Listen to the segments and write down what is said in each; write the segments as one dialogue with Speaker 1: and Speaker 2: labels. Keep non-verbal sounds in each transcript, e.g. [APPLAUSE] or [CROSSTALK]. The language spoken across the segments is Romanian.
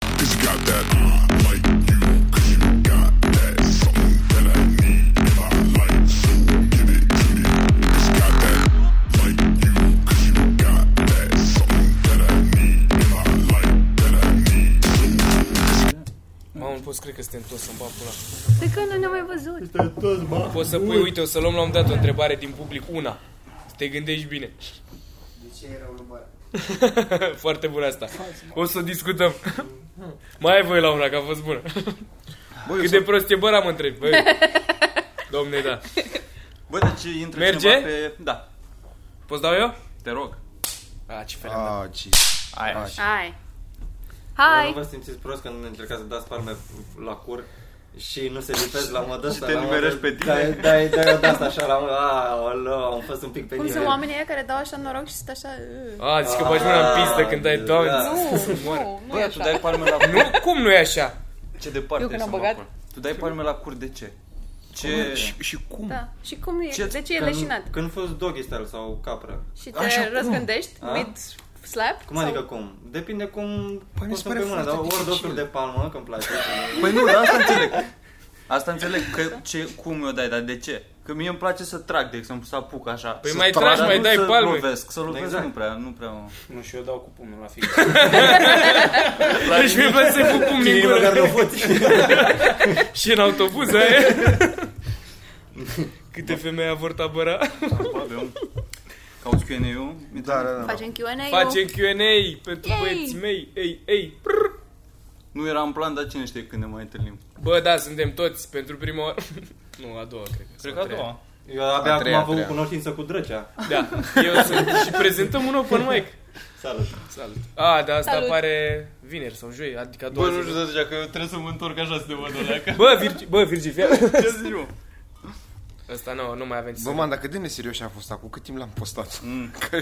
Speaker 1: cause you got that. I like you cause you got that. Something that I need and I like, so give it to me. Cause you got that. Like you cause you got that. Something that I need and I like, that I need.
Speaker 2: Mamă, poți cred că suntem toți să-mi bag pula.
Speaker 3: De când nu ne-am mai văzut?
Speaker 2: Poți să pui, uite, o să luăm la un dat o întrebare din public, una. Să te gândești bine.
Speaker 4: De ce era următoarea?
Speaker 2: [LAUGHS] Foarte bună asta. O să discutăm. Mai ai voi la una, că a fost bună.
Speaker 5: Băi,
Speaker 2: Cât de prost e băra, mă întreb. Băi. Domne, da.
Speaker 5: Bă, deci intră
Speaker 2: Merge?
Speaker 5: cineva pe... Da,
Speaker 2: Poți dau eu?
Speaker 5: te rog.
Speaker 2: A, ce fel.
Speaker 5: Ah, ci.
Speaker 2: Aia.
Speaker 5: Ah, ci.
Speaker 3: Hai.
Speaker 6: Nu
Speaker 3: Hai.
Speaker 6: vă simțiți prost când încercați să dați palme la cur și nu se lipesc la modă
Speaker 5: Și te nimerești pe tine.
Speaker 6: Dai, dai, dai o dastă așa la modă. Aoleu, am fost un pic pe
Speaker 7: Cum
Speaker 6: nivel.
Speaker 7: sunt oamenii ăia care dau așa noroc și sunt așa... "Ugh."
Speaker 2: A, zici că bagi mâna în pizdă când dai
Speaker 6: Da.
Speaker 2: doamne.
Speaker 7: Nu, nu, nu e
Speaker 5: Bă, tu
Speaker 7: așa.
Speaker 5: dai palme
Speaker 7: [LAUGHS]
Speaker 5: la
Speaker 2: Nu, cum nu e așa?
Speaker 5: Ce departe
Speaker 7: Eu când
Speaker 5: e
Speaker 7: am
Speaker 5: să mă
Speaker 7: băgat-
Speaker 5: pun. Tu dai palme la cur de ce? Ce... Și, și cum?
Speaker 7: Da. Și cum e?
Speaker 5: Ce-
Speaker 7: de ce e
Speaker 6: Când-
Speaker 7: leșinat?
Speaker 6: Când fost doggy style sau capră.
Speaker 7: Și
Speaker 5: Așa,
Speaker 7: te
Speaker 5: cum?
Speaker 7: răzgândești
Speaker 6: A?
Speaker 7: with slap?
Speaker 6: Cum adică cum? Depinde cum, cum
Speaker 5: mi se
Speaker 6: sunt
Speaker 5: pare
Speaker 6: pe mână,
Speaker 5: Păi, foarte
Speaker 6: dar ori
Speaker 5: dificil.
Speaker 6: doctor de palmă, că-mi place.
Speaker 5: Păi
Speaker 2: [LAUGHS]
Speaker 5: nu, dar asta înțeleg. Asta înțeleg, că ce, cum eu dai, dar de ce? Că mie îmi place să trag, de exemplu, să apuc așa.
Speaker 2: Păi
Speaker 5: Să
Speaker 2: mai
Speaker 5: trag,
Speaker 2: tragi,
Speaker 5: dar
Speaker 2: mai
Speaker 5: nu
Speaker 2: dai
Speaker 5: să
Speaker 2: palme.
Speaker 5: Lovesc, să lovesc
Speaker 6: Exact.
Speaker 5: nu prea, nu prea. mă.
Speaker 8: Nu, și eu dau cu pumnul la fix.
Speaker 2: Deci mi-e place să pun cum din gură. [LAUGHS] Și în autobuz, aia. Câte femei avorta băra?
Speaker 5: Probabil. Cauți Q&A-ul? Da, da, da.
Speaker 7: Facem Q&A-ul.
Speaker 2: Facem Q&A pentru
Speaker 7: Yay!
Speaker 2: băieții mei. Ei, ei. prr.
Speaker 5: Nu era în plan, dar cine știe când ne mai întâlnim?
Speaker 2: Bă, da, suntem toți pentru prima oară. [LAUGHS] Nu, a doua, cred că. sau a treia.
Speaker 6: Eu abia
Speaker 5: A
Speaker 6: acum
Speaker 5: treia,
Speaker 6: am
Speaker 5: a treia.
Speaker 6: făcut cunoștință cu drăcea.
Speaker 2: Da, eu sunt și prezentăm un open mic.
Speaker 6: Salut.
Speaker 2: Salut. A, da, asta
Speaker 7: Salut.
Speaker 2: apare vineri sau joi, adică a doua zi.
Speaker 5: să zicea că eu trebuie să mă întorc așa să te văd alea.
Speaker 2: Bă, Virgi, bă, Virgi, fia.
Speaker 5: Ce zici, mă?
Speaker 2: Asta nu, nu mai avem ce
Speaker 9: Bă,
Speaker 2: să
Speaker 9: man, dacă de neserios a fost acum, cât timp l-am postat? [LAUGHS]
Speaker 5: Mm.
Speaker 9: Că,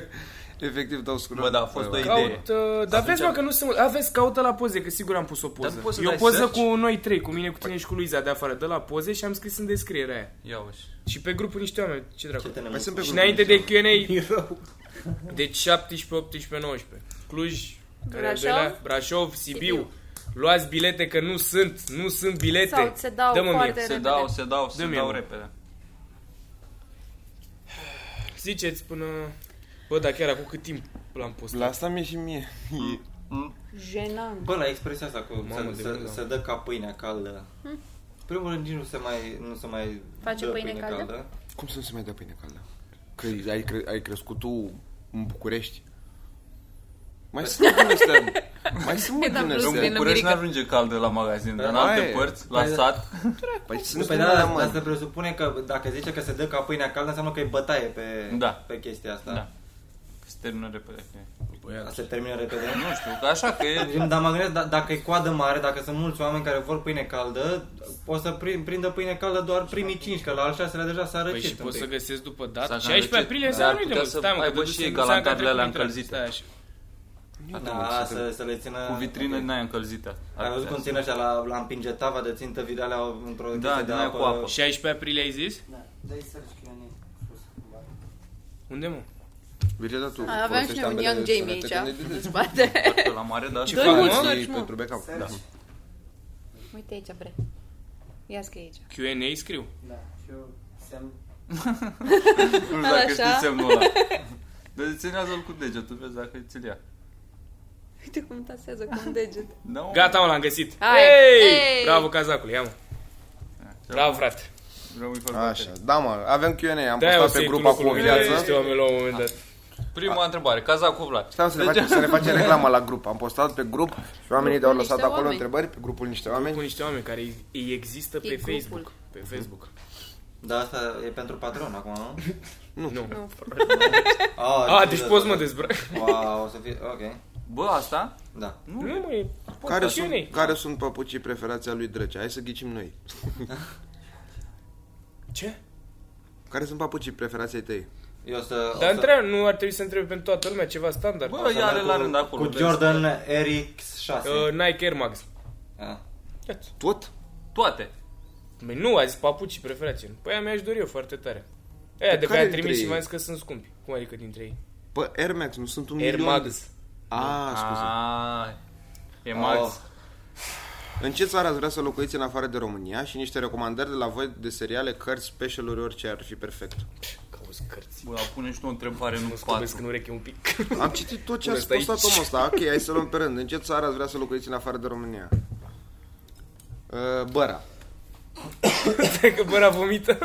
Speaker 9: efectiv, dau scură.
Speaker 5: Bă, da, a fost o idee.
Speaker 2: Caut, uh, dar vezi, mă, că nu sunt... mult. A, vezi, caută la poze, că sigur am pus o poză.
Speaker 5: nu poți să
Speaker 2: e o
Speaker 5: dai
Speaker 2: poză
Speaker 5: search?
Speaker 2: cu noi trei, cu mine, cu tine și cu Luiza de afară. De la poze și am scris în descrierea aia.
Speaker 5: Ia uși.
Speaker 2: Și pe grupul niște oameni, ce dracu.
Speaker 6: Ce te
Speaker 9: Mai
Speaker 6: nemulțumit?
Speaker 9: Păi sunt pe
Speaker 2: Și
Speaker 9: grupul
Speaker 2: înainte de
Speaker 9: ăsta.
Speaker 2: Q&A, deci 17, 18, 19. Cluj, care e al
Speaker 7: Brașov.
Speaker 2: doilea, Brașov, Sibiu.
Speaker 7: Sibiu.
Speaker 2: Luați bilete că nu sunt, nu sunt bilete.
Speaker 7: Sau se dau
Speaker 2: Dă-mă mie.
Speaker 7: foarte
Speaker 5: Se
Speaker 7: repede.
Speaker 5: dau, se dau, se
Speaker 2: Dă-mi
Speaker 5: dau
Speaker 2: eu.
Speaker 5: repede.
Speaker 2: Ziceți până... Bă, dar chiar acum cât timp l-am postat?
Speaker 9: La asta mi-e și mie.
Speaker 7: Jenant.
Speaker 6: Bă, la expresia asta cu
Speaker 2: Mamă,
Speaker 6: se,
Speaker 2: de
Speaker 6: se,
Speaker 2: bine, da.
Speaker 6: se dă ca pâinea caldă. În primul rând nici nu se mai, nu se mai
Speaker 7: Hm. Face
Speaker 6: dă
Speaker 7: pâine caldă?
Speaker 9: Cum să nu se mai dea pâine caldă? Că ai, cre- ai crescut tu în București? Mai sunt din astea. Mai sunt
Speaker 7: [LAUGHS]
Speaker 9: mă,
Speaker 7: E, da,
Speaker 9: din
Speaker 7: plus
Speaker 5: În
Speaker 7: Bine,
Speaker 9: astea.
Speaker 5: București
Speaker 7: Mirica.
Speaker 5: n-ajunge caldă la magazin, dar în
Speaker 9: Aia
Speaker 5: alte
Speaker 9: e.
Speaker 5: părți, la
Speaker 6: Păi da.
Speaker 5: sat,
Speaker 9: Păi
Speaker 6: Nu,
Speaker 9: sunt
Speaker 6: pe
Speaker 9: din
Speaker 6: da,
Speaker 9: alea,
Speaker 6: dar
Speaker 9: mă.
Speaker 6: asta presupune că dacă zice că se dă ca pâinea caldă, înseamnă că e bătaie pe,
Speaker 5: Da.
Speaker 6: pe chestia asta.
Speaker 5: Da. se termină repede. că e.
Speaker 6: Asta se termină repede.
Speaker 5: Nu știu, că așa că e...
Speaker 6: Dar mă gândesc, da- dacă e coadă mare, dacă sunt mulți oameni care vor pâine caldă, o să prin- prindă pâine caldă doar primii 5, că la al șaselea deja s-a
Speaker 2: Păi
Speaker 6: răcit
Speaker 2: și
Speaker 6: un
Speaker 2: poți
Speaker 6: pic.
Speaker 2: să găsesc după dată.
Speaker 5: S-a cam
Speaker 2: 16
Speaker 5: răcit.
Speaker 2: aprilie
Speaker 5: deci
Speaker 2: înseamnă,
Speaker 5: Dar ar
Speaker 2: uite,
Speaker 5: putea
Speaker 2: mă,
Speaker 5: să
Speaker 2: stai, mă, că
Speaker 5: aibă
Speaker 2: duc
Speaker 5: și
Speaker 2: să-
Speaker 5: ei
Speaker 2: înseamnă că a
Speaker 5: galantarele alea
Speaker 2: trecut între-
Speaker 5: încălzite.
Speaker 2: stai așa.
Speaker 6: Da, să, să le țină...
Speaker 5: Cu vitrine
Speaker 6: Ok.
Speaker 5: din aia încălzită.
Speaker 6: Ai văzut cum țin așa la, la împinge tava de țintă videalea într-o
Speaker 5: Da,
Speaker 6: chestie de
Speaker 5: din aia
Speaker 6: apă?
Speaker 5: cu apă.
Speaker 2: 16 aprilie ai zis?
Speaker 4: Da, dai search Q&A sus, cumva.
Speaker 2: Unde, mă?
Speaker 9: Virginia, da, tu
Speaker 7: Aveam și
Speaker 9: folosești
Speaker 7: noi un
Speaker 9: ambele
Speaker 7: Young Jamie
Speaker 9: sunete
Speaker 7: aici,
Speaker 9: când ne
Speaker 7: în
Speaker 9: vedeți.
Speaker 7: spate.
Speaker 5: Pe la mare, da?
Speaker 2: Ce
Speaker 7: Dă-i
Speaker 2: fac,
Speaker 7: mult
Speaker 2: mă?
Speaker 7: search, mă.
Speaker 9: Pentru backup, da.
Speaker 4: Search,
Speaker 7: [LAUGHS] Uite aici, bre. Ia scrie aici.
Speaker 2: Q&A scriu.
Speaker 4: da, și eu semn.
Speaker 5: Nu știu dacă
Speaker 7: Așa.
Speaker 5: știi semnul ăla. Deci ținează-l cu degetul, vezi dacă ți-l ia.
Speaker 7: Uite cum tasează cu un deget.
Speaker 5: Da,
Speaker 2: Gata, mă, l-am găsit.
Speaker 7: Hai.
Speaker 2: Ei!
Speaker 7: Ei!
Speaker 2: Bravo, cazacul, ia, mă. Bravo, frate.
Speaker 5: Rămâi fără
Speaker 9: Așa, da mă, avem Q&A,
Speaker 2: De-aia
Speaker 9: am
Speaker 2: Da, o
Speaker 9: postat
Speaker 2: să
Speaker 9: pe
Speaker 2: iei
Speaker 9: grup
Speaker 2: tu locul
Speaker 9: acum o
Speaker 2: lui Vlad, Știu
Speaker 9: viață.
Speaker 2: oameni la un
Speaker 9: Da.
Speaker 2: moment dat.
Speaker 5: baterie. Prima întrebare, caza cu Vlad.
Speaker 9: Stai să, ne facem, să ne facem reclamă la grup. Am postat pe grup și oamenii de-au lăsat
Speaker 7: niște
Speaker 9: acolo
Speaker 7: oameni.
Speaker 9: întrebări pe grupul niște
Speaker 2: Cu
Speaker 9: oameni.
Speaker 2: niște oameni care îi- îi există pe
Speaker 7: E grupul.
Speaker 2: Facebook. Pe Facebook.
Speaker 6: Da, asta e pentru patron acum, nu?
Speaker 2: Nu.
Speaker 6: [LAUGHS] Ah,
Speaker 9: Da.
Speaker 2: A, deci poți mă dezbrac.
Speaker 6: [LAUGHS] Wow, o să fie... Ok,
Speaker 5: Bă, asta?
Speaker 6: da.
Speaker 2: [LAUGHS] Nu, mă, e...
Speaker 9: Care
Speaker 2: Q&A.
Speaker 9: sunt, care sunt păpucii preferați al lui Drăcea? Hai să ghicim noi.
Speaker 2: Ce?
Speaker 9: Care sunt papucii preferați ai tăi?
Speaker 6: Eu o să...
Speaker 2: Dar
Speaker 6: o să-
Speaker 2: întreb, nu ar trebui să întreb pentru toată lumea ceva standard.
Speaker 5: Bă,
Speaker 6: o să
Speaker 5: ia
Speaker 6: merg
Speaker 5: le
Speaker 6: cu-
Speaker 5: la rând acolo.
Speaker 6: Cu
Speaker 5: vezi.
Speaker 6: Jordan RX 6.
Speaker 2: Uh, Nike Air Max.
Speaker 6: Ah.
Speaker 2: Ia-ți.
Speaker 9: Tot?
Speaker 5: Toate.
Speaker 2: Băi, nu, a zis papucii preferați. Păi aia mi-aș dori eu foarte tare. Aia de pe
Speaker 9: care
Speaker 2: aia
Speaker 9: dintre
Speaker 2: trimis și
Speaker 9: ei?
Speaker 2: mai zis că sunt scumpi. Cum adică dintre ei?
Speaker 9: Pă, Air Max, nu sunt un
Speaker 2: Air
Speaker 9: milion de-
Speaker 2: Max.
Speaker 9: A, scuze.
Speaker 6: Oh,
Speaker 5: Ah, E Max.
Speaker 9: În ce țară ați vrea să locuiți în afară de România și niște recomandări de la voi de seriale, cărți, specialuri, orice ar fi perfect.
Speaker 10: Cauți cărți.
Speaker 5: Bă, dar pune și tu o întrebare, nu
Speaker 10: Mă scobesc în
Speaker 5: patru.
Speaker 10: ureche un
Speaker 2: [LAUGHS]
Speaker 10: pic.
Speaker 9: Am citit tot ce
Speaker 10: Bună,
Speaker 9: ați
Speaker 10: stai
Speaker 9: postat
Speaker 10: aici.
Speaker 9: omul ăsta. Ok, hai să luăm pe rând. În ce țară ați vrea să locuiți în afară de România? Uh, Băra.
Speaker 10: Că băra
Speaker 9: [LAUGHS]
Speaker 10: vomită.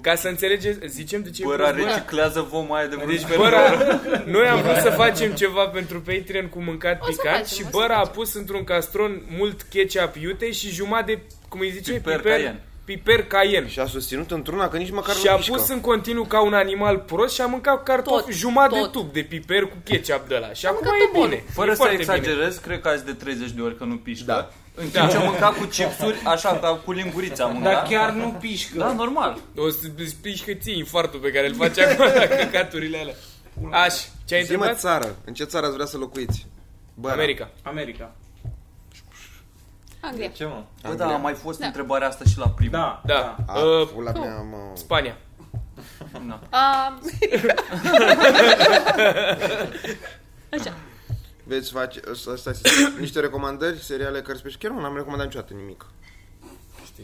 Speaker 10: Ca să înțelegeți, zicem de ce e
Speaker 5: Băra
Speaker 10: prost băra.
Speaker 5: reciclează vom aia de vreo
Speaker 10: Deci
Speaker 5: deci,
Speaker 9: [LAUGHS]
Speaker 10: Băra, noi am vrut să facem ceva pentru Patreon cu mâncat
Speaker 7: O să
Speaker 10: picat
Speaker 7: facem,
Speaker 10: și
Speaker 7: o să
Speaker 10: Băra a
Speaker 7: facem.
Speaker 10: pus într-un castron mult ketchup iute și jumătate de, cum îi zice?
Speaker 5: Piper cayenne.
Speaker 10: Piper cayenne.
Speaker 9: Și a susținut într-una că nici măcar
Speaker 10: Și
Speaker 9: nu
Speaker 10: a
Speaker 9: mișcă.
Speaker 10: pus în continuu ca un animal prost și a mâncat cartofi
Speaker 7: Tot,
Speaker 10: jumătate de
Speaker 7: tot.
Speaker 10: tub de piper cu ketchup de la. Și acum
Speaker 7: mâncat
Speaker 10: e
Speaker 7: tot
Speaker 10: bine.
Speaker 5: Fără
Speaker 10: e
Speaker 5: să
Speaker 10: foarte
Speaker 5: exagerez, cred că azi de 30 de ori că nu pișcă.
Speaker 9: Da.
Speaker 5: În timp ce mânca cu chipsuri, așa, ca cu lingurița mânca.
Speaker 11: Dar chiar nu pișcă.
Speaker 5: Da, normal.
Speaker 10: Bine. O să explici că ții infartul pe care îl face
Speaker 9: [LAUGHS]
Speaker 10: acum la căcaturile alea. Aș, ce ai
Speaker 9: Zi, mă,
Speaker 10: întrebat?
Speaker 9: țară. În ce țară ați vrea să locuiți? Băra.
Speaker 10: America.
Speaker 11: America.
Speaker 7: [LAUGHS] Anglia.
Speaker 6: Ce mă?
Speaker 5: Bă, da, a mai fost întrebarea asta și la primul.
Speaker 9: Ah,
Speaker 11: Da,
Speaker 10: Da.
Speaker 11: da.
Speaker 9: A,
Speaker 10: Uh,
Speaker 9: pula mea, mă.
Speaker 10: Spania.
Speaker 5: Da.
Speaker 7: Um,
Speaker 9: Veți face... Stai, stai, stai. Niște recomandări, seriale, cărți pe Chiar nu n-am recomandat niciodată nimic.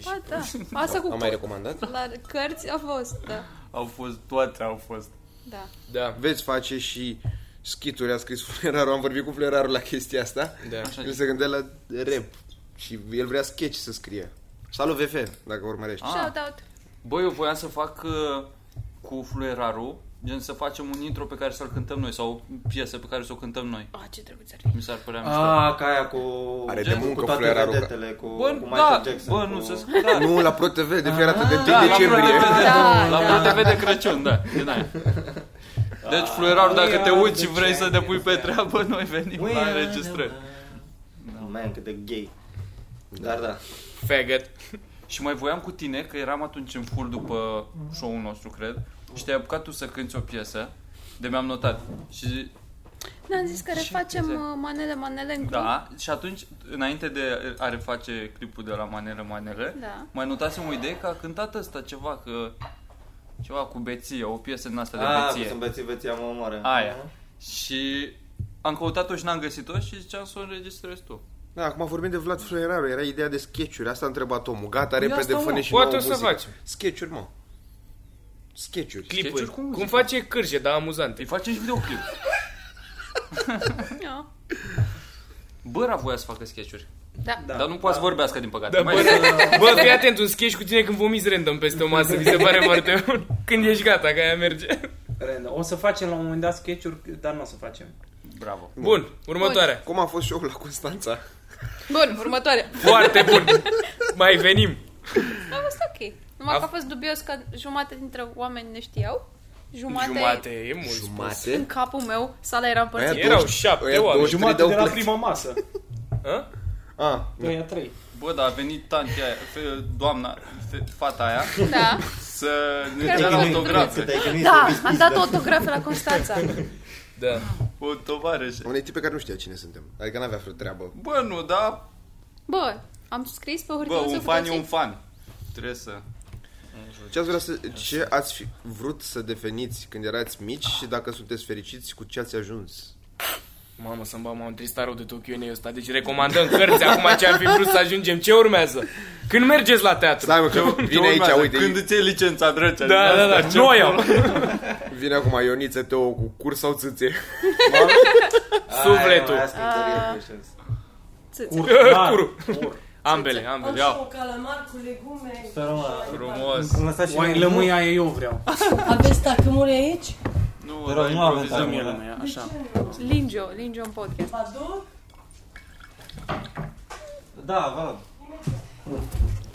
Speaker 7: ba, da. Asta cu
Speaker 9: Am mai recomandat?
Speaker 7: la cărți a fost, da.
Speaker 5: Au fost, toate au fost.
Speaker 7: da.
Speaker 10: Da.
Speaker 9: Veți face și schituri, a scris [LAUGHS] funerarul, am vorbit cu funerarul la chestia asta.
Speaker 10: Da.
Speaker 5: Așa
Speaker 9: El
Speaker 5: zice.
Speaker 9: se gândea la rap și el vrea sketch să scrie. Salut VF, dacă urmărești.
Speaker 5: Ah.
Speaker 7: Shout out.
Speaker 5: Băi, eu voiam să fac uh, cu fluierarul, gen să facem un intro pe care să-l cântăm noi sau o piesă pe care să o cântăm noi.
Speaker 7: Ah, ce drăguț ar
Speaker 5: Mi s-ar părea mișto.
Speaker 6: A, Ah, ca aia cu...
Speaker 9: Are
Speaker 6: gen,
Speaker 9: de muncă
Speaker 6: cu toate
Speaker 9: fluierarul, că-
Speaker 6: vedetele, cu,
Speaker 5: Bă,
Speaker 6: cu Michael
Speaker 5: da,
Speaker 6: Jackson.
Speaker 5: bă,
Speaker 6: cu...
Speaker 5: nu să sc-
Speaker 10: Ah.
Speaker 5: da.
Speaker 9: Nu, la ProTV, de fiecare dată de 3
Speaker 5: Da, la
Speaker 9: decembrie.
Speaker 5: ProTV,
Speaker 7: Da,
Speaker 5: la
Speaker 7: da.
Speaker 5: ProTV de Crăciun, da, din aia. Deci, fluierarul, dacă te uiți și vrei să ne pui pe treabă, noi venim la înregistrări.
Speaker 6: Man, cât de gay. Dar da.
Speaker 10: Faggot.
Speaker 5: Și mai voiam cu tine, că eram atunci în full după show-ul nostru, cred, și te-ai apucat tu să cânti o piesă, de mi-am notat. Și
Speaker 7: Ne-am zis că refacem
Speaker 5: Ce?
Speaker 7: uh, manele, manele în grup.
Speaker 5: Da, și atunci, înainte de a reface clipul de la Manele Manele,
Speaker 7: Da.
Speaker 5: mai notasem o idee că a cântat ăsta ceva, că ceva cu beție, o piesă din asta de
Speaker 6: A, cu
Speaker 5: beție.
Speaker 6: Ah, sunt beții, beția mă omoară.
Speaker 5: Aia.
Speaker 6: Mhm.
Speaker 5: Și am căutat-o și n-am găsit-o și ziceam să o înregistrezi tu.
Speaker 9: Da, acum vorbim de Vlad Fluieraru, era ideea de sketch-uri, asta a întrebat omul. Gata, repede,
Speaker 5: asta, mă,
Speaker 9: fă și
Speaker 10: poate
Speaker 9: nouă
Speaker 10: o să
Speaker 9: muzică.
Speaker 10: facem.
Speaker 9: Sketch-uri, mă. Sketch-uri.
Speaker 10: Clipuri.
Speaker 5: Sketch-uri cu
Speaker 10: Cum,
Speaker 5: muzică.
Speaker 10: cum face cârje, dar amuzante.
Speaker 5: Îi facem și videoclip.
Speaker 7: Da.
Speaker 5: Băra voia să facă sketch-uri,
Speaker 7: Da.
Speaker 5: dar nu poate să vorbească, din păcate.
Speaker 10: Da,
Speaker 5: mai
Speaker 10: bă,
Speaker 5: bine.
Speaker 10: bă, fii atent, un sketch cu tine când vomiți random peste o masă, mi se pare foarte bun. Când ești gata, că aia merge.
Speaker 11: Random. O să facem la un moment dat sketch-uri, dar nu o să facem.
Speaker 5: Bravo.
Speaker 10: Bun, următoarea.
Speaker 9: Cum a fost show-ul la Constanța?
Speaker 7: Bun, următoare.
Speaker 10: Foarte bun. Mai venim.
Speaker 7: A fost ok. Numai
Speaker 10: A-
Speaker 7: că a fost dubios că jumate dintre oameni ne știau. Jumate,
Speaker 10: Jumate, e mult. spus.
Speaker 7: în capul meu, sala era împărțită.
Speaker 9: Aia
Speaker 10: Erau
Speaker 9: două-
Speaker 10: șapte
Speaker 9: aia două-
Speaker 10: oameni.
Speaker 9: Jumate
Speaker 11: Jumate
Speaker 9: dau
Speaker 11: de la
Speaker 9: plăți.
Speaker 11: prima [LAUGHS] masă.
Speaker 10: A?
Speaker 9: A,
Speaker 11: Noi a trei.
Speaker 5: Bă, dar a venit tanti aia, fe- doamna, fe- fata aia,
Speaker 7: Da.
Speaker 5: să ne
Speaker 7: Chiar
Speaker 5: ceară
Speaker 7: m-am
Speaker 5: autografe.
Speaker 6: Cât ai gândit
Speaker 7: Da,
Speaker 5: [LAUGHS]
Speaker 6: să
Speaker 7: am dat autografe la Constanța.
Speaker 10: Da.
Speaker 5: O tovarășe.
Speaker 9: unei tipe care nu știa cine suntem. Adică n-avea vreo treabă.
Speaker 5: Bă, nu, da,
Speaker 7: Bă, am scris pe hârtie
Speaker 5: Bă, un
Speaker 7: să
Speaker 5: fan e
Speaker 7: puteți-
Speaker 5: un fan. Trebuie să...
Speaker 9: Ce ați, vrea să, ce ați fi vrut să deveniți când erați mici și dacă sunteți fericiți cu ce ați ajuns?
Speaker 10: Mamă, să-mi bag, m-am tristat rău de Tokyo ăsta. Deci recomandăm cărți acum ce am fi vrut să ajungem. Ce urmează? Când mergeți la teatru?
Speaker 9: Stai mă, că vine aici, uite,
Speaker 5: Când îți iei licența, drăcea.
Speaker 10: Da, da, da, noi am.
Speaker 9: vine acum Ioniță Teo cu cur sau țâțe.
Speaker 6: Aia,
Speaker 10: Sufletul.
Speaker 6: mai asta e teorie cu șans.
Speaker 7: Țâțe.
Speaker 11: da.
Speaker 10: Curu. Ambele, ambele.
Speaker 12: Au calamar cu legume.
Speaker 6: Să rămână.
Speaker 5: Frumos.
Speaker 6: Lăsați și
Speaker 11: Oai,
Speaker 6: noi-
Speaker 11: lămâia aia eu vreau.
Speaker 12: Aveți tacâmuri aici?
Speaker 5: Nu,
Speaker 6: Vă
Speaker 5: da,
Speaker 6: rog, nu avem
Speaker 5: improvizăm.
Speaker 11: Lămâia,
Speaker 6: da.
Speaker 11: lămâia, așa.
Speaker 7: Lingio, Lingio în podcast.
Speaker 12: Aduc?
Speaker 6: Da, Vlad.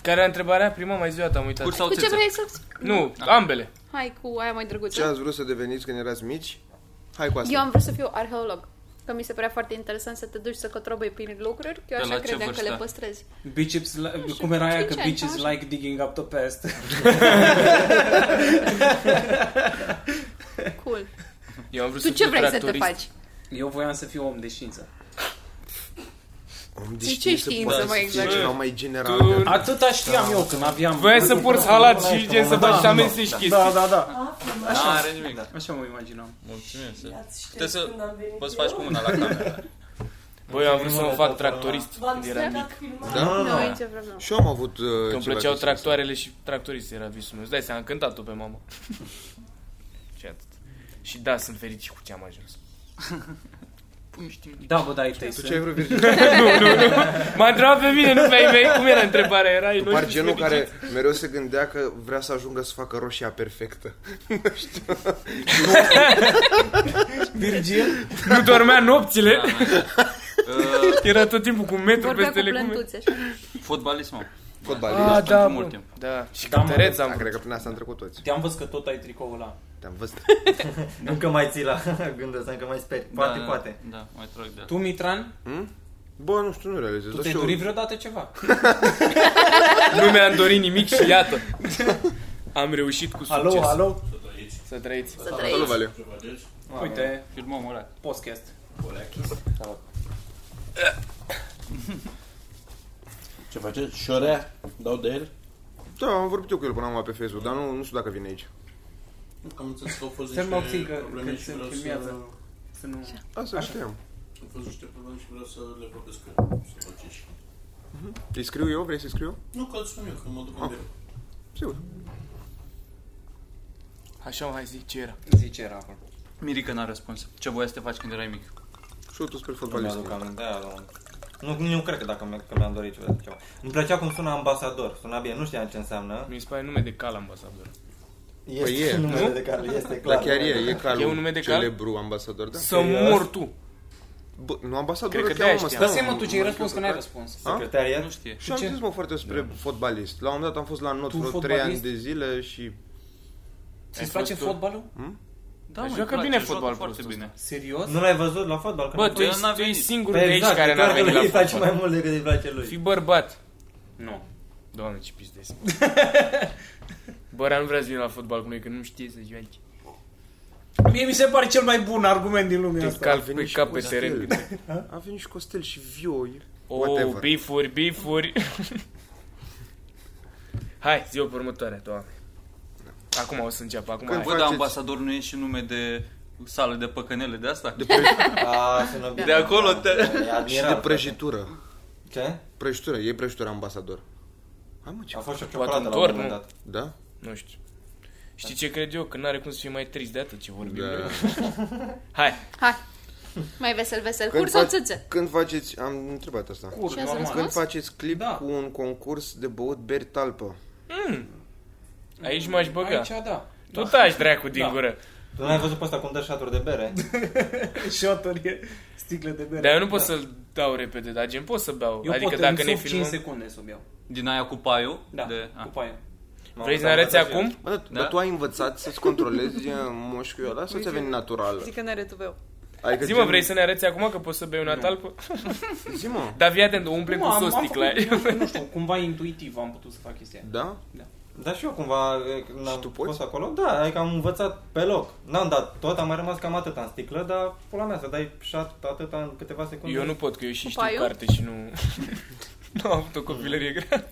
Speaker 10: Care era întrebarea? Prima mai zi o dată, am uitat.
Speaker 5: Cur sau
Speaker 7: Cu ce
Speaker 5: țâță?
Speaker 7: vrei să...
Speaker 10: Nu, ambele.
Speaker 7: Hai cu aia mai
Speaker 9: Ce
Speaker 7: drăguță.
Speaker 9: ați vrut să deveniți când erați mici? Hai cu
Speaker 7: Eu
Speaker 9: asta.
Speaker 7: am vrut să fiu arheolog. Că mi se părea foarte interesant să te duci să cotrobăi prin lucruri, că eu
Speaker 5: De la
Speaker 7: așa
Speaker 5: ce
Speaker 7: credeam că
Speaker 5: vârstă?
Speaker 7: le păstrezi.
Speaker 11: Biceps, li- cum era aia că
Speaker 7: cinci ani,
Speaker 11: biceps
Speaker 7: așa.
Speaker 11: like digging up the past. [LAUGHS]
Speaker 7: Cool.
Speaker 10: Eu am vrut
Speaker 7: Tu
Speaker 10: să
Speaker 7: ce
Speaker 10: fiu
Speaker 7: vrei să te
Speaker 10: tractorist.
Speaker 7: faci?
Speaker 11: Eu voiam să fiu om de știință.
Speaker 9: Om de
Speaker 7: ce
Speaker 9: să
Speaker 7: știință,
Speaker 9: poată
Speaker 7: mă,
Speaker 9: să fie
Speaker 7: exact?
Speaker 9: ceva mai general.
Speaker 10: Tu-
Speaker 11: Atâta știam eu când aveam...
Speaker 10: Voiai să porți halat și gen să
Speaker 11: Da,
Speaker 10: faci să
Speaker 11: da,
Speaker 10: amesteci
Speaker 11: Da,
Speaker 10: chestii.
Speaker 11: da, da.
Speaker 12: Află, mă,
Speaker 5: Nu are nimic.
Speaker 11: Așa mă imaginam.
Speaker 5: Mulțumim. să-
Speaker 12: ați știut
Speaker 5: Puteți să...
Speaker 12: când am venit
Speaker 5: Poți să faci
Speaker 12: eu?
Speaker 5: cu mâna la cameră.
Speaker 10: Bă, eu am vrut să mă
Speaker 11: Da,
Speaker 10: fac tractorist
Speaker 12: V-am
Speaker 10: când era mic.
Speaker 12: stricat filmarea.
Speaker 9: Da?
Speaker 7: Nu, e nicio problemă.
Speaker 9: Și eu am avut uh,
Speaker 10: Că îmi
Speaker 9: ceva
Speaker 10: plăceau
Speaker 9: de sens.
Speaker 10: tractoarele și tractorist era visul meu. Îți dai seama, am cântat-o pe mama. și atât. Și da, sunt fericit cu ce am ajuns.
Speaker 11: Da, bă, da, e
Speaker 9: Tu ce ai vrut, [LAUGHS] Virgil?
Speaker 10: M-a întrebat pe mine, nu pe ei mei. Cum era întrebarea? Era ei
Speaker 9: Tu par genul care mereu se gândea că vrea să ajungă să facă roșia perfectă.
Speaker 11: Virgil?
Speaker 10: Nu dormea nopțile.
Speaker 5: Da.
Speaker 10: [LAUGHS]
Speaker 5: Uh,
Speaker 11: Da.
Speaker 10: Era tot timpul cu metru
Speaker 7: Vorbea cu
Speaker 10: peste legume.
Speaker 7: plântuțe, așa.
Speaker 5: Fotbalist, mă.
Speaker 9: Fotbalist.
Speaker 10: Ah, da,
Speaker 5: mult
Speaker 10: mult
Speaker 5: timp.
Speaker 10: Da, și
Speaker 11: Da, mă,
Speaker 10: cântăreț
Speaker 9: Da,
Speaker 10: am
Speaker 9: cred că prin asta am trecut toți.
Speaker 11: Te-am văzut că tot ai tricoul ăla.
Speaker 9: Te-am văzut.
Speaker 6: Da. Nu că mai ții la [LAUGHS] gând ăsta, că mai speri. Poate,
Speaker 5: da,
Speaker 6: poate.
Speaker 5: Da, mai trag de
Speaker 11: Tu, Mitran,
Speaker 9: Bă, nu știu, nu realizez.
Speaker 11: tu
Speaker 9: dar
Speaker 11: te-ai
Speaker 9: și eu-
Speaker 11: dorit vreodată ceva?
Speaker 10: Nu mi-am dorit nimic și iată. Am reușit cu succes.
Speaker 11: Alo, alo?
Speaker 10: Să trăiți.
Speaker 7: Să
Speaker 9: Salut,
Speaker 7: trăiți.
Speaker 9: Valeu.
Speaker 11: Uite,
Speaker 5: Filmăm ăla.
Speaker 11: podcast.
Speaker 13: Ce faceți? Șorea? Dau de el?
Speaker 9: Da, am vorbit eu cu el până acum pe Facebook, dar nu, nu știu dacă vine aici.
Speaker 13: Am înțeles că au fost
Speaker 11: Să mă obțin
Speaker 13: niște
Speaker 11: că,
Speaker 13: probleme
Speaker 11: că
Speaker 13: și
Speaker 11: se
Speaker 13: vreau să...
Speaker 11: filmează. Să nu...
Speaker 9: Asta știam.
Speaker 13: Au fost niște probleme și vreau să le vorbesc că să faceți și...
Speaker 9: Îi scriu eu? Vrei să-i scriu?
Speaker 13: Nu, că îți spun eu, că mă duc unde...
Speaker 9: Sigur.
Speaker 10: Așa, hai zi, ce era?
Speaker 11: Zice era acolo.
Speaker 5: Mirica n-a răspuns. Ce voia să te faci când erai mic?
Speaker 9: Șutul spre
Speaker 6: Nu
Speaker 9: fotbalist.
Speaker 6: mi-aduc aminte, aia, da. Nu, nu cred că dacă mi- că mi-am dorit ceva. ceva. Îmi plăcea cum sună ambasador. Suna bine, nu știam ce înseamnă.
Speaker 10: Mi se pare nume de cal ambasador.
Speaker 6: Este
Speaker 9: Păi e,
Speaker 6: numele
Speaker 9: nu?
Speaker 6: de care este clar.
Speaker 9: Dar chiar e, e calul
Speaker 10: E un nume de cal?
Speaker 9: celebru ambasador, da?
Speaker 10: Să mor tu!
Speaker 9: Bă, nu ambasador,
Speaker 10: Cred că
Speaker 9: îl
Speaker 10: de-aia
Speaker 9: cheamă, mă,
Speaker 10: știam.
Speaker 11: Dar
Speaker 9: stai,
Speaker 11: seama
Speaker 9: mă,
Speaker 11: tu ce-ai
Speaker 9: mă,
Speaker 11: răspuns, că
Speaker 9: mă,
Speaker 11: n-ai
Speaker 9: mă,
Speaker 11: răspuns.
Speaker 6: Secretar e?
Speaker 5: Nu știe.
Speaker 9: Și am
Speaker 11: Ce?
Speaker 9: zis, mă, foarte despre
Speaker 10: Da.
Speaker 9: fotbalist. La un moment dat am fost la not
Speaker 11: Tu
Speaker 9: vreo 3
Speaker 11: fotbalist?
Speaker 9: ani de zile și...
Speaker 11: Ți-ți place
Speaker 10: fost tu?
Speaker 11: fotbalul?
Speaker 5: Da,
Speaker 10: Joacă
Speaker 5: îi place,
Speaker 10: bine
Speaker 5: joacă
Speaker 10: fotbal
Speaker 5: foarte
Speaker 10: prostul
Speaker 5: bine.
Speaker 11: Serios?
Speaker 6: Nu l-ai văzut la fotbal? Că
Speaker 10: Bă,
Speaker 6: nu-
Speaker 10: tu ești,
Speaker 5: n-a
Speaker 10: tu ești
Speaker 5: venit.
Speaker 10: singurul
Speaker 6: Păi
Speaker 10: de aici
Speaker 5: Exact,
Speaker 10: care
Speaker 6: clar
Speaker 10: n-a
Speaker 6: că
Speaker 10: venit
Speaker 6: lui îi
Speaker 10: la
Speaker 6: place
Speaker 10: fotbal.
Speaker 6: mai mult decât îi place
Speaker 10: Fii
Speaker 6: lui.
Speaker 10: bărbat.
Speaker 11: Nu.
Speaker 10: Doamne, ce pizdezi. Bărea nu vrea să vină la fotbal cu noi, că nu știe să joace.
Speaker 11: Mie mi se pare cel mai bun argument din lumea
Speaker 10: Te
Speaker 11: asta.
Speaker 10: cal pe cap pe teren.
Speaker 9: Costel. A venit și Costel și Vio. e-
Speaker 10: Oh,
Speaker 9: Whatever.
Speaker 10: bifuri, bifuri. [LAUGHS] Hai, zi-o pe următoarea, doamne. Acum o să înceapă, acum
Speaker 9: Când
Speaker 10: hai.
Speaker 9: vă-
Speaker 5: Bă, dar
Speaker 9: faceți-
Speaker 5: ambasador nu e și nume de sală de păcănele de asta?
Speaker 10: Da.
Speaker 9: De, prăj-
Speaker 6: A, Da, sună bine.
Speaker 5: De acolo te-
Speaker 6: E admirat,
Speaker 9: și de
Speaker 6: frate.
Speaker 9: prăjitură.
Speaker 6: Ce?
Speaker 9: Prăjitură, e prăjitură ambasador. Hai mă, ce...
Speaker 6: A fost și o
Speaker 10: Poate
Speaker 6: ciocolată la un
Speaker 10: întorc,
Speaker 6: moment
Speaker 10: nu?
Speaker 6: dat.
Speaker 9: Da?
Speaker 10: Nu știu. Știi ce cred eu? Că n-are cum să fie mai trist de atât ce vorbim.
Speaker 9: Da.
Speaker 10: noi. Hai,
Speaker 7: Hai. Mai vesel, vesel. Cur sau
Speaker 9: fac-
Speaker 7: țâțe?
Speaker 9: când faceți... Am întrebat asta.
Speaker 11: Cur,
Speaker 7: Și ați
Speaker 11: normal.
Speaker 7: răspuns?
Speaker 9: Când faceți clip
Speaker 11: Da.
Speaker 9: cu un concurs de băut beri talpă.
Speaker 10: aici m-aș băga.
Speaker 11: Aici, da.
Speaker 10: Tot aș dracu din
Speaker 11: Da.
Speaker 10: gură.
Speaker 6: Tu n-ai văzut pe ăsta cum dă șaturi de bere?
Speaker 11: Shoturi, e sticle de bere. Da.
Speaker 10: Dar eu nu pot să-l dau repede, dar gen pot să beau.
Speaker 11: Eu
Speaker 10: adică
Speaker 11: pot
Speaker 10: dacă
Speaker 11: în
Speaker 10: ne
Speaker 11: sub 5
Speaker 10: filmăm...
Speaker 11: secunde să beau.
Speaker 5: Din aia cu paiul?
Speaker 11: Da,
Speaker 5: De... ah.
Speaker 11: cu
Speaker 5: a.
Speaker 11: paie.
Speaker 10: Vrei să ne arăți acum?
Speaker 9: Bă, da?
Speaker 5: Da.
Speaker 9: dar tu ai învățat să-ți controlezi uh, mușchiul ăla sau ți-a venit natural?
Speaker 7: Zic că n-are tu beu.
Speaker 9: Adică
Speaker 10: Zi mă, vrei să ne arăți acum că poți să bei una talpă?
Speaker 9: Zi mă,
Speaker 10: Dar fii atent, umple cu
Speaker 11: am-
Speaker 10: sos
Speaker 11: am
Speaker 10: sticla.
Speaker 11: făcut, nu știu, Nu știu, cumva intuitiv am putut să fac chestia aia.
Speaker 9: da?
Speaker 6: Da, și eu cumva e, când am
Speaker 9: tu poți?
Speaker 6: fost acolo, da, adică am învățat pe loc. N-am dat tot, am mai rămas cam atâta în sticlă, dar pula mea, să dai șat atâta în câteva secunde.
Speaker 10: Eu nu pot, că eu și
Speaker 7: Cu
Speaker 10: știu
Speaker 7: paiul?
Speaker 10: carte și nu... [LAUGHS] nu am avut o copilărie grea.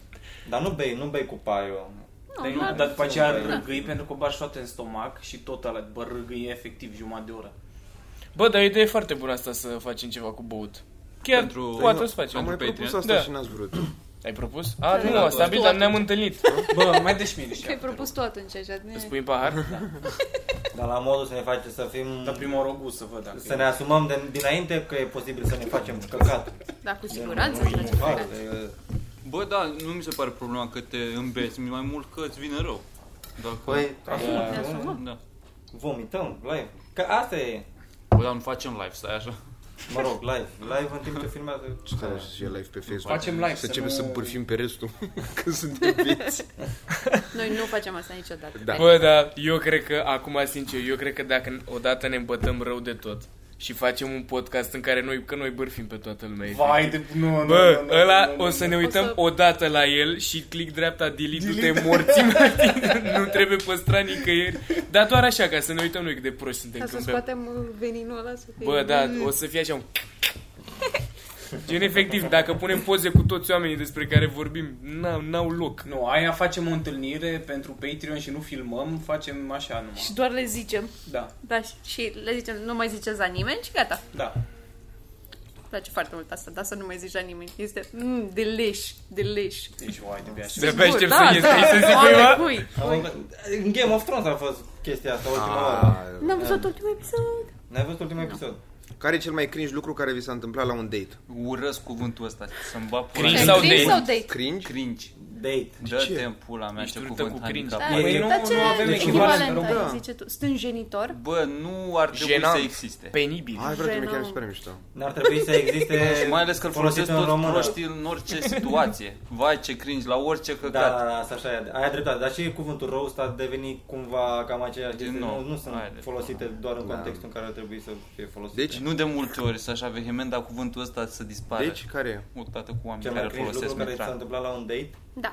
Speaker 6: Dar nu bei, nu bei cu paiul.
Speaker 11: Dar, eu,
Speaker 7: n-are
Speaker 11: dar după aceea
Speaker 10: Da.
Speaker 6: cum să
Speaker 11: râgâi pentru că bași toate în stomac și tot ăla, bă, râgâi efectiv jumătate de
Speaker 10: [LAUGHS]
Speaker 11: oră.
Speaker 10: Bă, dar e o idee foarte bună asta să facem ceva cu băut. Chiar
Speaker 5: Pentru-
Speaker 10: poate o să facem.
Speaker 9: Am mai
Speaker 5: Patreon.
Speaker 9: propus asta
Speaker 10: Da.
Speaker 9: și n-ați vrut.
Speaker 10: Ai propus? A,
Speaker 7: Da,
Speaker 10: nu,
Speaker 7: da,
Speaker 10: a
Speaker 7: da.
Speaker 10: stabil,
Speaker 7: Tu
Speaker 10: dar ne-am
Speaker 7: atunci.
Speaker 10: întâlnit.
Speaker 11: Bă, mai dă și mie
Speaker 7: Că ai
Speaker 11: niște.
Speaker 7: propus tu atunci, așa. ne-
Speaker 10: Îți pui în pahar?
Speaker 7: [LAUGHS]
Speaker 6: Dar la modul să ne face să fim...
Speaker 11: Dar prima oră o gust să văd dacă
Speaker 6: Să ne asumăm de, dinainte că e posibil să ne facem căcat.
Speaker 7: Da, cu
Speaker 6: Gen,
Speaker 7: siguranță
Speaker 6: nu,
Speaker 7: îți place.
Speaker 6: nu, foarte, e-
Speaker 5: Bă, da, nu mi se pare problema că te îmbeți, mai mult că îți vine rău. Dacă...
Speaker 6: Păi,
Speaker 7: Ne
Speaker 6: asumă, nu?
Speaker 7: asumăm.
Speaker 5: Da.
Speaker 6: vomităm, live. Că asta e,
Speaker 5: Bă, dar nu facem live, stai așa.
Speaker 6: mă rog, live. Live în timp ce filmează.
Speaker 9: Ce tare să fie live pe Facebook.
Speaker 11: Facem live,
Speaker 9: Să
Speaker 11: să
Speaker 9: începem
Speaker 11: nu-
Speaker 9: să împârfim pe restul când suntem vieți.
Speaker 7: Noi nu facem asta niciodată.
Speaker 9: Da.
Speaker 10: Bă, da, eu cred că, acum sincer, eu cred că dacă odată ne îmbătăm rău de tot și facem un podcast în care noi, că noi bârfim pe toată lumea.
Speaker 11: Vai de... Nu, nu,
Speaker 10: Bă,
Speaker 11: nu, nu,
Speaker 10: ăla
Speaker 11: nu, nu,
Speaker 10: o să ne
Speaker 7: O
Speaker 10: uităm
Speaker 7: să-
Speaker 10: odată la el și click dreapta delete, te [LAUGHS] morțim la tine, nu trebuie păstrat nicăieri. Dar doar așa, ca să ne uităm noi cât de proști suntem
Speaker 7: Ca să
Speaker 10: când bem.
Speaker 7: scoatem uh, veninul ăla să fie...
Speaker 10: Bă, da, o să fie așa un... [LAUGHS] Gen, efectiv, dacă punem poze cu toți oamenii despre care vorbim, n-au, n-au loc.
Speaker 11: Nu, aia facem o întâlnire pentru Patreon și nu filmăm, facem așa numai.
Speaker 7: Și doar le zicem.
Speaker 11: Da,
Speaker 7: Da, și- și le zicem, nu mai ziceți la nimeni și gata.
Speaker 11: da.
Speaker 7: place foarte mult asta, dar să nu mai zici la nimeni. Este mm, delish, delish.
Speaker 11: Deci, oai, de
Speaker 7: Sigur, da, da, oameni cui.
Speaker 6: În Game of Thrones a fost chestia asta ultima
Speaker 9: Ah.
Speaker 6: oară.
Speaker 7: N-am văzut ultimul episod.
Speaker 6: N-ai văzut ultimul episod?
Speaker 9: Care e cel mai cringe lucru care vi s-a întâmplat la un date?
Speaker 5: Urăsc cuvântul ăsta. Să-mi bag pula
Speaker 10: Cringe
Speaker 5: mea.
Speaker 10: sau Cringe date? sau
Speaker 7: date?
Speaker 9: Cringe?
Speaker 5: Cringe.
Speaker 6: Date.
Speaker 5: Dă-te în pula mea
Speaker 10: Ești
Speaker 5: ce
Speaker 10: urâtă
Speaker 5: cuvânt
Speaker 10: cu cringe.
Speaker 7: Da,
Speaker 5: handicap.
Speaker 6: Păi nu-
Speaker 7: dar
Speaker 6: nu
Speaker 7: ce
Speaker 6: avem
Speaker 7: echivalent
Speaker 6: echivalent,
Speaker 7: ai
Speaker 6: da.
Speaker 7: zice tu? Stânjenitor?
Speaker 5: Bă, nu ar trebui
Speaker 10: Jenant.
Speaker 5: să existe.
Speaker 10: Penibil.
Speaker 9: Hai, frate, mi
Speaker 7: Jenant.
Speaker 9: chiar mi se pare mișto.
Speaker 6: N-ar trebui să existe
Speaker 5: [LAUGHS] Și mai ales că îl folosesc
Speaker 6: folosită în
Speaker 5: tot
Speaker 6: română.
Speaker 5: proștii în orice situație. Vai ce cringe, la orice
Speaker 6: Da, da,
Speaker 5: căcat.
Speaker 6: da, asta așa e. Ai dreptate. Dar și cuvântul roast a devenit cumva cam aceeași chestie.
Speaker 5: nou.
Speaker 6: Nu, nu sunt
Speaker 5: Hai deci, da. de-
Speaker 6: folosite doar în contextul în care ar trebui să fie folosite.
Speaker 9: Deci,
Speaker 5: Nu de multe ori să așa vehement, dar cuvântul ăsta să dispare.
Speaker 9: Deci, care e?
Speaker 5: Odată cu oamenii care
Speaker 6: cel mai
Speaker 5: îl
Speaker 6: cringe lucru
Speaker 5: folosesc
Speaker 6: care ți s-a
Speaker 5: metran.
Speaker 6: întâmplat la un date?
Speaker 7: Da.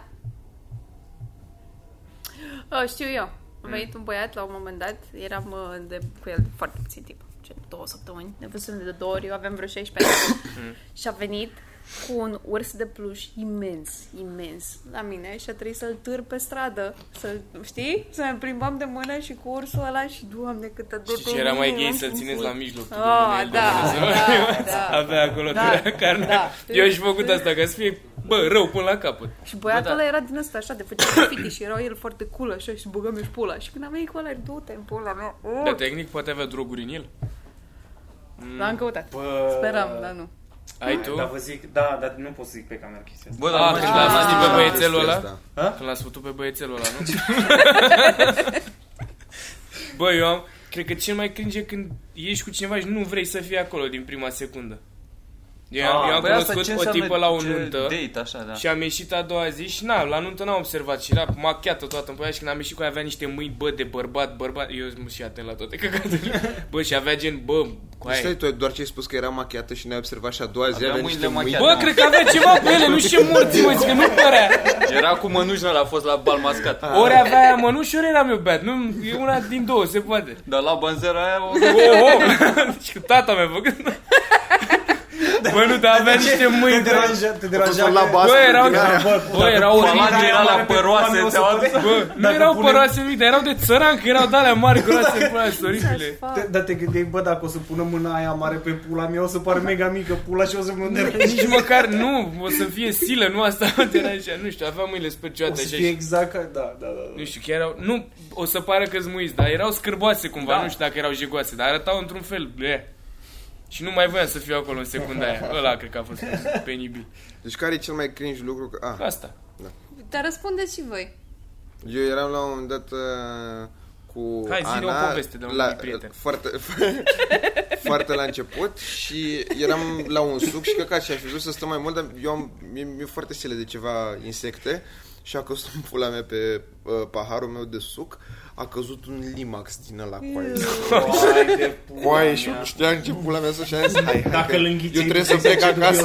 Speaker 7: O, știu eu. A
Speaker 10: Mm.
Speaker 7: venit un băiat la un moment dat, eram uh, de, cu el foarte puțin timp, ce două săptămâni, ne văzusem de două ori, eu aveam vreo 16
Speaker 10: Mm.
Speaker 7: ani și a venit cu un urs de pluș imens, imens la mine și a trebuit să-l târ pe stradă, să știi? Să ne plimbam de mână și cu ursul ăla și, doamne, câtă de
Speaker 10: Și ce era mai gay să-l țineți la mijloc.
Speaker 7: Oh, da, da, da,
Speaker 10: Avea acolo
Speaker 7: Da,
Speaker 10: da, carne.
Speaker 7: da.
Speaker 10: Eu aș fi făcut asta ca să fie, bă, rău până la capăt.
Speaker 7: Și băiatul
Speaker 5: Bă, da.
Speaker 7: ăla era din ăsta așa, de făcea graffiti și era el foarte cool așa și băgam și pula. Și când am venit cu ăla, du-te în pula mea. Oh,
Speaker 10: Dar tehnic poate avea droguri în el.
Speaker 7: L-am căutat.
Speaker 11: Bă,
Speaker 7: Speram, dar nu.
Speaker 10: Ai tu?
Speaker 11: Uh, Dar vă zic, da, dar nu pot să zic pe camera chestia asta.
Speaker 5: Bă,
Speaker 10: Ah,
Speaker 5: dar
Speaker 10: când
Speaker 5: ah,
Speaker 10: l-am sfătut pe băiețelul ăla?
Speaker 9: Asta.
Speaker 10: Când l-am sfătut pe băiețelul ăla, [LAUGHS] nu? Bă, eu am... Cred că cel mai cringe când ești cu cineva și nu vrei să fii acolo din prima secundă. Eu, am- eu am cunoscut o tipă la o nuntă.
Speaker 5: Date, așa, da.
Speaker 10: Și am ieșit a doua zi și na, la nuntă n-am observat și era machiată toată în păia și când am ieșit cu ea avea niște mâini, bă, de bărbat, bărbat, eu sunt și atent la toate căcaturile, bă, și avea gen, bă, cu
Speaker 9: Păi stai,
Speaker 10: aia.
Speaker 9: tu doar ce ai spus că era machiată și ne-ai observat și a doua zi
Speaker 5: Avea
Speaker 9: avea
Speaker 5: mâinile
Speaker 9: niște mâini.
Speaker 5: machiate.
Speaker 10: Bă, cred că avea ceva pe ele, nu știu morți, mă, zic că nu părea.
Speaker 5: Era cu mănuși la a fost la bal
Speaker 6: [LAUGHS]
Speaker 5: mascat.
Speaker 10: Ori avea aia mănuși, ori eram eu beat, nu, e una din două, se poate.
Speaker 5: Dar la banzera aia o...
Speaker 10: Oh, [LAUGHS] oh. Deci că tata mi-a făcut. Bă, nu, dar avea niște mâini. bă.
Speaker 6: te
Speaker 9: A fost un labas
Speaker 10: Bă,
Speaker 9: din
Speaker 10: erau,
Speaker 9: aia.
Speaker 10: bă, erau
Speaker 5: Palata
Speaker 10: oribile.
Speaker 5: era la păroase, te
Speaker 10: Bă, nu erau păroase mici, dar erau de țăran, că erau de alea mari, groase, groase, oribile.
Speaker 11: Dar te gândeai, bă, dacă o să pună mâna aia mare pe pula mea, o să pară mega mică pula și o să mă
Speaker 10: Nici măcar nu, o să fie silă, nu asta [LAUGHS] mă era așa, nu știu, aveam mâinile spărcioate așa și,
Speaker 11: exact ca... Da, da, da.
Speaker 10: nu știu, chiar erau, nu, o să pară că muiți, dar erau scârboase cumva, nu știu dacă erau jegoase, dar arătau într-un fel, bleh. Și nu mai voiam să fiu acolo în secunda aia, ăla cred că a fost penibil.
Speaker 9: Deci care e cel mai cringe lucru? că- Ah,
Speaker 10: Asta.
Speaker 7: Dar răspundeți și voi.
Speaker 9: Eu eram la un moment dat uh, cu
Speaker 10: Hai, zi-ne
Speaker 9: Ana, uh,
Speaker 10: o poveste de un mic prieten.
Speaker 9: Foarte, [LAUGHS] foarte la început și eram la un suc și căcat și aș fi vrut să stăm mai mult, dar eu am, mi-e, mi-e foarte silă de ceva insecte și a căzut în pula mea pe uh, paharul meu de suc, a căzut un limax din ăla cu aia. Coaie și eu știam ce pula mea să și am zis, hai, hai,
Speaker 11: Dacă
Speaker 9: că
Speaker 11: îl
Speaker 9: eu
Speaker 11: înghiți,
Speaker 9: trebuie să plec acasă.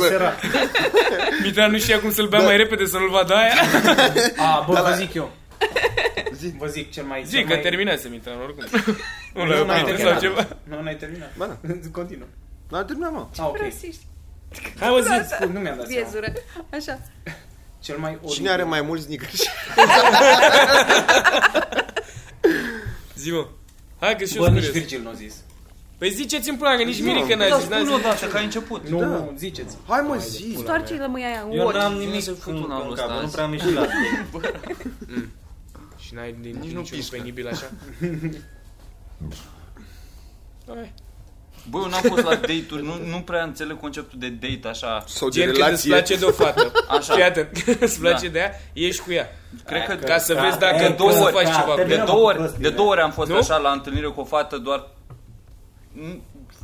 Speaker 10: Mitran nu știa cum să-l bea mai repede să nu-l vadă aia.
Speaker 11: A, bă,
Speaker 9: Da,
Speaker 11: vă
Speaker 9: da.
Speaker 11: zic eu.
Speaker 9: Zi.
Speaker 11: Vă zic cel mai...
Speaker 10: Zi
Speaker 11: cel
Speaker 10: că
Speaker 11: mai...
Speaker 10: terminase Mitran oricum. Un
Speaker 11: Nu, n-ai
Speaker 10: la sau
Speaker 11: terminat.
Speaker 10: ceva.
Speaker 11: Nu, n-ai terminat.
Speaker 9: Bă, da.
Speaker 11: [LAUGHS] Continuă.
Speaker 9: N-a terminat, mă.
Speaker 11: Ah, ok.
Speaker 7: Rasiști,
Speaker 11: Hai, o zi, spun, nu mi-am dat seama.
Speaker 7: viezură. Așa.
Speaker 11: Cel mai oribil.
Speaker 9: Cine are mai mulți sneakers?
Speaker 10: Zi, mă. Hai că și eu
Speaker 11: Bă,
Speaker 10: sunt
Speaker 11: nici
Speaker 10: curios.
Speaker 11: Virgil nu a zis.
Speaker 10: Păi ziceți în plan, că nici Mirica n-a zis, n-a zis.
Speaker 6: da,
Speaker 5: odată, că ai început.
Speaker 11: Nu, nu, ziceți.
Speaker 9: Hai mă, zi.
Speaker 7: Toarce-i lămâia aia în
Speaker 6: Eu
Speaker 7: ochi.
Speaker 6: n-am nimic
Speaker 5: să
Speaker 6: în,
Speaker 5: fut un anul
Speaker 6: în
Speaker 5: ăsta
Speaker 6: cap, nu
Speaker 5: azi.
Speaker 6: prea am ieșit
Speaker 5: [LAUGHS]
Speaker 6: la date.
Speaker 10: Și n-ai de
Speaker 5: Nici
Speaker 10: nici
Speaker 5: nu
Speaker 10: niciun
Speaker 5: pișcă.
Speaker 10: penibil așa?
Speaker 5: Bă, eu n-am fost la date-uri, nu, nu prea înțeleg conceptul de date, așa.
Speaker 9: Sau de
Speaker 10: Gen când îți
Speaker 9: relație.
Speaker 10: place de o fată.
Speaker 5: Așa.
Speaker 10: Fii [LAUGHS] atent, când îți place de ea, ești cu ea.
Speaker 5: Cred că
Speaker 10: Ca să vezi dacă
Speaker 6: e,
Speaker 10: tu o să
Speaker 6: da,
Speaker 10: faci
Speaker 6: da,
Speaker 10: ceva cu
Speaker 5: De
Speaker 10: ea.
Speaker 6: terminăm.
Speaker 5: două
Speaker 6: cu
Speaker 5: ori,
Speaker 6: prostii, da.
Speaker 5: de două ori am fost
Speaker 10: Nu?
Speaker 5: așa la întâlnire cu o fată, doar n-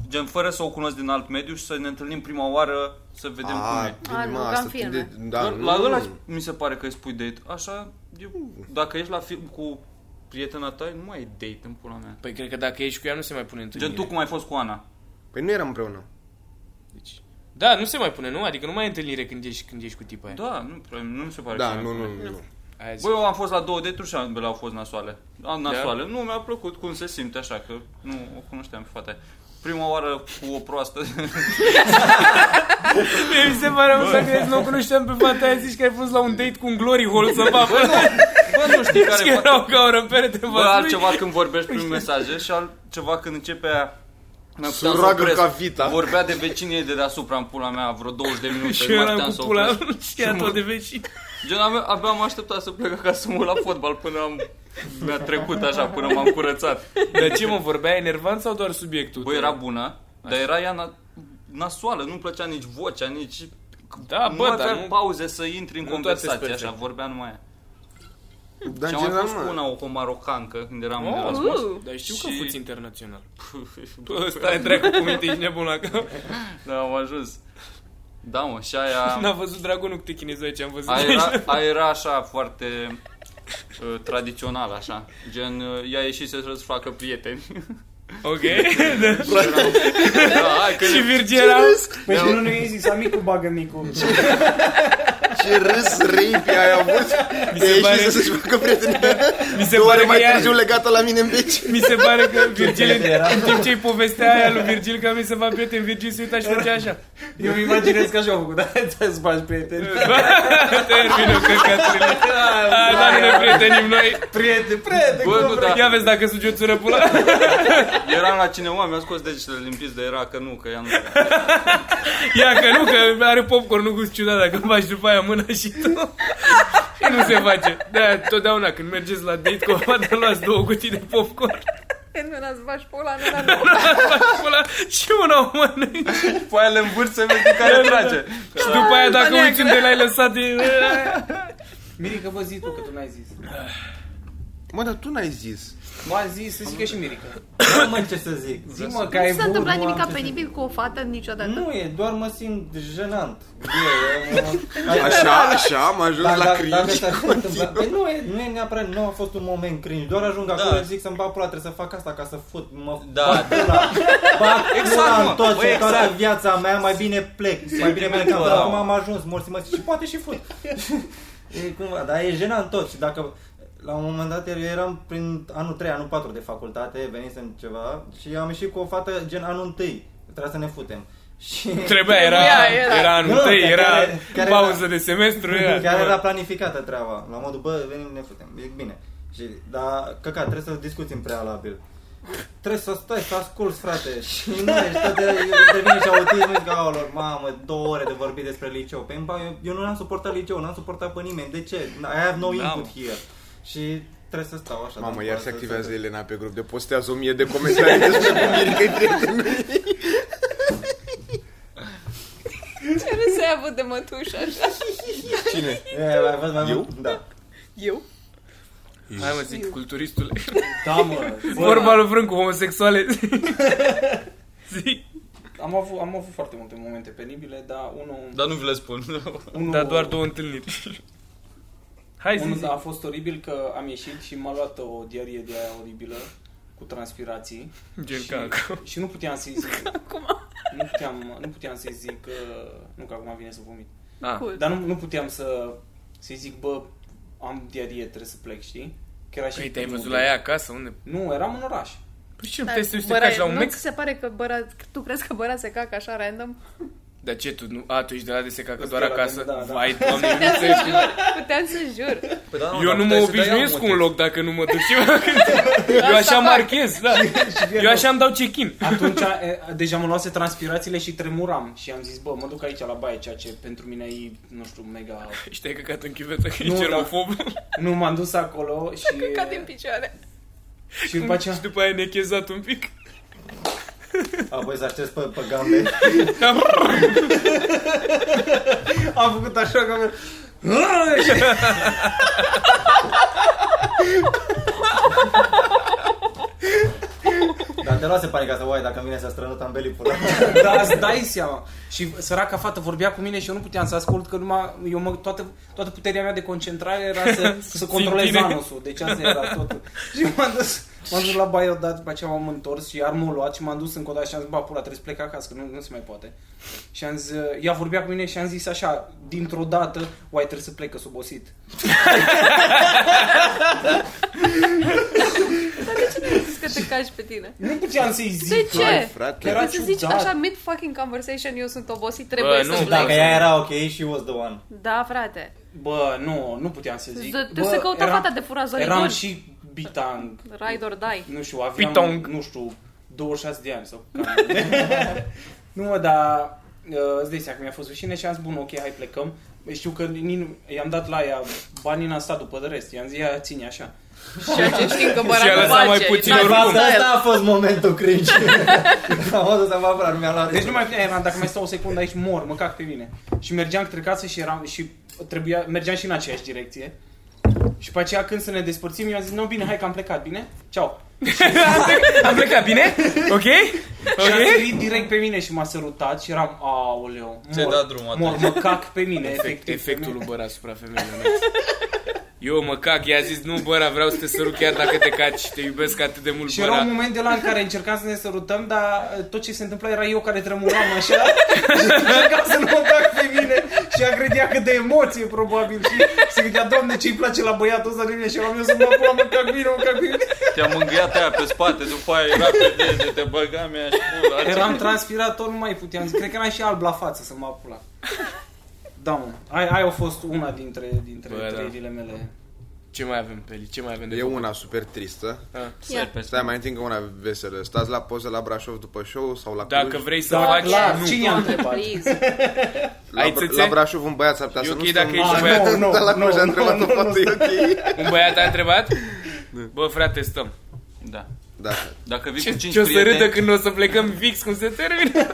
Speaker 5: gen fără să o cunosc din alt mediu și să ne întâlnim prima oară să vedem cum e.
Speaker 9: Ah, bine,
Speaker 7: A,
Speaker 9: mă,
Speaker 7: nu,
Speaker 9: asta
Speaker 7: am filme.
Speaker 9: tinde- Da,
Speaker 5: la
Speaker 9: nu,
Speaker 5: la
Speaker 9: nu,
Speaker 5: ăla
Speaker 9: nu.
Speaker 5: mi se pare că îi spui date. Așa, eu, dacă ești la film cu prietena ta, nu mai e date în pula mea.
Speaker 10: Păi cred că dacă ești cu ea nu se mai pune
Speaker 5: Gen tu
Speaker 10: întâlnire.
Speaker 5: cum ai fost cu Ana.
Speaker 9: Păi nu eram împreună.
Speaker 10: Deci- Da, nu se mai pune, nu? Adică nu mai e întâlnire când ești, când ești cu tipa aia.
Speaker 5: Da, nu, probabil, nu mi se pare
Speaker 9: Da,
Speaker 5: că
Speaker 9: nu, nu, nu, nu.
Speaker 10: Aia zic.
Speaker 5: Bă, eu am fost la două date și ambele au fost nasoale. A,
Speaker 10: Da.
Speaker 5: Nasoale. Nu, mi-a plăcut cum se simte așa, că nu o cunoșteam pe fata aia. Prima oară cu o
Speaker 10: [LAUGHS]
Speaker 5: proastă.
Speaker 10: Mie Mi se pare mult să crezi, nu o cunoșteam pe fata aia, zici că ai fost la un date cu un glory hole [LAUGHS] să bapă.
Speaker 5: Bă, nu știi
Speaker 10: Deci că
Speaker 5: care e
Speaker 10: erau ca o răpere de
Speaker 5: Bă,
Speaker 10: vasul.
Speaker 5: altceva când vorbești prin mesaje și altceva când începe a Mă
Speaker 9: Se
Speaker 5: puteam să
Speaker 9: roagă da.
Speaker 5: opresc.
Speaker 9: ca vita.
Speaker 5: Vorbea de vecinii de deasupra în pula mea vreo 20 de minute.
Speaker 10: [LAUGHS] Și
Speaker 5: nu mai
Speaker 10: eram
Speaker 5: puteam
Speaker 10: cu
Speaker 5: să
Speaker 10: pula
Speaker 5: opresc.
Speaker 10: [LAUGHS] și ea
Speaker 5: Și
Speaker 10: tot
Speaker 5: mă-
Speaker 10: de vecini.
Speaker 5: Gen, abia, abia am așteptat să plec acasă mă uit la fotbal până am... Mi-a trecut așa, până m-am curățat.
Speaker 10: Dar ce mă, vorbea enervant sau doar subiectul?
Speaker 5: Bă, era bună, dar era ea na- nasoală, nu-mi plăcea nici vocea, nici...
Speaker 10: Da,
Speaker 5: nu
Speaker 10: bă,
Speaker 5: avea
Speaker 10: dar nu-
Speaker 5: pauze să intri în
Speaker 10: nu toate sunt
Speaker 5: conversație,
Speaker 10: perfecte.
Speaker 5: așa, vorbea numai aia.
Speaker 9: Dar
Speaker 5: și
Speaker 9: în
Speaker 5: am mai
Speaker 9: general,
Speaker 5: fost cu
Speaker 9: mă,
Speaker 5: una, o comarocancă, când eram
Speaker 10: Oh,
Speaker 5: de
Speaker 7: Uh.
Speaker 5: Erasmus.
Speaker 10: dar știu că
Speaker 5: Și-
Speaker 10: fuți internațional. Bă, stai dracu cu minte, ești nebun la cap.
Speaker 5: Da, am ajuns. Da, mă, și aia...
Speaker 10: [LAUGHS] N-am văzut dragonul câte chinezi aici, am văzut.
Speaker 5: A era, a era așa foarte uh, tradițional, așa. Gen, uh, ea ieșise să-ți facă
Speaker 10: [LAUGHS]
Speaker 5: prieteni.
Speaker 10: Ok.
Speaker 5: da, hai că...
Speaker 10: Și Virgil era...
Speaker 14: Păi și nu nu i-ai zis, amicu bagă micu.
Speaker 9: [LAUGHS] ce râs rape ai avut
Speaker 10: Mi
Speaker 9: De
Speaker 10: se
Speaker 9: ieși
Speaker 10: pare-
Speaker 9: să se facă prieteni
Speaker 10: Mi se
Speaker 9: Două
Speaker 10: pare
Speaker 9: ori
Speaker 10: că
Speaker 9: mai
Speaker 10: ea-
Speaker 9: târziu legată la mine în bici
Speaker 10: Mi se pare [LAUGHS] că Virgil, în timp ce-i povestea aia lui Virgil, că mi se va prieten, Virgil se uita și făcea așa.
Speaker 14: Eu îmi imaginez că așa au
Speaker 11: [LAUGHS]
Speaker 14: făcut, dar ți-a spus prieteni.
Speaker 10: Termină căcaturile. [LAUGHS] A, da, nu ne prietenim noi.
Speaker 14: Prieteni, prieteni,
Speaker 5: Bă, nu, da.
Speaker 10: Ia vezi dacă sugeți ură pula.
Speaker 5: Eram la cineva, mi-a scos degetele limpiți, dar era că nu, că ea nu...
Speaker 10: Ia că nu, că are popcorn, nu gust ciudat dacă îmi faci după aia mâna și tu. [LAUGHS] Și nu se face. De-aia, totdeauna când mergeți la date cu o fată, luați două cutii de popcorn.
Speaker 7: Nu n-ați bași pula, nu n-ați
Speaker 10: Faci pula și una o mănânci.
Speaker 5: Pe aia le învârți să vezi care trage.
Speaker 10: Și după aia dacă
Speaker 7: Bă,
Speaker 10: uiți unde l-ai lăsat e...
Speaker 14: [LAUGHS] Mirica, vă zi tu că tu n-ai zis.
Speaker 9: Mă, dar tu n-ai zis
Speaker 14: M-a zis să zică și Mirica.
Speaker 6: Mă, ce să zic?
Speaker 14: Zi-mă că ai
Speaker 7: Nu s-a întâmplat
Speaker 14: vorbit,
Speaker 7: nimic
Speaker 14: mă,
Speaker 7: penibil cu o fată niciodată.
Speaker 6: Nu e, doar mă simt jenant. E, e, mă-
Speaker 9: Așa, așa, am ajuns
Speaker 6: Da,
Speaker 9: la
Speaker 6: da, da,
Speaker 9: cringe
Speaker 6: da, da, se întâmplă. Păi nu e, nu e neapărat, nu a fost un moment cringe, doar ajung acolo și zic să-mi bag pula, trebuie să fac asta ca să fut, mă
Speaker 5: Da,
Speaker 6: bag
Speaker 5: Exact,
Speaker 6: pula
Speaker 5: mă.
Speaker 6: în tot
Speaker 5: Băi,
Speaker 6: și în toată
Speaker 5: exact.
Speaker 6: viața mea, mai bine plec, mai bine merg
Speaker 5: Sentimentul
Speaker 6: acasă,
Speaker 5: ăla,
Speaker 6: acum am ajuns, morți mă și poate și fut. E cumva, dar e jenant tot și dacă la un moment dat eu eram prin anul 3, anul 4 de facultate, venisem ceva și am ieșit cu o fată gen anul 1, trebuia să ne futem. Și...
Speaker 10: Trebuia, era,
Speaker 7: Trebuia, era.
Speaker 10: era anul
Speaker 6: Nu,
Speaker 10: tăi,
Speaker 6: chiar
Speaker 10: era
Speaker 6: care- care era-
Speaker 10: pauză de semestru. Era,
Speaker 6: Chiar era planificată treaba. La modul, bă, venim, ne futem. E bine. Și, dar, căcat, trebuie să discuți în prealabil. Trebuie să stai, să asculți, frate. Și nu, și toate, intervine și autismul, zic, aolor, mamă, două ore de vorbit despre liceu. Pe bă, eu, eu nu am suportat liceu, n-am suportat pe nimeni. De ce? I have no
Speaker 5: Da,
Speaker 6: input
Speaker 5: mă.
Speaker 6: here. Și trebuie să stau așa.
Speaker 9: Mamă,
Speaker 6: dar
Speaker 9: iar
Speaker 6: nu
Speaker 9: se
Speaker 6: poate să-
Speaker 9: activează Elena pe grup de postează o mie de comentarii [LAUGHS] despre cum Mirica-i prietenul.
Speaker 7: Ce râs ai avut de mătuș așa?
Speaker 9: Cine?
Speaker 6: E, mai văd, mai
Speaker 9: Eu?
Speaker 6: Da.
Speaker 7: Eu?
Speaker 10: Hai mă zic, culturistule.
Speaker 14: Da, mă.
Speaker 7: [LAUGHS]
Speaker 14: bă,
Speaker 10: Vorba lui Vrâncu, homosexuale. Zic.
Speaker 11: Am avut, am avut foarte multe momente penibile, dar unul...
Speaker 5: Dar nu vi le spun.
Speaker 11: unul
Speaker 10: Da, Dar doar două întâlniri. Hai zi,
Speaker 11: unul
Speaker 10: zi.
Speaker 11: a fost oribil că am ieșit și m-a luat o diarie de aia oribilă cu transpirații.
Speaker 10: Gen
Speaker 11: și,
Speaker 10: cancru.
Speaker 11: și nu puteam să-i zic. Nu puteam, nu puteam să-i zic că... Nu că acum vine să vomit.
Speaker 10: Ah.
Speaker 7: Cool.
Speaker 11: Dar nu, nu puteam să, să-i zic, bă, am diarie, trebuie să plec, știi? Că era și
Speaker 10: Păi te-ai
Speaker 11: primul
Speaker 10: văzut
Speaker 11: de-
Speaker 10: la ea acasă? Unde?
Speaker 11: Nu, eram în oraș.
Speaker 10: Păi ce, nu
Speaker 7: Dar
Speaker 10: puteai să te
Speaker 7: băra-
Speaker 10: uiți la un
Speaker 7: nu
Speaker 10: mec?
Speaker 7: ți se pare că băra, tu crezi că băra se cacă așa random?
Speaker 10: Dar ce, tu nu... A, tu ești de la de se cacă
Speaker 11: Sunt
Speaker 10: doar
Speaker 11: de la
Speaker 10: acasă?
Speaker 11: de- da, da.
Speaker 10: Vai,
Speaker 5: [LAUGHS]
Speaker 10: doamne, eu nu
Speaker 7: Puteam să
Speaker 10: înțeleg.
Speaker 7: jur, puteam să jur.
Speaker 5: Păi, da,
Speaker 10: Eu
Speaker 5: dar
Speaker 10: nu mă
Speaker 5: puteai să dai
Speaker 10: obișnuiesc
Speaker 5: ea
Speaker 10: cu
Speaker 5: un
Speaker 10: un
Speaker 5: motiv.
Speaker 10: loc dacă nu mă duc eu.
Speaker 5: [LAUGHS]
Speaker 10: Eu așa
Speaker 7: fac.
Speaker 10: marchez, da. Eu așa îmi dau check-in. [LAUGHS]
Speaker 11: Atunci [LAUGHS] e, deja mă luase transpirațiile și tremuram și am zis, bă, mă duc aici la baie, ceea ce pentru mine e, nu știu, mega...
Speaker 10: Și te-ai căcat în chivetă că
Speaker 11: Nu,
Speaker 10: ești
Speaker 11: da.
Speaker 10: germofob.
Speaker 11: Nu, m-am dus acolo și...
Speaker 7: Ca din picioare.
Speaker 11: Și după aceea...
Speaker 10: Și după aia ne-ai chezat un pic.
Speaker 6: Apoi să așez pe, pe gambe.
Speaker 14: Am făcut așa că...
Speaker 6: Dar te luase panica să uai, dacă îmi vine să strănut am belii pula.
Speaker 9: [LAUGHS]
Speaker 11: Da, îți dai seama. Și săraca fată vorbea cu mine și eu nu puteam să ascult, că numai eu mă, toată, toată puterea mea de concentrare era
Speaker 7: [LAUGHS]
Speaker 11: să, să controlez
Speaker 10: tine.
Speaker 11: anosul. Deci asta era totul. Și m-am dus, m-am dus la baie odată, după aceea m-am întors și iar m-a luat și m-am dus încă o dată și am zis, ba, pula, trebuie să plec acasă, că nu, nu se mai poate. Și am zis, ea vorbea cu mine și am zis așa, dintr-o dată, uai, trebuie să plec, că sunt obosit.
Speaker 7: Zici că te caci pe tine.
Speaker 11: Nu puteam să-i zic.
Speaker 7: De
Speaker 9: Hai,
Speaker 7: ce?
Speaker 9: frate.
Speaker 11: Era
Speaker 7: Trebuie să zici
Speaker 11: ciudat.
Speaker 7: așa mid-fucking conversation, eu sunt obosit, trebuie
Speaker 10: Bă,
Speaker 7: să
Speaker 10: nu,
Speaker 7: plec.
Speaker 6: Dacă ea era ok, she was the one.
Speaker 7: Da, frate.
Speaker 11: Bă, nu, nu puteam să zic.
Speaker 7: Zic,
Speaker 11: Bă,
Speaker 7: să căuta
Speaker 11: eram-
Speaker 7: fata de furazonitor.
Speaker 11: Eram și bitang.
Speaker 7: [LAUGHS] Ride or die.
Speaker 11: nu știu, aveam,
Speaker 10: Pitong.
Speaker 11: nu știu, 26 de ani sau cam. [LAUGHS] nu mă, dar uh, îți dai seama că mi-a fost rușine și am zis, bun, ok, hai plecăm. Știu că nin- i-am dat la ea, banii n-am stat după de rest, i-am zis, ea ține așa.
Speaker 7: Și atunci știm că băraca Și a lăsat face, mai puțin
Speaker 6: Da,
Speaker 7: oricum.
Speaker 6: Asta a fost momentul cringe. Am văzut să mă apăr, mi-a luat.
Speaker 11: Deci nu mai puteam, eram, dacă mai stau o secundă aici, mor, mă cac pe mine. Și mergeam către casă și eram, și trebuia, mergeam și în aceeași direcție. Și pe aceea când să ne despărțim, eu am zis, nu, bine, hai că am plecat, bine?
Speaker 10: [LAUGHS]
Speaker 11: Ceau.
Speaker 10: Am plecat, bine? Ok?
Speaker 11: Și a
Speaker 10: Ok?
Speaker 11: sărit direct pe mine și m-a sărutat și eram, aoleu,
Speaker 10: Ți-ai
Speaker 11: mor,
Speaker 10: dat drumul
Speaker 11: mor,
Speaker 10: atunci.
Speaker 11: mă cac pe mine,
Speaker 10: Efect-
Speaker 11: efectiv.
Speaker 10: efectul lui Băra
Speaker 5: [LAUGHS]
Speaker 10: asupra femeilor. Eu mă cac, i-a zis, nu Băra, vreau să te sărut chiar dacă te caci, te iubesc atât de mult,
Speaker 11: Și era
Speaker 10: Băra.
Speaker 11: un moment de la în care încercam să ne sărutăm, dar uh, tot ce se întâmpla era eu care tremuram așa
Speaker 10: [LAUGHS]
Speaker 11: și încercam să nu mă bag pe mine și ea credea că de emoție probabil și se gândea, doamne, ce-i place la băiatul ăsta de mine și am eu să mă pula, mă cac bine, mă cac bine.
Speaker 5: Te-a mângâiat aia pe spate, după aia era pe dege, te băga mea și pula.
Speaker 11: Eram transpirat, tot nu mai puteam, zic, cred că eram și alb la față să mă apula. Da, mă, aia, aia a fost una dintre, dintre
Speaker 10: Bă, da.
Speaker 11: trăirile mele.
Speaker 10: Ce mai avem pe Ce mai avem de
Speaker 9: E
Speaker 10: făcut?
Speaker 9: una super tristă.
Speaker 10: Ia. pe
Speaker 9: Stai, mai întâi încă una veselă. Stați la poză la Brașov după show sau la
Speaker 10: Dacă
Speaker 9: Cluj?
Speaker 10: vrei să Da, faci, clar, nu. cine a întrebat?
Speaker 9: La,
Speaker 10: Ai
Speaker 9: Bra-
Speaker 10: țâțe?
Speaker 9: la Brașov un băiat s-ar putea
Speaker 10: E
Speaker 9: să
Speaker 10: ok
Speaker 9: nu stă
Speaker 10: dacă
Speaker 9: în-
Speaker 10: ești un
Speaker 9: Ah,
Speaker 10: băiat.
Speaker 9: [LAUGHS] nu, nu, Dar la
Speaker 10: nu,
Speaker 9: Cluj
Speaker 10: nu,
Speaker 9: a întrebat
Speaker 10: nu,
Speaker 9: o fată, e ok.
Speaker 10: Un băiat a întrebat? Bă, frate, stăm.
Speaker 5: Da.
Speaker 9: Da.
Speaker 5: Dacă vii
Speaker 10: Ce,
Speaker 5: cu cinci
Speaker 10: ce o să
Speaker 5: prieteni-
Speaker 10: râdă când o să plecăm fix cum se termină?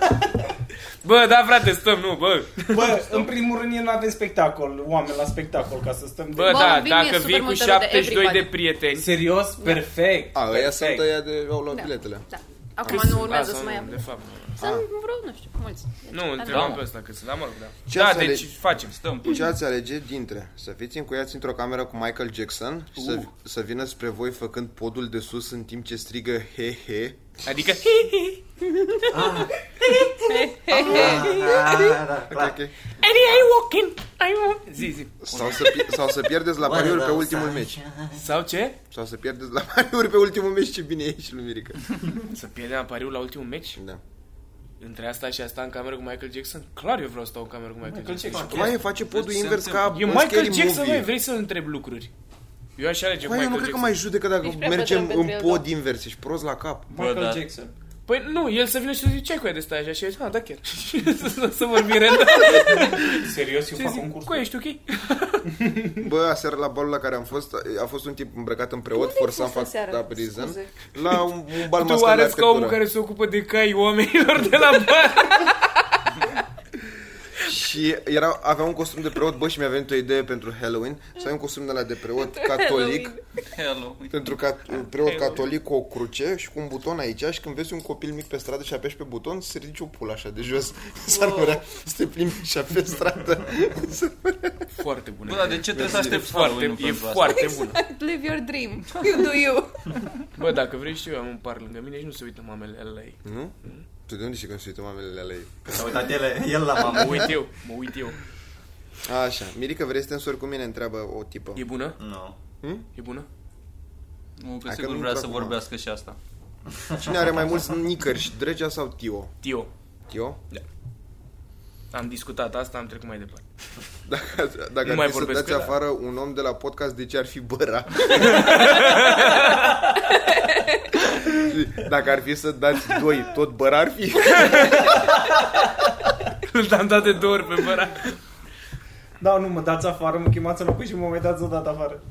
Speaker 10: bă, da, frate, stăm, nu, bă.
Speaker 11: Bă, în primul rând, nu avem spectacol, oameni la spectacol, ca să stăm...
Speaker 10: Bă, da, dacă vii cu 72 de prieteni...
Speaker 11: Serios? Perfect.
Speaker 9: A, ăia
Speaker 11: perfect.
Speaker 9: sunt ăia de au luat biletele.
Speaker 7: Da. Acum
Speaker 10: Cât
Speaker 7: nu
Speaker 10: sunt?
Speaker 7: urmează
Speaker 10: Ah,
Speaker 7: să
Speaker 10: sau
Speaker 7: mai
Speaker 10: nu,
Speaker 7: am.
Speaker 10: De fapt.
Speaker 7: Sunt vreo, nu știu, mulți. Deci,
Speaker 10: Nu,
Speaker 7: avem-
Speaker 10: întrebam
Speaker 7: [LAUGHS]
Speaker 10: pe ăsta că sunt, da, mă rog, da.
Speaker 9: Ce
Speaker 10: da,
Speaker 9: ați
Speaker 10: deci
Speaker 9: alege?
Speaker 10: facem, stăm.
Speaker 9: Ce Deci ați alege dintre? Să fiți încuiați într-o cameră cu Michael Jackson și să,
Speaker 10: Uh.
Speaker 9: să vină spre voi făcând podul de sus în timp ce strigă he-he.
Speaker 10: Adică...
Speaker 6: Da,
Speaker 9: Eh,
Speaker 10: Da.
Speaker 1: Eddie, are you walking? Are you walking?
Speaker 10: Zi, zi.
Speaker 9: Sau să, pi- sau să pierdeți la
Speaker 10: Oare
Speaker 9: pariuri pe
Speaker 6: da,
Speaker 10: vreau
Speaker 9: ultimul
Speaker 10: să
Speaker 9: meci.
Speaker 10: Sau ce?
Speaker 9: Sau să pierdeți la [LAUGHS] pariuri pe ultimul meci. Ce bine ești, Lumirica.
Speaker 10: Să pierdem la pariu la ultimul meci?
Speaker 9: Da.
Speaker 10: Între asta și asta în cameră cu Michael Jackson? Clar eu vreau să stau în cameră cu Michael,
Speaker 9: Michael
Speaker 10: Jackson.
Speaker 9: Jackson. Mai face podul
Speaker 10: Deci Se
Speaker 9: invers
Speaker 10: întâmplă.
Speaker 9: ca
Speaker 10: E
Speaker 9: în
Speaker 10: Michael
Speaker 9: Scary
Speaker 10: Jackson,
Speaker 9: Movie.
Speaker 10: măi, vrei să întreb lucruri. Eu aș alege
Speaker 9: Păi eu
Speaker 10: Michael
Speaker 9: nu cred că
Speaker 10: Jackson.
Speaker 9: mai judecă dacă
Speaker 10: Ești prea
Speaker 9: mergem
Speaker 10: bătrân
Speaker 9: în
Speaker 10: pentru el,
Speaker 9: pod invers, ești prost la cap.
Speaker 10: Michael da. Jackson. Păi nu, el să vină și să zice ce cu ea de stai așa și eu zic, "Ah, da chiar. [LAUGHS] Și să, să vorbim random.
Speaker 11: Serios, eu
Speaker 10: Și
Speaker 11: fac
Speaker 10: zic,
Speaker 11: concurs.
Speaker 10: Cu ești ok?
Speaker 9: Bă, aseară la balul la care am fost, a fost un tip îmbrăcat în preot, for some
Speaker 10: fost aseară?
Speaker 9: da prison,
Speaker 10: Scuze.
Speaker 9: la un, un
Speaker 10: [LAUGHS]
Speaker 9: bal
Speaker 10: Tu
Speaker 9: mascat de
Speaker 10: arăți ca omul
Speaker 9: arhitectură.
Speaker 10: care se ocupă de cai oamenilor de la bar.
Speaker 9: Și era, avea un costum de preot, bă, și mi-a venit o idee pentru Halloween, să ai un costum de la de preot catolic,
Speaker 5: Hello.
Speaker 9: pentru ca, preot catolic cu o cruce și cu un buton aici și când vezi un copil mic pe stradă și apeși pe buton, se ridici o pulă așa de jos. [LAUGHS] S-ar părea să te plimbi și pe stradă.
Speaker 10: [LAUGHS] Foarte bună.
Speaker 5: Bă, dar de ce trebuie să aștepți
Speaker 10: foarte,
Speaker 5: Halloween-ul
Speaker 10: E
Speaker 5: pentru asta?
Speaker 10: foarte bună.
Speaker 7: Exact, live your dream. You do you.
Speaker 10: Bă, dacă vrei și eu am un par lângă mine și nu se uită mamele la ei.
Speaker 9: Nu? Tu de unde știi că se uită mamele alea ei?
Speaker 6: S-a uitat ele- el la mamă.
Speaker 10: Mă uit eu, mă uit eu.
Speaker 9: Așa, Mirica, vrei să te însori cu mine? Întreabă o tipă.
Speaker 10: E bună?
Speaker 6: Nu.
Speaker 9: Hm?
Speaker 10: E bună?
Speaker 5: Nu, că
Speaker 9: Hai că
Speaker 5: sigur
Speaker 9: nu
Speaker 5: vrea
Speaker 9: intru
Speaker 5: să
Speaker 9: acum.
Speaker 5: vorbească și asta.
Speaker 9: Cine are mai mulți sneakers, Dregea sau Tio?
Speaker 10: Tio.
Speaker 9: Tio? [LAUGHS]
Speaker 10: Da. Am discutat asta, am trecut mai departe.
Speaker 9: Dacă, dacă
Speaker 10: Nu
Speaker 9: ar
Speaker 10: mai
Speaker 9: fi să
Speaker 10: vorbesc
Speaker 9: dați
Speaker 10: cu el.
Speaker 9: afară un om de la podcast, de ce ar fi
Speaker 10: [LAUGHS]
Speaker 9: băra? Și dacă ar fi să dați doi, tot băra ar fi.
Speaker 10: L-am dat de două ori pe băra.
Speaker 11: Da, nu, mă dați afară, mă chemați în locul și mă mai dați odată afară.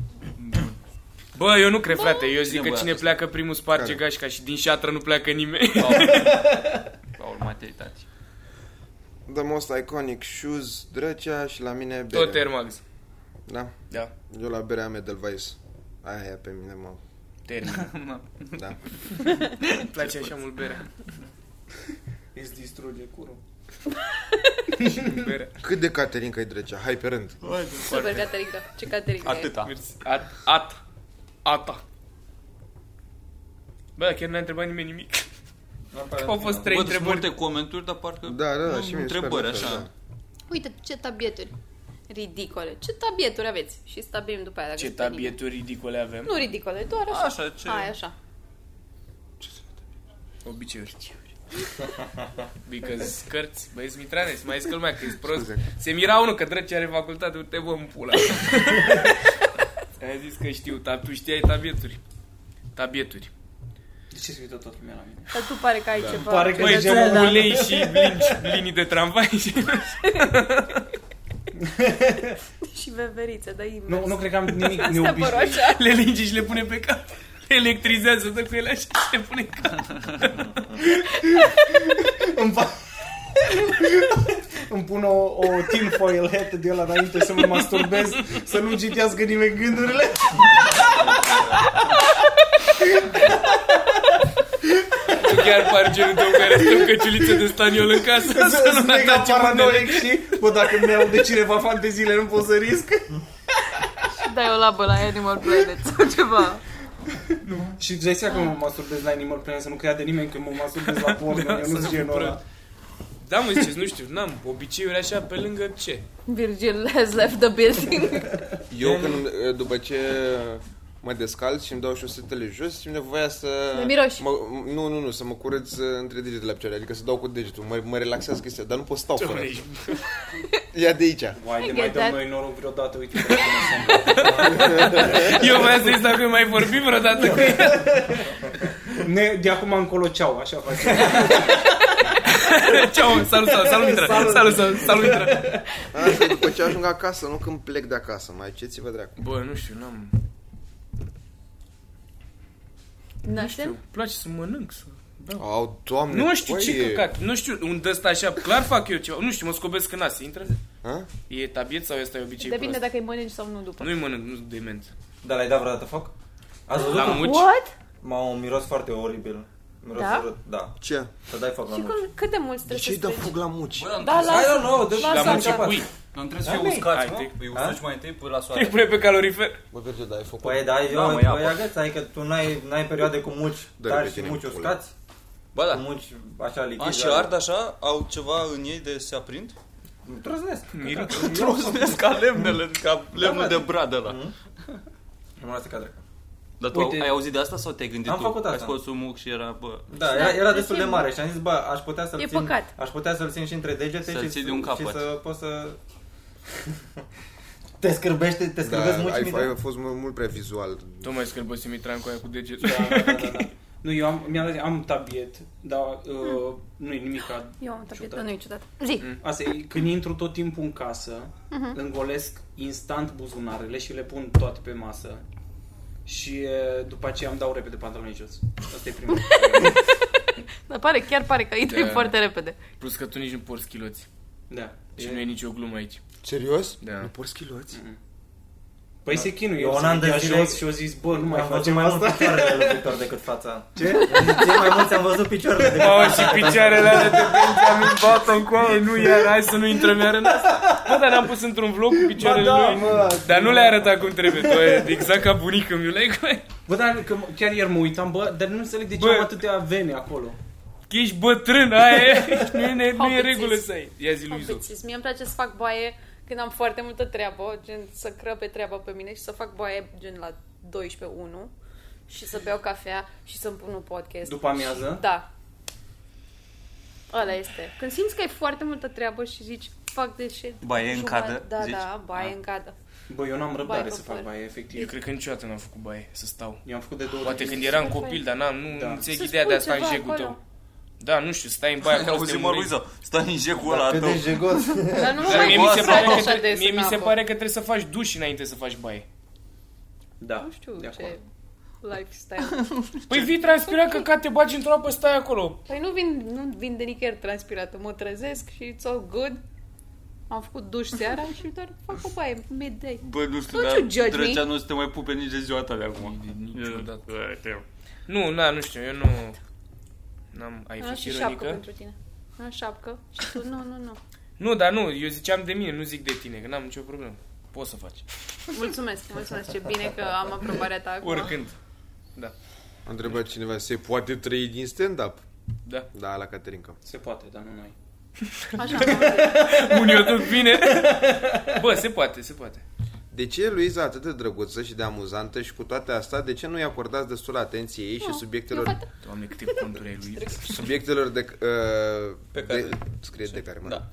Speaker 10: Bă, eu nu cred, frate. Eu
Speaker 5: Cine
Speaker 10: zic că
Speaker 5: băiatul
Speaker 10: cine
Speaker 5: ăsta?
Speaker 10: pleacă primul sparge gașca și din șatră nu pleacă nimeni.
Speaker 5: Paul, materialitate.
Speaker 9: The most iconic shoes, Dregea și la mine bere.
Speaker 10: Tot Air Max.
Speaker 9: Da?
Speaker 10: Da.
Speaker 9: Eu la bere am Edelweiss. Aia e pe mine, mă.
Speaker 5: [LAUGHS]
Speaker 10: Termin.
Speaker 9: Da.
Speaker 10: Îmi place așa mult berea.
Speaker 11: Îți distruge curul.
Speaker 10: Berea.
Speaker 9: Cât de Caterinca e Dregea? Hai pe rând.
Speaker 7: Super, Caterinca. Ce Caterinca
Speaker 5: Da.
Speaker 7: e.
Speaker 10: Mersi. At, at. Ata. Bă, chiar n-a întrebat nimeni nimic. Au fost trei
Speaker 5: Bă, deci
Speaker 10: întrebări.
Speaker 5: multe comenturi, dar parcă...
Speaker 9: Da, da, da,
Speaker 5: Nu,
Speaker 9: și mie mi se
Speaker 5: Întrebări,
Speaker 9: pare la fel,
Speaker 5: așa.
Speaker 9: da.
Speaker 7: Uite ce tabieturi ridicole. Ce tabieturi aveți? Și stabilim după aia. dacă
Speaker 10: Ce
Speaker 7: sunt pe linie.
Speaker 10: tabieturi ridicole avem.
Speaker 7: Nu ridicole, doar așa.
Speaker 5: Așa, ce-
Speaker 7: Hai, așa.
Speaker 10: Obiceiuri. Because cărți, băieți mitrane, să mai zică lumea că e prost.
Speaker 9: Scuze.
Speaker 10: Se mira unul că drăci are facultate, uite bă, în [LAUGHS] pula. Ai zis că știu, dar tu știai tabieturi. Tabieturi.
Speaker 11: De ce se uită tot lumea la mine?
Speaker 7: Dar tu pare că ai
Speaker 11: Da.
Speaker 7: ceva.
Speaker 11: Pare că
Speaker 10: Băi,
Speaker 11: ești
Speaker 10: gen
Speaker 11: da.
Speaker 10: ulei și linci, linii de tramvai și... [LAUGHS]
Speaker 7: și veverițe, dar invers.
Speaker 11: Nu, nu cred că am nimic
Speaker 7: Asta
Speaker 11: neobișnuit.
Speaker 7: poroșa. [LAUGHS]
Speaker 10: Le linge și le pune pe cap. Le electrizează, dă cu ele așa și le pune în cap.
Speaker 11: Îmi, fa- Îmi pun o, o tinfoil hat de la înainte să mă masturbez, să nu citească nimeni gândurile.
Speaker 10: Tu chiar par genul tău care stă în căciuliță de staniol în casă să
Speaker 11: Sunt
Speaker 10: nu
Speaker 11: mega
Speaker 10: atace
Speaker 11: paranoic
Speaker 10: mâinile.
Speaker 11: și, bă, dacă mi aude cineva fanteziile, nu pot să risc.
Speaker 7: Dai o labă la Animal Planet sau ceva.
Speaker 11: Și îți dai seama că mă masturbez la Animal Planet, să nu creadă nimeni că mă masturbez la [LAUGHS] porno,
Speaker 10: Da,
Speaker 11: eu
Speaker 10: să
Speaker 11: nu
Speaker 10: nu
Speaker 11: sunt genul
Speaker 10: cumpără.
Speaker 11: ăla.
Speaker 10: Da, mă ziceți, nu știu, n-am obiceiuri așa pe lângă ce.
Speaker 7: Virgil has left the [LAUGHS] building.
Speaker 9: da. Eu când, după ce mă descalț și îmi dau șosetele jos, simt nevoia să...
Speaker 7: Le miroși.
Speaker 9: Mă, nu, nu, nu, să mă curăț între degetele la picioare, adică să dau cu degetul, mă, mă relaxează chestia, dar nu pot stau fără.
Speaker 11: ești-
Speaker 9: Ia
Speaker 10: [LAUGHS]
Speaker 9: de aici.
Speaker 11: Vai, de
Speaker 7: I
Speaker 11: mai
Speaker 7: get
Speaker 11: dăm
Speaker 7: that.
Speaker 11: noi noroc vreodată, uite. [LAUGHS]
Speaker 10: Eu mai zis dacă mai vorbim vreodată cu el.
Speaker 11: Ne, de acum încolo ceau, așa facem.
Speaker 10: Ceau, salut, salut, salut, intră. Salut, salut, salut, intră.
Speaker 9: Asta, după ce ajung acasă, nu când plec de acasă, mai ceți-vă dracu.
Speaker 10: Bă, nu știu, n-am...
Speaker 7: Naștem?
Speaker 10: Îmi place să mănânc, să...
Speaker 9: Au, doamne,
Speaker 10: Nu știu
Speaker 9: păi
Speaker 10: ce
Speaker 9: e-
Speaker 10: căcat, nu știu, un ăsta așa, clar fac eu ceva, nu știu, mă scobesc în nas, intră?
Speaker 9: Ha?
Speaker 10: E tabiet sau ăsta e obicei
Speaker 7: Depinde
Speaker 10: prost?
Speaker 7: dacă îi mănânci sau nu după.
Speaker 10: Nu-i mănânc, nu sunt dement.
Speaker 6: Dar l-ai dat vreodată foc? Ați văzut?
Speaker 10: La
Speaker 6: cum-
Speaker 10: muci?
Speaker 7: What?
Speaker 6: M-a un miros foarte oribil. Miros
Speaker 7: Da?
Speaker 6: urât, da.
Speaker 9: Ce?
Speaker 6: Să dai foc la
Speaker 7: Și
Speaker 6: muci.
Speaker 7: cum, cât de mult
Speaker 9: De
Speaker 7: trebuie
Speaker 9: ce îi
Speaker 7: să
Speaker 9: dă
Speaker 7: strângi?
Speaker 9: foc la muci?
Speaker 7: Da,
Speaker 6: I
Speaker 7: lasă.
Speaker 6: don't know, dă-mi
Speaker 7: Lasă
Speaker 10: La
Speaker 6: să
Speaker 10: muci
Speaker 7: înceapă.
Speaker 10: pui.
Speaker 5: Nu trebuie să fie
Speaker 6: Hai,
Speaker 5: uscați,
Speaker 10: Da, hai,
Speaker 5: mă.
Speaker 10: te-
Speaker 5: Îi usuci mai întâi până la
Speaker 10: Îi
Speaker 5: soare.
Speaker 10: pune pe calorifer.
Speaker 9: Bă, Virgil, dar ai făcut.
Speaker 6: Păi da, eu,
Speaker 5: Da, mă,
Speaker 6: păi
Speaker 5: ia, bă.
Speaker 6: agăț, adică tu n-ai, n-ai perioade cu muci
Speaker 9: Dă-le pe
Speaker 6: tari și
Speaker 9: tine,
Speaker 6: muci
Speaker 9: pula.
Speaker 6: uscați,
Speaker 5: Ba
Speaker 6: cu
Speaker 5: da.
Speaker 6: muci așa lichid. da.
Speaker 5: A, și ard așa? Au ceva în ei de se aprind?
Speaker 6: Trăznesc.
Speaker 10: Mira.
Speaker 5: [LAUGHS] Trosnesc ca lemnele, ca
Speaker 10: Da,
Speaker 5: lemnul de bradă la.
Speaker 6: Nu mă lasă ca dracu.
Speaker 5: Dar tu
Speaker 11: Uite.
Speaker 5: ai auzit de asta sau te-ai gândit
Speaker 6: Am
Speaker 5: tu?
Speaker 6: făcut
Speaker 5: Ai
Speaker 6: asta.
Speaker 5: scos un muc și era, bă...
Speaker 6: Da, era, era destul de mare și am zis, bă, aș putea să-l
Speaker 7: E
Speaker 6: țin,
Speaker 7: păcat.
Speaker 6: aș putea să-l țin și între degete
Speaker 5: Să-l
Speaker 6: și,
Speaker 5: ții de un capăt.
Speaker 6: și să pot să... [LAUGHS] te scârbește, te scârbesc
Speaker 9: Da,
Speaker 6: mult
Speaker 9: ai,
Speaker 6: și
Speaker 9: ai fost mult, mult prea vizual.
Speaker 10: Tu mai scârbăsi Mitran cu aia cu degetul.
Speaker 11: Da. Nu, eu am, mi-am dat, am tabiet, dar uh,
Speaker 7: Hmm.
Speaker 11: nu e nimic ca
Speaker 7: Eu am tapet,
Speaker 11: Ciudat. Mm.
Speaker 7: nu e ciudat. Zi.
Speaker 11: Asta e, când intru tot timpul în casă,
Speaker 7: Mhm.
Speaker 11: uh-huh. îngolesc instant buzunarele și le pun toate pe masă. Și e, după aceea îmi dau repede pantalonii jos. Asta e
Speaker 7: [LAUGHS]
Speaker 11: primul.
Speaker 7: Dar pare, chiar pare că intri
Speaker 10: Da.
Speaker 7: foarte repede.
Speaker 10: Plus că tu nici nu porți chiloți.
Speaker 11: da.
Speaker 10: Și
Speaker 11: E-
Speaker 10: nu e nicio glumă aici.
Speaker 9: Serios?
Speaker 10: Da.
Speaker 9: Nu porți chiloți?
Speaker 11: Păi se chinuie.
Speaker 6: Eu
Speaker 11: Eu
Speaker 6: un an de
Speaker 11: am
Speaker 6: zile-
Speaker 11: jos și eu zis, bă, nu mai
Speaker 6: am văzut
Speaker 11: facem
Speaker 6: mai mult
Speaker 11: asta.
Speaker 6: picioarele lui Victor decât fața. Ce? Cei mai mulți am văzut picioarele decât
Speaker 10: Oh, și picioarele alea de Benjamin Button cu aia. Nu, iar, hai să nu intrăm iar în asta. Bă, dar n-am pus într-un vlog cu picioarele
Speaker 11: Ba da,
Speaker 10: lui.
Speaker 11: mă.
Speaker 10: Dar nu le-ai arătat cum trebuie. Tu ai- exact ca bunica mi le cu aia.
Speaker 11: Bă, dar că m- chiar ieri mă uitam, bă, dar nu înțeleg de ce
Speaker 10: Bă.
Speaker 11: am atâtea vene acolo.
Speaker 10: Că ești bătrân, aia e. Nu e, nu e, nu e
Speaker 7: Hobbitiți.
Speaker 10: regulă să ai. Ia zi lui Izu.
Speaker 7: Obițis. Mie îmi place să fac baie când am foarte multă treabă, gen să crăpe treaba pe mine și să fac baie gen la 12-1 și să beau cafea și să-mi pun un podcast.
Speaker 11: După amiază?
Speaker 7: Și, da. Ăla este. Când simți că ai foarte multă treabă și zici, fac de shit.
Speaker 5: Baie în
Speaker 7: jumătate-
Speaker 5: cadă,
Speaker 7: Da,
Speaker 5: zici?
Speaker 7: da, baie
Speaker 5: Ah.
Speaker 7: în cadă.
Speaker 11: Bă, eu n-am răbdare
Speaker 7: Bai,
Speaker 11: să fac
Speaker 7: păr.
Speaker 11: baie,
Speaker 10: Eu
Speaker 11: efectiv.
Speaker 10: cred că niciodată n-am făcut baie să stau.
Speaker 11: Eu am făcut de două ori.
Speaker 10: Poate când eram copil, dar n-am, nu
Speaker 11: Da.
Speaker 10: da. înțeleg
Speaker 7: Să
Speaker 10: ideea de
Speaker 7: spui
Speaker 10: a sta în
Speaker 7: ceva
Speaker 10: jegul
Speaker 7: acolo.
Speaker 10: tău. Da, nu știu, stai în baie
Speaker 5: Băi,
Speaker 10: acolo să
Speaker 5: auzi
Speaker 10: te
Speaker 5: mă,
Speaker 10: murei.
Speaker 5: Luiza, stai în jecul ăla
Speaker 6: Cât
Speaker 5: tău.
Speaker 6: de jegos.
Speaker 7: Dar nu
Speaker 10: Dar mie mi se
Speaker 5: Goasă.
Speaker 10: pare că,
Speaker 7: așa
Speaker 10: tre-
Speaker 7: des
Speaker 10: mie
Speaker 7: în
Speaker 10: mi se
Speaker 7: apă.
Speaker 10: pare că trebuie să faci duș înainte să faci baie.
Speaker 11: Da,
Speaker 7: Nu știu
Speaker 11: de acord.
Speaker 7: ce lifestyle.
Speaker 10: Păi vii transpira că ca te bagi într-o apă, stai acolo.
Speaker 7: Păi nu vin, nu vin de nicăieri transpirată, mă trezesc și it's all good. Am făcut duș seara și doar fac o baie, midday.
Speaker 5: Bă, nu știu,
Speaker 7: Don't
Speaker 5: dar
Speaker 7: you judge
Speaker 5: drăgea
Speaker 7: me.
Speaker 5: nu se te mai pupe nici de ziua ta de acum.
Speaker 6: da.
Speaker 10: niciodată.
Speaker 5: Bă, te-
Speaker 10: Nu, na, nu știu, eu nu... N-am, ai
Speaker 7: Am
Speaker 10: fost
Speaker 7: Ah, și șapcă
Speaker 10: ironică?
Speaker 7: pentru tine. Am șapcă și tu, nu, nu, nu.
Speaker 10: Nu, dar nu, eu ziceam de mine, nu zic de tine, că n-am nicio problemă. Poți să faci.
Speaker 7: Mulțumesc, mulțumesc, ce bine că am aprobarea ta acum.
Speaker 10: Oricând.
Speaker 9: A întrebat cineva, se poate trăi din stand-up?
Speaker 10: Da.
Speaker 9: Da, la Caterinca.
Speaker 11: Se poate, dar nu noi.
Speaker 7: Așa, am auzit.
Speaker 10: Unii o duc bine. Bă, se poate, se poate.
Speaker 9: De ce e Luiza atât de drăguță și de amuzantă și cu toate astea, de ce nu-i acordați destul atenție ei și
Speaker 7: Eu
Speaker 9: subiectelor,
Speaker 7: fac-
Speaker 10: Doamne, câte conturi ai lui.
Speaker 9: subiectelor de, uh,
Speaker 5: Pe care-
Speaker 9: de, scrie de care, mă,
Speaker 5: Da.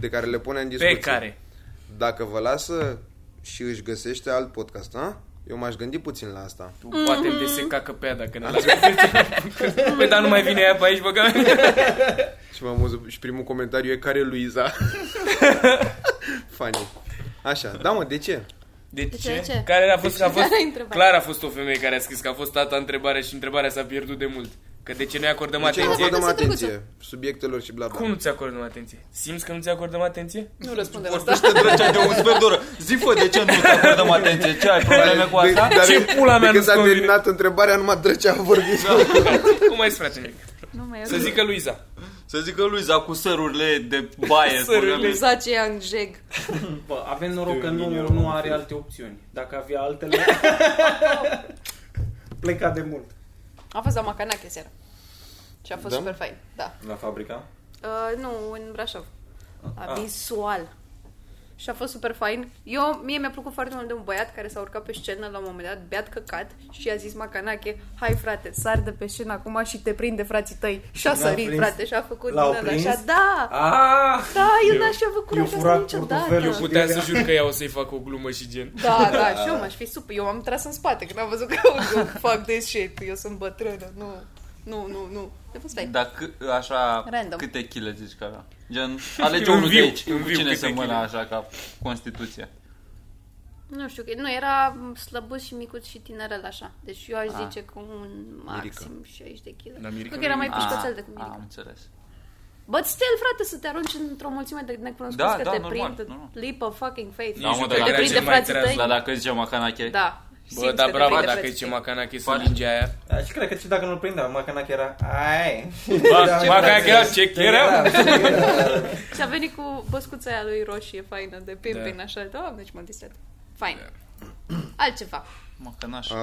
Speaker 9: de care le pune în discuție?
Speaker 10: Pe care?
Speaker 9: Dacă vă lasă și își găsește alt podcast, a? Eu m-aș gândi puțin la asta.
Speaker 10: Tu
Speaker 7: Mm.
Speaker 10: poate îmi se cacă pe ea dacă ne lași pe Pe Păi, dar nu mai vine ea pe aici, bă, că-
Speaker 9: Și, m-am și primul comentariu e care e Luiza. [LAUGHS] Funny. Așa, da mă, de ce?
Speaker 10: De
Speaker 9: ce?
Speaker 7: ce?
Speaker 10: Care a fost,
Speaker 7: De
Speaker 10: a
Speaker 7: ce?
Speaker 10: fost
Speaker 7: Care-i întrebarea?
Speaker 10: clar a fost o femeie care a scris că a fost tata întrebarea și întrebarea s-a pierdut de mult. Că de ce noi acordăm
Speaker 9: De ce nu
Speaker 10: atenție?
Speaker 9: acordăm atenție subiectelor și bla bla?
Speaker 10: Cum nu ți acordăm atenție? Simți că nu ți acordăm atenție?
Speaker 7: Nu răspunde la asta.
Speaker 5: Vorbește drăgea de un sfert de oră. Zi, fă, de ce nu te acordăm atenție? Ce ai probleme cu asta?
Speaker 9: Păi, De- dar
Speaker 5: ce
Speaker 9: de-
Speaker 5: pula
Speaker 9: de
Speaker 5: mea
Speaker 9: când
Speaker 5: nu-ți
Speaker 9: s-a
Speaker 5: convine? Da.
Speaker 9: terminat întrebarea, numai drăcea a vorbit.
Speaker 10: Cum ai zis, frate? Nick?
Speaker 7: Nu mai
Speaker 10: Să zică Luiza.
Speaker 5: Să zică Luiza cu sărurile de [LAUGHS] baie.
Speaker 7: Luza aceea în jeg.
Speaker 11: Bă, avem noroc că nu, nu are alte opțiuni. Dacă avea altele... [LAUGHS] Pleca de mult.
Speaker 7: A fost la Macanache seara. Și a fost
Speaker 6: Da?
Speaker 7: super fain, da.
Speaker 6: La fabrica?
Speaker 7: Uh, nu, în Brașov. La
Speaker 6: Ah.
Speaker 7: Visual. Și a fost super fain. Eu, mie mi-a plăcut foarte mult de un băiat care s-a urcat pe scenă la un moment dat, beat căcat și a zis Macanache, hai frate, sar de pe scenă acum și te prinde frații tăi. Și a
Speaker 6: l-a
Speaker 7: sărit,
Speaker 6: prins?
Speaker 7: frate, și a făcut
Speaker 6: L-au
Speaker 7: din ăla
Speaker 6: prins?
Speaker 7: așa, da!
Speaker 6: Ah!
Speaker 7: Da, el
Speaker 10: Eu-
Speaker 7: n-a și-a făcut
Speaker 6: eu
Speaker 7: așa asta
Speaker 6: furat
Speaker 7: niciodată.
Speaker 10: Eu puteam să jur că ea o să-i fac o glumă și gen.
Speaker 7: Da, da, și eu m-aș fi super. Eu am tras în spate când am văzut că [LAUGHS] eu fac de shit. Eu sunt bătrână, nu. Nu, nu, nu. De fost fain.
Speaker 5: Dar câ- așa,
Speaker 7: Random.
Speaker 5: câte chile zici că avea? [LAUGHS] Gen, alege
Speaker 10: În
Speaker 5: unul de
Speaker 10: viu,
Speaker 5: aici.
Speaker 10: în
Speaker 5: Cu
Speaker 10: viu
Speaker 5: cine
Speaker 10: câte
Speaker 5: se mână
Speaker 10: chile.
Speaker 5: așa ca Constituția?
Speaker 7: Nu știu, că- nu, era slăbuț și micuț și tinerel așa. Deci eu aș
Speaker 5: Ah.
Speaker 7: zice că un maxim 60 de kg.
Speaker 5: La
Speaker 7: Cred că era mai pușcățel decât
Speaker 5: Mirica.
Speaker 7: mirica.
Speaker 5: Ah, Am înțeles.
Speaker 7: But still, frate, să te arunci într-o mulțime de necunoscuți
Speaker 5: Da,
Speaker 7: că
Speaker 5: da,
Speaker 7: te
Speaker 5: normal,
Speaker 7: prind,
Speaker 5: normal.
Speaker 7: leap of fucking faith.
Speaker 5: Da, mă,
Speaker 7: te
Speaker 5: dar dacă
Speaker 7: prind
Speaker 5: cel
Speaker 7: de
Speaker 5: mai
Speaker 7: frații
Speaker 5: treaz-
Speaker 7: tăi.
Speaker 5: Dar dacă zice Macanache...
Speaker 7: Da. Simți
Speaker 10: Bă,
Speaker 7: că
Speaker 10: dar
Speaker 7: te
Speaker 10: bravo
Speaker 7: prinde
Speaker 10: dacă
Speaker 7: frații
Speaker 10: zice
Speaker 7: tăi.
Speaker 10: Macanache să linge aia.
Speaker 6: Da, și cred că și dacă nu-l prindea, Macanache era... Ai!
Speaker 10: Ba,
Speaker 6: Da,
Speaker 10: Macanache era ce
Speaker 6: da,
Speaker 10: era?
Speaker 6: da.
Speaker 7: Și a venit cu băscuța aia lui roșie faină de pimpin,
Speaker 5: Da.
Speaker 7: așa, doamne, deci m-am distrat. Fain. Altceva.
Speaker 5: Macanaș.
Speaker 9: Uh,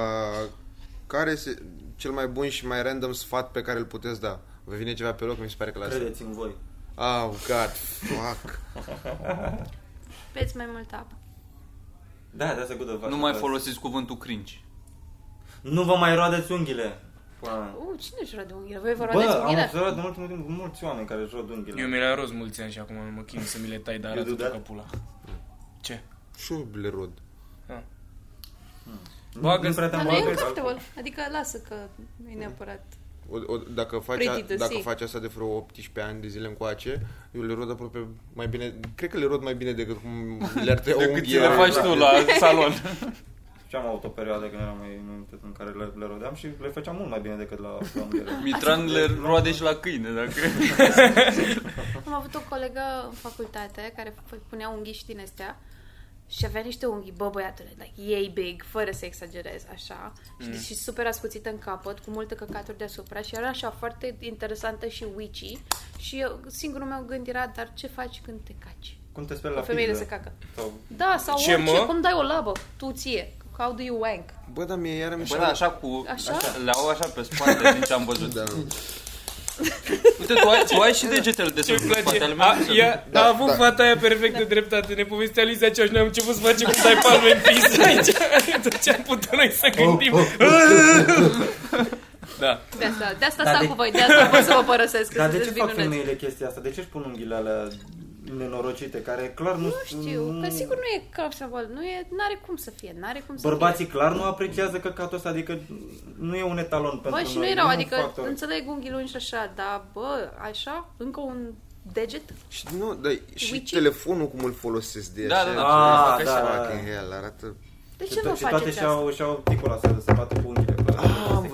Speaker 9: care este cel mai bun și mai random sfat pe care îl puteți da? Vă vine ceva pe loc? Mi se pare că la asta.
Speaker 6: Credeți-mi voi.
Speaker 9: Oh, god, fuck.
Speaker 7: Beți mai multă apă.
Speaker 6: Da, da, se gudă.
Speaker 5: Nu mai folosiți cuvântul cringe.
Speaker 6: Nu vă mai roadeți unghiile. Pula mea.
Speaker 7: U, Uh, cine își roade unghiile? Voi vă roadeți
Speaker 6: Bă, am
Speaker 7: unghiile?
Speaker 6: observat în ultimul timp mulți oameni care își rod unghiile.
Speaker 10: Eu mi le roz mulți ani și acum nu mă chin să mi le tai, dar
Speaker 6: You do
Speaker 10: arată
Speaker 6: that?
Speaker 10: ca pula. Ce?
Speaker 9: Și eu le rod.
Speaker 6: Nu prea
Speaker 7: Dar
Speaker 6: te-am
Speaker 7: nu e
Speaker 6: băgat.
Speaker 7: comfortable. Adică lasă că nu e neapărat.
Speaker 9: O, o, dacă, faci,
Speaker 7: Pretty
Speaker 9: a,
Speaker 7: to
Speaker 9: dacă
Speaker 7: see.
Speaker 9: faci asta de vreo 18 ani de zile încoace, eu le rod aproape mai bine, cred că le rod mai bine decât cum le-ar tăia
Speaker 5: Decât
Speaker 9: unghie.
Speaker 5: ți le faci tu [LAUGHS] la salon.
Speaker 6: Și am avut o perioadă când eram mai înainte în care le, le rodeam și le făceam mult mai bine decât la, la unghiile.
Speaker 5: Mitran le roade și la câine, dacă...
Speaker 7: Am avut o colegă în facultate care f- punea unghii și din astea și avea niște unghii, bă băiatule, like, yay big, fără să exagerez, așa. Mm.
Speaker 3: Mm.
Speaker 7: Și, și super ascuțită în capăt, cu multe căcaturi deasupra și era așa foarte interesantă și witchy. Și eu, singurul meu gând era, dar ce faci când te caci?
Speaker 6: Cum te speli la
Speaker 7: O femeie
Speaker 6: pizdă?
Speaker 7: se cacă.
Speaker 6: Sau...
Speaker 7: Da, sau
Speaker 9: Ce,
Speaker 7: ce, orice,
Speaker 9: mă?
Speaker 7: cum dai o labă, tu ție. How do you wank?
Speaker 9: Bă, dar mie iară mi
Speaker 5: Bă, da, așa cu...
Speaker 7: Așa?
Speaker 5: Le au așa pe spate, din ce am văzut. Uite, tu ai, tu ai și degetele de
Speaker 10: Ce-mi
Speaker 5: sus pe spate,
Speaker 10: place?
Speaker 5: ale mele
Speaker 10: A,
Speaker 5: nu se
Speaker 10: ea,
Speaker 5: văd.
Speaker 10: da, a avut da. fata aia perfectă dreptate. Ne povestea Liza Cioș. Noi am început să facem cu dai palme în pis aici. [LAUGHS] Tot ce am putut noi să gândim. Da.
Speaker 7: De asta, de asta
Speaker 6: Dar
Speaker 7: stau
Speaker 6: de-
Speaker 7: cu voi, de asta pot să vă părăsesc.
Speaker 6: [LAUGHS] Dar
Speaker 7: că
Speaker 6: de ce
Speaker 7: sunteți
Speaker 6: fac
Speaker 7: minunați.
Speaker 6: femeile chestia asta? De ce își pun unghiile alea nenorocite, care clar nu...
Speaker 7: Nu știu, că sigur nu e comfortable, nu e, n-are cum să fie, n-are cum să
Speaker 6: Bărbații
Speaker 7: fie.
Speaker 6: clar nu apreciază căcatul ăsta, adică nu e un etalon pentru
Speaker 7: Bă, și
Speaker 6: noi.
Speaker 7: nu erau,
Speaker 6: e un
Speaker 7: adică
Speaker 6: factor.
Speaker 7: înțeleg unghii lungi și așa, dar bă, așa, încă un deget?
Speaker 9: Și nu, dar și
Speaker 7: Witchy?
Speaker 9: telefonul cum îl folosesc de
Speaker 6: Da,
Speaker 9: așa.
Speaker 6: da, da, Ah,
Speaker 9: ce
Speaker 6: da,
Speaker 9: fac
Speaker 6: da,
Speaker 9: așa,
Speaker 6: da.
Speaker 9: fucking hell, arată...
Speaker 7: De
Speaker 6: Și
Speaker 7: ce vă
Speaker 6: to- Și toate
Speaker 7: faceți asta?
Speaker 6: și-au, și-au tipul ăsta de să bată cu unghiile.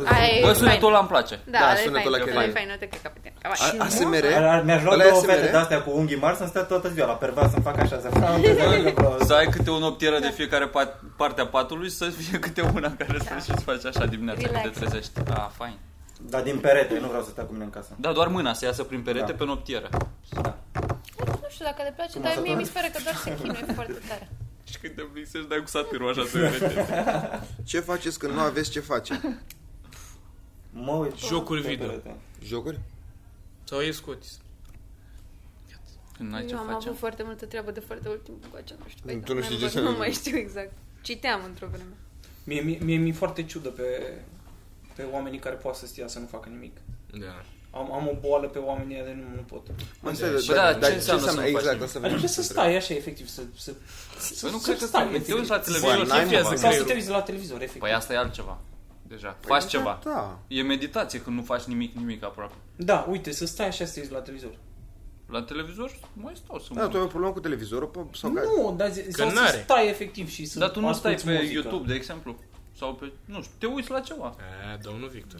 Speaker 7: Aia e
Speaker 5: Bă,
Speaker 7: fain.
Speaker 5: sunetul ăla îmi place.
Speaker 7: Da, da
Speaker 9: sunetul ăla
Speaker 7: e
Speaker 9: chiar
Speaker 7: fain,
Speaker 9: e.
Speaker 7: e fain, nu te cred că pe tine.
Speaker 9: A-
Speaker 7: Vai.
Speaker 9: ASMR?
Speaker 6: Ar- Mi-aș lua
Speaker 9: Ăla
Speaker 6: două
Speaker 9: ASMR?
Speaker 6: fete de-astea cu unghii mari să-mi stea toată ziua la pervers să-mi fac așa, să fac
Speaker 7: Da.
Speaker 5: Să ai câte o noptieră de fiecare pat- parte a patului și să fie câte una care
Speaker 7: Da.
Speaker 5: să și faci așa dimineața când te
Speaker 6: Relax.
Speaker 5: trezești. Ah, fain.
Speaker 6: Dar din perete, nu vreau să stea cu mine în casă.
Speaker 5: Da, doar mâna să iasă prin perete
Speaker 6: Da.
Speaker 5: pe noptieră. Da.
Speaker 7: Nu știu dacă le place,
Speaker 5: Cum
Speaker 7: dar
Speaker 5: o să
Speaker 7: mie
Speaker 5: dau?
Speaker 7: mi se pare că doar se chinuie foarte tare.
Speaker 5: Și când te plictisești, dai cu satirul așa
Speaker 7: [LAUGHS]
Speaker 5: să vede.
Speaker 9: Ce faceți când nu aveți ce face?
Speaker 6: Mă uit.
Speaker 10: Jocuri video.
Speaker 9: Jocuri?
Speaker 10: Sau e scoți.
Speaker 5: Când n-ai ce
Speaker 7: Eu am
Speaker 5: face.
Speaker 7: avut foarte multă treabă de foarte mult timp cu acea, nu știu.
Speaker 9: Tu nu
Speaker 7: mai
Speaker 9: știi ce
Speaker 7: văd,
Speaker 9: să-
Speaker 7: Nu mai știu exact. Citeam într-o vreme.
Speaker 11: Mie, mie, mie mi-e foarte ciudă pe, pe oamenii care poate să stia să nu facă nimic.
Speaker 10: Da.
Speaker 11: am, am o boală pe oamenii ăia de nu, nu pot.
Speaker 9: Mă, stai, Bă, dar- da, dar ce ce înseamnă înseamnă? să nu Exact, faci? asta vreau
Speaker 11: Adică
Speaker 9: să
Speaker 11: să
Speaker 9: întreb.
Speaker 11: stai așa, efectiv, să... să
Speaker 5: Păi
Speaker 11: să-
Speaker 5: nu
Speaker 11: să
Speaker 5: cred că
Speaker 11: stai,
Speaker 5: stai, te
Speaker 11: efectiv.
Speaker 5: uiți la
Speaker 11: Bă,
Speaker 5: televizor
Speaker 11: n-ai,
Speaker 5: și fie
Speaker 11: mă,
Speaker 5: să
Speaker 11: Sau să
Speaker 5: crezi.
Speaker 11: te uiți la televizor, efectiv.
Speaker 5: Păi asta e altceva. Deja.
Speaker 11: Păi
Speaker 5: faci
Speaker 11: da,
Speaker 5: ceva.
Speaker 11: da.
Speaker 5: E meditație când nu faci nimic, nimic aproape.
Speaker 11: Da, uite, să stai așa să te uiți la televizor.
Speaker 5: La televizor mai stau să
Speaker 9: Da, tu ai o problemă cu televizorul pe- sau care?
Speaker 11: Nu, Păi dar zi- sau să stai efectiv și să
Speaker 5: Dar tu nu stai
Speaker 11: asculti
Speaker 5: pe
Speaker 11: muzică.
Speaker 5: YouTube, de exemplu. Sau pe, nu știu, te uiți la ceva.
Speaker 10: E, Eh, domnul Victor.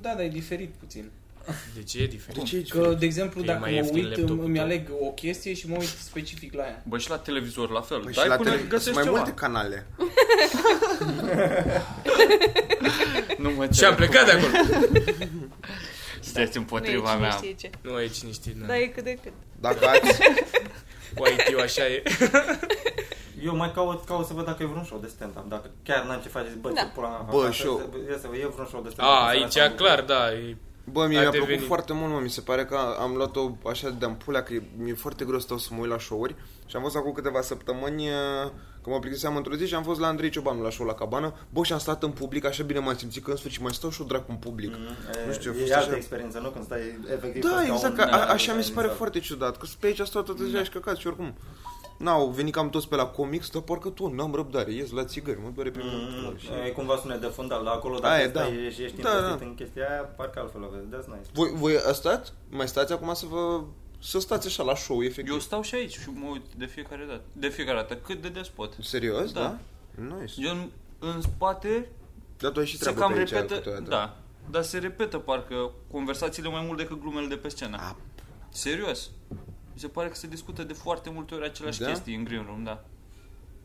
Speaker 11: Da, dar e diferit puțin.
Speaker 10: De ce e diferit?
Speaker 11: Că, de exemplu,
Speaker 10: Că e
Speaker 11: dacă
Speaker 10: mai
Speaker 11: mă
Speaker 10: ieftin
Speaker 11: uit, îmi,
Speaker 10: laptopul
Speaker 11: îmi
Speaker 10: tău.
Speaker 11: aleg o chestie și mă uit specific la ea.
Speaker 5: Bă, și la televizor la fel.
Speaker 9: Păi
Speaker 5: Dai
Speaker 9: și la
Speaker 5: până
Speaker 9: tele-
Speaker 5: găsești
Speaker 9: sunt mai
Speaker 5: ceva.
Speaker 9: multe canale.
Speaker 5: nu mă
Speaker 10: Și am plecat de acolo.
Speaker 9: [LAUGHS]
Speaker 5: Sunteți
Speaker 7: împotriva Nu e cine mea. știe ce.
Speaker 10: Nu e cine știe,
Speaker 7: Da, e cât de cât.
Speaker 9: Dacă ați...
Speaker 10: White așa e.
Speaker 6: Eu mai caut, caut să văd dacă e vreun show de stand-up. Dacă chiar n-am ce face, zic, bă,
Speaker 7: Da.
Speaker 6: ce pula mea.
Speaker 9: Bă,
Speaker 6: fac,
Speaker 9: show.
Speaker 6: să- Ia să văd, e vreun show de stand-up.
Speaker 10: A, aici clar, da. e-
Speaker 9: Bă, mie
Speaker 10: a
Speaker 9: mi-a plăcut
Speaker 10: devenit.
Speaker 9: foarte mult, mă, mi se pare că am luat-o așa de ampulea, că e- mi-e foarte greu să stau să mă uit la show-uri și am fost acum câteva săptămâni, uh, că mă plictiseam într-o zi și am fost la Andrei Ciobanu la show la cabană, bă, și am stat în public, așa bine m-am simțit că în sfârșit mai stau și eu dracu în public.
Speaker 6: E-
Speaker 9: nu știu, a
Speaker 6: Mm, e
Speaker 9: fost
Speaker 6: altă
Speaker 9: așa...
Speaker 6: experiență, nu? Când stai efectiv
Speaker 9: Da,
Speaker 6: pe scaun,
Speaker 9: exact, că a,
Speaker 6: da,
Speaker 9: așa mi se pare
Speaker 6: exact.
Speaker 9: foarte ciudat, că sunt pe aici stau toată ziua și căcat și oricum. N-au venit cam toți pe la comics, dar parcă tu n-am răbdare, ies la țigări, mă doare pe mine.
Speaker 6: Mm, E cumva sunet de fundal la acolo, dacă
Speaker 9: Mm-hmm. Aia,
Speaker 6: stai
Speaker 9: da.
Speaker 6: și ești
Speaker 9: Da,
Speaker 6: investit
Speaker 9: da.
Speaker 6: în chestia aia, parcă altfel o vezi. That's nice.
Speaker 9: Voi, voi a stat? Mai stați acum să vă... Să stați așa la show, efectiv.
Speaker 5: Eu stau și aici și mă uit de fiecare dată. De fiecare dată, cât de des pot.
Speaker 9: Serios, da?
Speaker 5: Da.
Speaker 9: Nice.
Speaker 5: Eu în, în spate
Speaker 9: Dar tu ai și
Speaker 5: se
Speaker 9: treabă
Speaker 5: cam
Speaker 9: pe aici
Speaker 5: repetă,
Speaker 9: câteodată.
Speaker 5: da, dar se repetă parcă conversațiile mai mult decât glumele de pe scenă. Serios. Mi se pare că se discută de foarte multe ori aceleași
Speaker 10: Da?
Speaker 5: chestii în green room, da.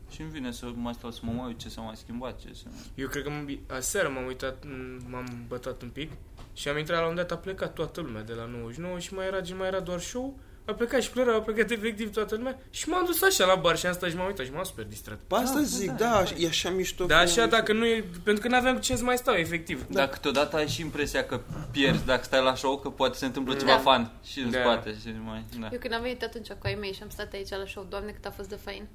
Speaker 5: Și îmi vine să mai stau să mă mai uit ce s-a mai schimbat, ce s-a mai...
Speaker 10: Eu cred că m- aseară m-am uitat, m- m-am bătat un pic și am intrat la un dat, a plecat toată lumea de la 99 și mai era, mai era doar show, a plecat și plăra, a plecat efectiv toată lumea și m-am dus așa la bar și am stat și m-am uitat și m-am super distrat.
Speaker 9: Ba asta zic, da, e așa mișto.
Speaker 10: Da,
Speaker 9: că-
Speaker 10: așa dacă nu e, pentru că n-aveam cu ce să mai stau, efectiv.
Speaker 7: Da.
Speaker 5: Dar câteodată ai și impresia că pierzi dacă stai la show, că poate se întâmplă ceva
Speaker 7: Da.
Speaker 5: fan și în
Speaker 10: Da.
Speaker 5: spate și mai... Da.
Speaker 7: Eu când am venit atunci cu ai mei și am stat aici la show, doamne cât a fost de fain.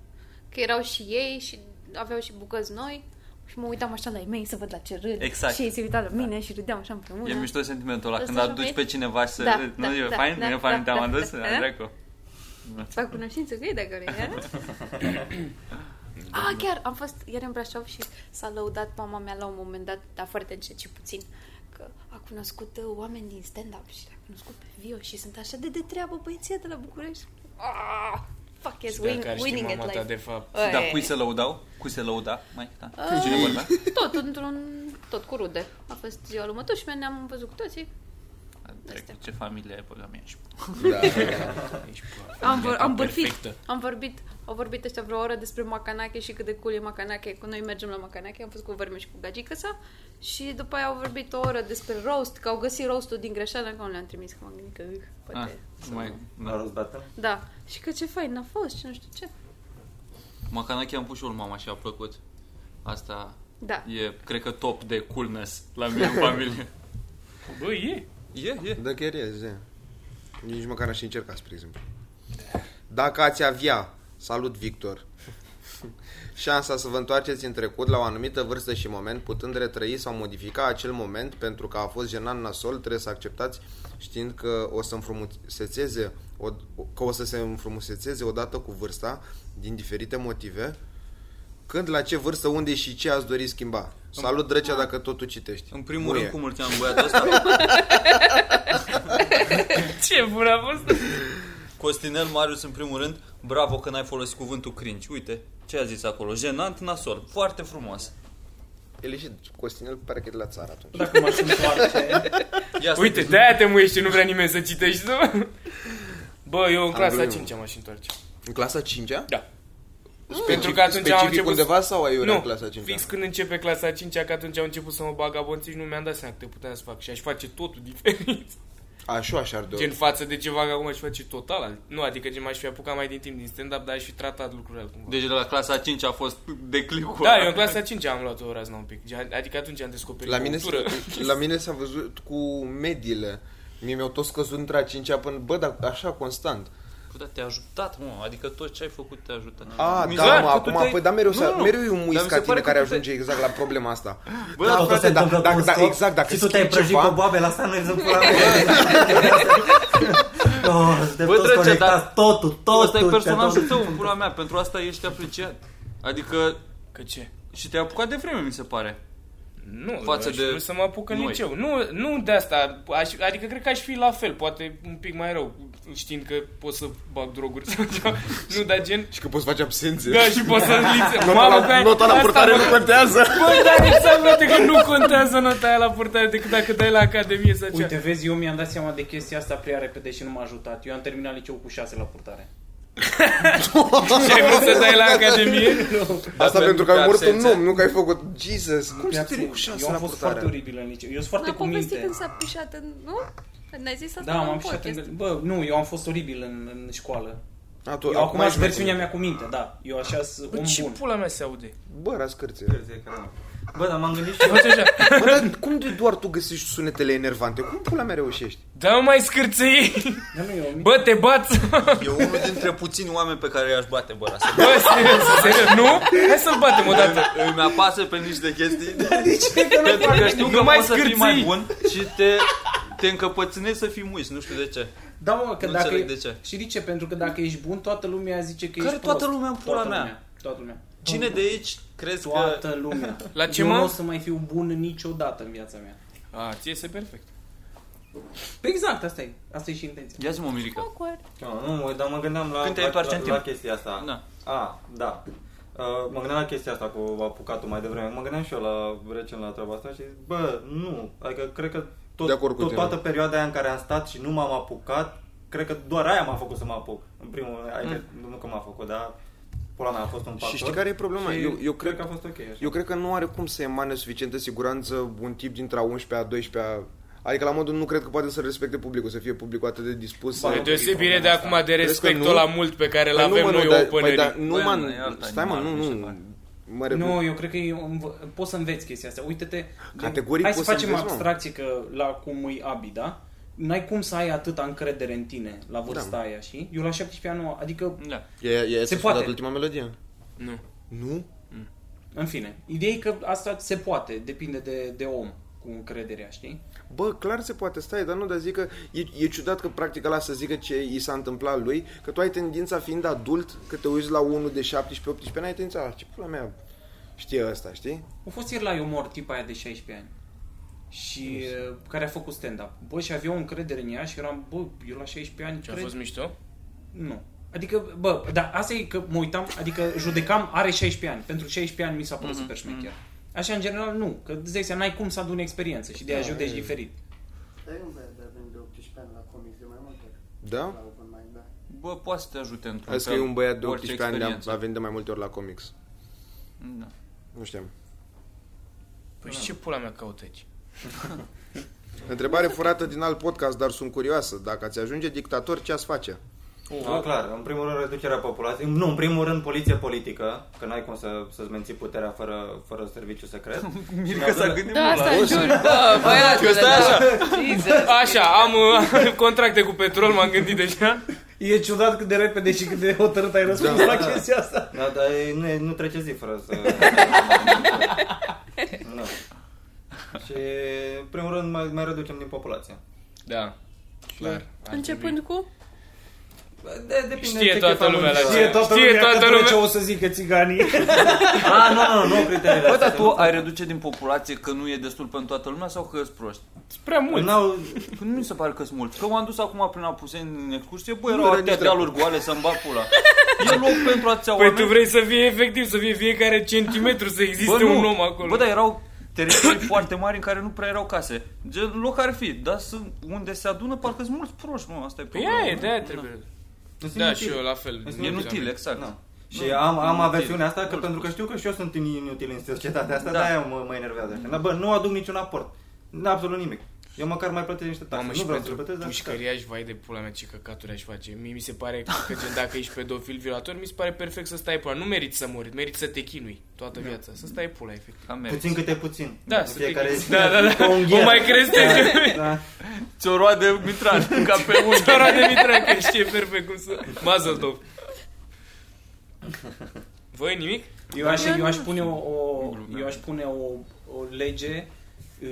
Speaker 7: Că erau și ei și aveau și bucăți noi și mă uitam așa la ei mei să văd la ce râd.
Speaker 5: Exact.
Speaker 7: Și ei se
Speaker 10: Da.
Speaker 7: uitau la mine și râdeam așa împreună.
Speaker 5: E mișto sentimentul ăla
Speaker 7: Ăsta
Speaker 5: când
Speaker 7: și-a
Speaker 5: aduci
Speaker 7: venit?
Speaker 5: pe cineva și să...
Speaker 7: Da,
Speaker 5: nu
Speaker 7: da,
Speaker 5: e
Speaker 7: da,
Speaker 5: fain,
Speaker 7: da,
Speaker 5: nu e
Speaker 7: da,
Speaker 5: fain,
Speaker 7: da,
Speaker 5: te-am
Speaker 7: da, [LAUGHS]
Speaker 5: adus,
Speaker 7: da.
Speaker 5: dracu.
Speaker 7: Îți fac cunoștință cu ei dacă vrei. a?
Speaker 10: [COUGHS]
Speaker 7: Ah, chiar, am fost ieri în Brașov și s-a lăudat mama mea la un moment dat, dar foarte încet și puțin, că a cunoscut uh, oameni din stand-up și a cunoscut pe Vio și sunt așa de de treabă băieții ăia de la București. Ah, fuck yes,
Speaker 10: Și
Speaker 7: win,
Speaker 10: dacă ar ști
Speaker 7: winning at
Speaker 10: mama ta
Speaker 7: life.
Speaker 10: de fapt. Da,
Speaker 7: Aia
Speaker 5: Dar
Speaker 7: e.
Speaker 5: Da, cui se lăudau? Cui se lăuda? Mai, da.
Speaker 7: Ah.
Speaker 5: Cine vorbea?
Speaker 7: Tot, într-un, tot cu rude. A fost ziua lui mătuși, mea, ne-am văzut cu toții.
Speaker 5: Dracu, Ce familie ai,
Speaker 10: păi
Speaker 5: băga mea și...
Speaker 9: Da.
Speaker 5: Ești pula.
Speaker 7: Am, vor, am bârfit,
Speaker 5: Perfectă.
Speaker 7: am vorbit, au vorbit ăștia vreo oră despre Macanache și cât de cool e Macanache, cu noi mergem la Macanache, am fost cu Vărme și cu gagică sa și după aia au vorbit o oră despre roast, că au găsit roastul din greșeală, că nu le-am trimis, că m-am gândit că uh,
Speaker 5: Ah,
Speaker 7: poate...
Speaker 5: mai...
Speaker 6: La rozdată.
Speaker 7: Da, și că ce fain a fost și nu știu ce.
Speaker 5: Macanache am pus și eu lui mama și a plăcut. Asta
Speaker 7: Da.
Speaker 5: e, cred că, top de coolness la mine în familie.
Speaker 10: Bă, e.
Speaker 5: E, e.
Speaker 9: Da, chiar e, zi. Nici măcar n-aș încerca, spre exemplu. Dacă ați avea, salut Victor, [LAUGHS] șansa să vă întoarceți în trecut la o anumită vârstă și moment, putând retrăi sau modifica acel moment pentru că a fost jenant nasol, trebuie să acceptați știind că o să înfrumusețeze o, că o să se înfrumusețeze odată cu vârsta din diferite motive când, la ce vârstă, unde și ce ați dori schimba. Salut, Drăcea, dacă tot tu citești.
Speaker 5: [LAUGHS] În primul
Speaker 9: Muie.
Speaker 5: rând, cu mulți ani băiatul ăsta,
Speaker 10: [LAUGHS] Ce bun a fost.
Speaker 5: Costinel Marius, în primul rând, bravo că n-ai folosit cuvântul cringe. Uite, ce a zis acolo? Jenant nasol. Foarte frumos.
Speaker 9: El e și Costinel, pare că e de la țară atunci.
Speaker 11: Dacă m-aș întoarce...
Speaker 5: Ia să
Speaker 10: Uite,
Speaker 5: te-
Speaker 10: de-aia te muiești și nu vrea nimeni să citești, nu? Bă, eu în clasa
Speaker 9: glumit,
Speaker 10: 5 m-aș întoarce.
Speaker 9: În clasa 5-a?
Speaker 10: Da.
Speaker 9: Specific,
Speaker 10: Pentru că atunci am început...
Speaker 9: undeva sau ai urea
Speaker 10: nu,
Speaker 9: în clasa 5
Speaker 10: fix când începe clasa 5 că atunci au început să mă bag abonții și nu mi-am dat seama câte puteam să fac. Și aș face totul diferit.
Speaker 9: Așa, așa ar de
Speaker 10: Gen față de ceva că acum aș face total alt. Nu, adică gen m-aș fi apucat mai din timp din stand-up, dar aș fi tratat lucrurile altcumva.
Speaker 5: Deci de la clasa 5 a fost declicul.
Speaker 10: Da, eu în clasa 5 am luat o razna un pic. Gen, Adică atunci am descoperit
Speaker 9: la mine,
Speaker 10: cultură.
Speaker 9: s- la mine s-a văzut cu mediile. Mie mi-au tot scăzut între a 5 până, bă, dar așa constant.
Speaker 5: Bă, dar te-a ajutat, mă. Adică tot ce ai făcut te-a ajutat.
Speaker 9: A, da, mă, acum, păi, da, mereu, să, mereu e un muis ca tine care ajunge exact la problema asta.
Speaker 5: Bă, dar, frate,
Speaker 9: da,
Speaker 5: dacă-
Speaker 9: da,
Speaker 5: dacă-
Speaker 9: exact, dacă
Speaker 6: Și tu te-ai
Speaker 9: scrii
Speaker 6: prăjit
Speaker 9: ceva-
Speaker 6: pe boabe, la asta
Speaker 9: [LAUGHS]
Speaker 6: nu rezolv pula mea. Oh, suntem
Speaker 5: Bă,
Speaker 6: toți
Speaker 5: drăgea,
Speaker 6: conectați,
Speaker 5: dar
Speaker 6: totul, totul.
Speaker 5: Asta e personajul
Speaker 6: totul.
Speaker 5: tău, în pula mea, pentru asta ești apreciat. Adică...
Speaker 2: Că ce?
Speaker 5: Și te-ai apucat de vreme, mi se pare.
Speaker 2: Nu,
Speaker 5: față
Speaker 2: aș
Speaker 5: de
Speaker 2: vrea să mă apuc în
Speaker 5: noi.
Speaker 2: liceu. Nu, nu de asta, aș, adică cred că aș fi la fel, poate un pic mai rău, știind că pot să bag droguri sau
Speaker 9: [LAUGHS]
Speaker 2: ceva. Nu, dar gen...
Speaker 9: Și că poți face absențe.
Speaker 2: Da, și poți să-mi lipse.
Speaker 9: Nota
Speaker 2: Mamă,
Speaker 9: la-
Speaker 2: că ai-
Speaker 9: nota la
Speaker 2: asta
Speaker 9: purtare
Speaker 2: mă-
Speaker 9: nu contează.
Speaker 2: Bă, dar exact, frate, că nu contează nota aia la purtare decât dacă dai la academie sau ceva.
Speaker 11: Uite, vezi, eu mi-am dat seama de chestia asta prea repede și nu m-a ajutat. Eu am terminat liceul cu 6 la purtare.
Speaker 2: Și ai vrut
Speaker 9: Păi,
Speaker 2: să dai la academie?
Speaker 9: Asta
Speaker 11: Dar
Speaker 9: pentru că
Speaker 11: pe
Speaker 9: ai murit un
Speaker 11: absențe.
Speaker 9: om, nu că ai făcut Jesus. Cum
Speaker 11: Pe
Speaker 9: să te cu
Speaker 11: absențe.
Speaker 9: șase
Speaker 11: Eu
Speaker 9: la
Speaker 11: am fost foarte
Speaker 9: purtare?
Speaker 11: oribil în liceu. Eu sunt foarte
Speaker 7: N-a
Speaker 11: cu
Speaker 7: povestit
Speaker 11: minte.
Speaker 7: când s-a pișat în... Nu? Când ai zis asta
Speaker 11: Da,
Speaker 7: la
Speaker 11: m-am
Speaker 7: un
Speaker 11: pișat
Speaker 7: podcast.
Speaker 11: în... Bă, nu, eu am fost oribil în, în școală.
Speaker 9: A, tu-
Speaker 11: eu
Speaker 9: acum
Speaker 11: acum
Speaker 9: ești
Speaker 11: aș versiunea mea cu minte, da. Eu așa sunt
Speaker 2: Bă,
Speaker 11: om
Speaker 2: ce
Speaker 11: bun.
Speaker 2: pula mea se aude?
Speaker 9: Bă, ras cărți.
Speaker 6: Bă, dar m-am gândit și
Speaker 2: eu. Faci așa.
Speaker 9: Bă, dar cum de doar tu găsești sunetele enervante? Cum pula mea reușești?
Speaker 2: Da, mă, mai scârțâi! Bă, te bați!
Speaker 5: [LAUGHS]
Speaker 10: E unul dintre puțini oameni pe care i-aș bate, bă, la serios.
Speaker 2: Bă, serios, serios, nu? Hai să-l batem o dată.
Speaker 10: Îmi, îmi apasă pe nici de
Speaker 5: [LAUGHS]
Speaker 10: chestii.
Speaker 11: de ce că nu
Speaker 10: Pentru că
Speaker 11: faci?
Speaker 10: știu
Speaker 11: Nu
Speaker 10: că
Speaker 11: mai
Speaker 10: poți să fii
Speaker 11: scârții.
Speaker 10: mai bun și te, te încăpățânezi să fii muis, nu știu de ce.
Speaker 11: Da, mă, că
Speaker 10: Nu
Speaker 11: dacă...
Speaker 10: înțeleg de ce.
Speaker 11: Și de ce? Pentru că dacă ești bun, toată lumea zice că
Speaker 10: Care
Speaker 11: ești
Speaker 10: toată
Speaker 11: prost.
Speaker 10: lumea, pula
Speaker 11: toată
Speaker 10: mea?
Speaker 11: Lumea. Toată lumea.
Speaker 10: Cine de aici crezi că-
Speaker 11: toată lumea.
Speaker 10: La ce,
Speaker 11: eu
Speaker 10: mă?
Speaker 11: nu o să mai fiu bun niciodată în viața mea.
Speaker 2: A, ți iese perfect.
Speaker 11: Păi exact, asta e. Asta e și intenția.
Speaker 5: Ia zi mă, Mirica.
Speaker 6: Nu, mă, dar mă gândeam la,
Speaker 5: Când te-ai
Speaker 6: la,
Speaker 5: întoarce în
Speaker 6: la,
Speaker 5: timp.
Speaker 6: la chestia asta.
Speaker 5: Da.
Speaker 6: A, da. Uh, mă gândeam la chestia asta cu apucatul mai devreme. Mă gândeam și eu la recent la treaba asta și zic, bă, nu. Adică cred că tot,
Speaker 9: De acord cu
Speaker 6: tot,
Speaker 9: tine.
Speaker 6: toată perioada aia în care am stat și nu m-am apucat, cred că doar aia m-a făcut să mă apuc. În primul rând, adică
Speaker 5: Mm.
Speaker 6: nu că m-a făcut, dar pula mea a fost un factor.
Speaker 9: Și știi care e problema?
Speaker 6: Și
Speaker 9: Eu, eu cred,
Speaker 6: că a fost ok. Așa.
Speaker 9: Eu cred că nu are cum să emane suficientă siguranță un tip dintre a 11-a, a 12-a... Adică la modul nu cred că poate să respecte publicul, să fie publicul atât de dispus să...
Speaker 2: Spre deosebire de acum de
Speaker 9: Crezi că nu?
Speaker 2: respectul la mult pe care îl
Speaker 9: Păi nu,
Speaker 2: avem
Speaker 9: mă, nu,
Speaker 2: noi
Speaker 9: dar- păi,
Speaker 2: openerii.
Speaker 9: dar nu, Băi, man, e alta stai, mă, animal, nu, mi se nu. pare. Mă repet.
Speaker 11: nu, eu cred că e un- poți să înveți chestia asta. Uite-te,
Speaker 9: Categoric
Speaker 11: hai să
Speaker 9: poți să
Speaker 11: facem
Speaker 9: înveți, mă.
Speaker 11: abstracție că la cum e Abi, da? N-ai cum să ai atâta încredere în tine la vârsta
Speaker 9: Da.
Speaker 11: aia, știi? Eu la 17 ani, nu- adică
Speaker 5: da.
Speaker 9: E, e,
Speaker 11: se
Speaker 9: se
Speaker 11: poate.
Speaker 9: poate. ultima melodie?
Speaker 2: Nu.
Speaker 9: Nu?
Speaker 11: În fine, ideea e că asta se poate, depinde de, de om cu încrederea, știi?
Speaker 9: Bă, clar se poate, stai, dar nu, dar zic că e, e ciudat că practic ăla să zică ce i s-a întâmplat lui, că tu ai tendința fiind adult, că te uiți la unul de 17-18 ani, ai tendința, "Ah, ce pula mea știe ăsta, știi?
Speaker 11: A fost ieri la Iomor, tipa aia de 16 ani și uh, care a făcut stand-up. Bă, și avea o încredere în ea și eram, bă, eu la 16 ani
Speaker 2: Ce a fost mișto?
Speaker 11: Nu. Adică, bă, dar asta e că mă uitam, adică judecam, are 16 ani. Pentru 16 ani mi s-a părut
Speaker 2: Mhm,
Speaker 11: super șmecher. Așa, în general, nu. Că, îți dai seama, n-ai cum să aduni experiență și de aia
Speaker 13: Da,
Speaker 11: judeci
Speaker 13: e.
Speaker 11: diferit.
Speaker 13: Dar nu vrea, dar avem de 18 ani la comics de mai multe ori.
Speaker 9: Da?
Speaker 13: La open mic, da.
Speaker 5: Bă, poate să te ajute într-un
Speaker 9: Azi că
Speaker 5: fel,
Speaker 9: e un băiat de
Speaker 5: orice
Speaker 9: 18 ani, dar
Speaker 5: experiență.
Speaker 9: a venit de mai multe ori la comics.
Speaker 5: Da.
Speaker 9: Nu știam.
Speaker 2: Păi și ce pula mea caută aici?
Speaker 9: [LAUGHS] Întrebare furată din alt podcast, dar sunt curioasă. Dacă ați ajunge dictator, ce ați face?
Speaker 6: Da, clar. În primul rând reducerea populației. Nu, în primul rând poliție politică, că n-ai cum să, să-ți menții puterea fără, fără serviciu
Speaker 9: [LAUGHS]
Speaker 6: secret.
Speaker 5: Mirica
Speaker 6: Și în al
Speaker 5: s-a
Speaker 6: doilea-
Speaker 5: gândit
Speaker 7: Da, asta jur, bă, băiatule,
Speaker 2: Eu stai
Speaker 7: da.
Speaker 2: așa.
Speaker 7: Jesus.
Speaker 2: Așa, am uh, contracte cu petrol, m-am gândit deja.
Speaker 11: E ciudat cât de repede și cât de hotărât ai răspuns la chestia asta.
Speaker 6: Da, dar e- nu, e- nu trece zi fără să... nu. Și, în primul rând, mai, mai reducem din populație.
Speaker 2: Da. Clar.
Speaker 7: Începând cu...
Speaker 6: De, depinde
Speaker 2: Știe
Speaker 6: ce
Speaker 2: toată
Speaker 6: chef am
Speaker 2: lumea
Speaker 6: în
Speaker 2: la
Speaker 6: ziua
Speaker 2: ce-
Speaker 6: aia.
Speaker 2: Da. Știe toată
Speaker 11: că
Speaker 2: lumea.
Speaker 11: ce o să zică țiganii.
Speaker 6: Ah, nu, nu, nu,
Speaker 5: Bă,
Speaker 6: criteriile
Speaker 5: dar
Speaker 6: astea
Speaker 5: tu ai reduce din populație că nu e destul pentru toată lumea sau că ești proști?
Speaker 2: Prea mult.
Speaker 6: N-au...
Speaker 5: Păi Nu mi se pare că sunt mulți. Că m-am dus acum prin Apuseni în excursie, bă,
Speaker 2: Nu
Speaker 5: erau
Speaker 2: era
Speaker 5: atâtea
Speaker 2: nici
Speaker 5: dealuri goale să-mi bag pula. [LAUGHS] E loc pentru atâția
Speaker 2: Păi
Speaker 5: oameni.
Speaker 2: tu vrei să fie efectiv, să fie fiecare centimetru, să existe
Speaker 5: nu.
Speaker 2: un om acolo.
Speaker 5: Bă, dar erau teritorii foarte mari în care nu prea erau case. Gen, loc ar fi, dar sunt unde se adună, parcă sunt mulți proști, mă, asta e
Speaker 2: Păi
Speaker 5: problema.
Speaker 2: ea e, de-aia
Speaker 5: Da.
Speaker 2: trebuie.
Speaker 6: Sunt
Speaker 2: Da,
Speaker 6: inutil.
Speaker 2: și eu la fel.
Speaker 6: Sunt
Speaker 5: E inutil, exact.
Speaker 6: Da. Și
Speaker 5: Nu,
Speaker 6: am, am
Speaker 5: inutil.
Speaker 6: aversiunea asta că pentru că știu că și eu sunt inutil în societatea asta,
Speaker 5: Da.
Speaker 6: da. de-aia mă, mă enervează. Dar bă, nu aduc niciun aport. N- Absolut nimic. Eu măcar mai plătesc niște taxe.
Speaker 10: Mamă,
Speaker 6: nu
Speaker 10: și
Speaker 6: vreau să le
Speaker 10: pentru
Speaker 6: plătesc, dar...
Speaker 10: pușcăriaș, vai de pula mea, ce căcaturi aș face. Mie mi se pare că gen, dacă ești pedofil violator, mi se pare perfect să stai pula. Nu meriți să mori, meriți să te chinui toată
Speaker 6: Da.
Speaker 10: viața. Să stai pula, efectiv.
Speaker 6: Puțin câte puțin.
Speaker 10: Da,
Speaker 6: În
Speaker 10: să
Speaker 6: fiecare
Speaker 10: te
Speaker 6: zi.
Speaker 10: zi. Da, da, da.
Speaker 6: Ca un
Speaker 10: O
Speaker 6: gher.
Speaker 10: mai crezi
Speaker 6: Da,
Speaker 10: te
Speaker 6: da.
Speaker 5: Ți-o roade mitran, [LAUGHS] ca pe un
Speaker 10: Ți-o roade mitran, că știe perfect cum să... Mazel tov. Voi nimic?
Speaker 11: Eu aș, eu aș pune o, o eu aș pune o, o lege uh,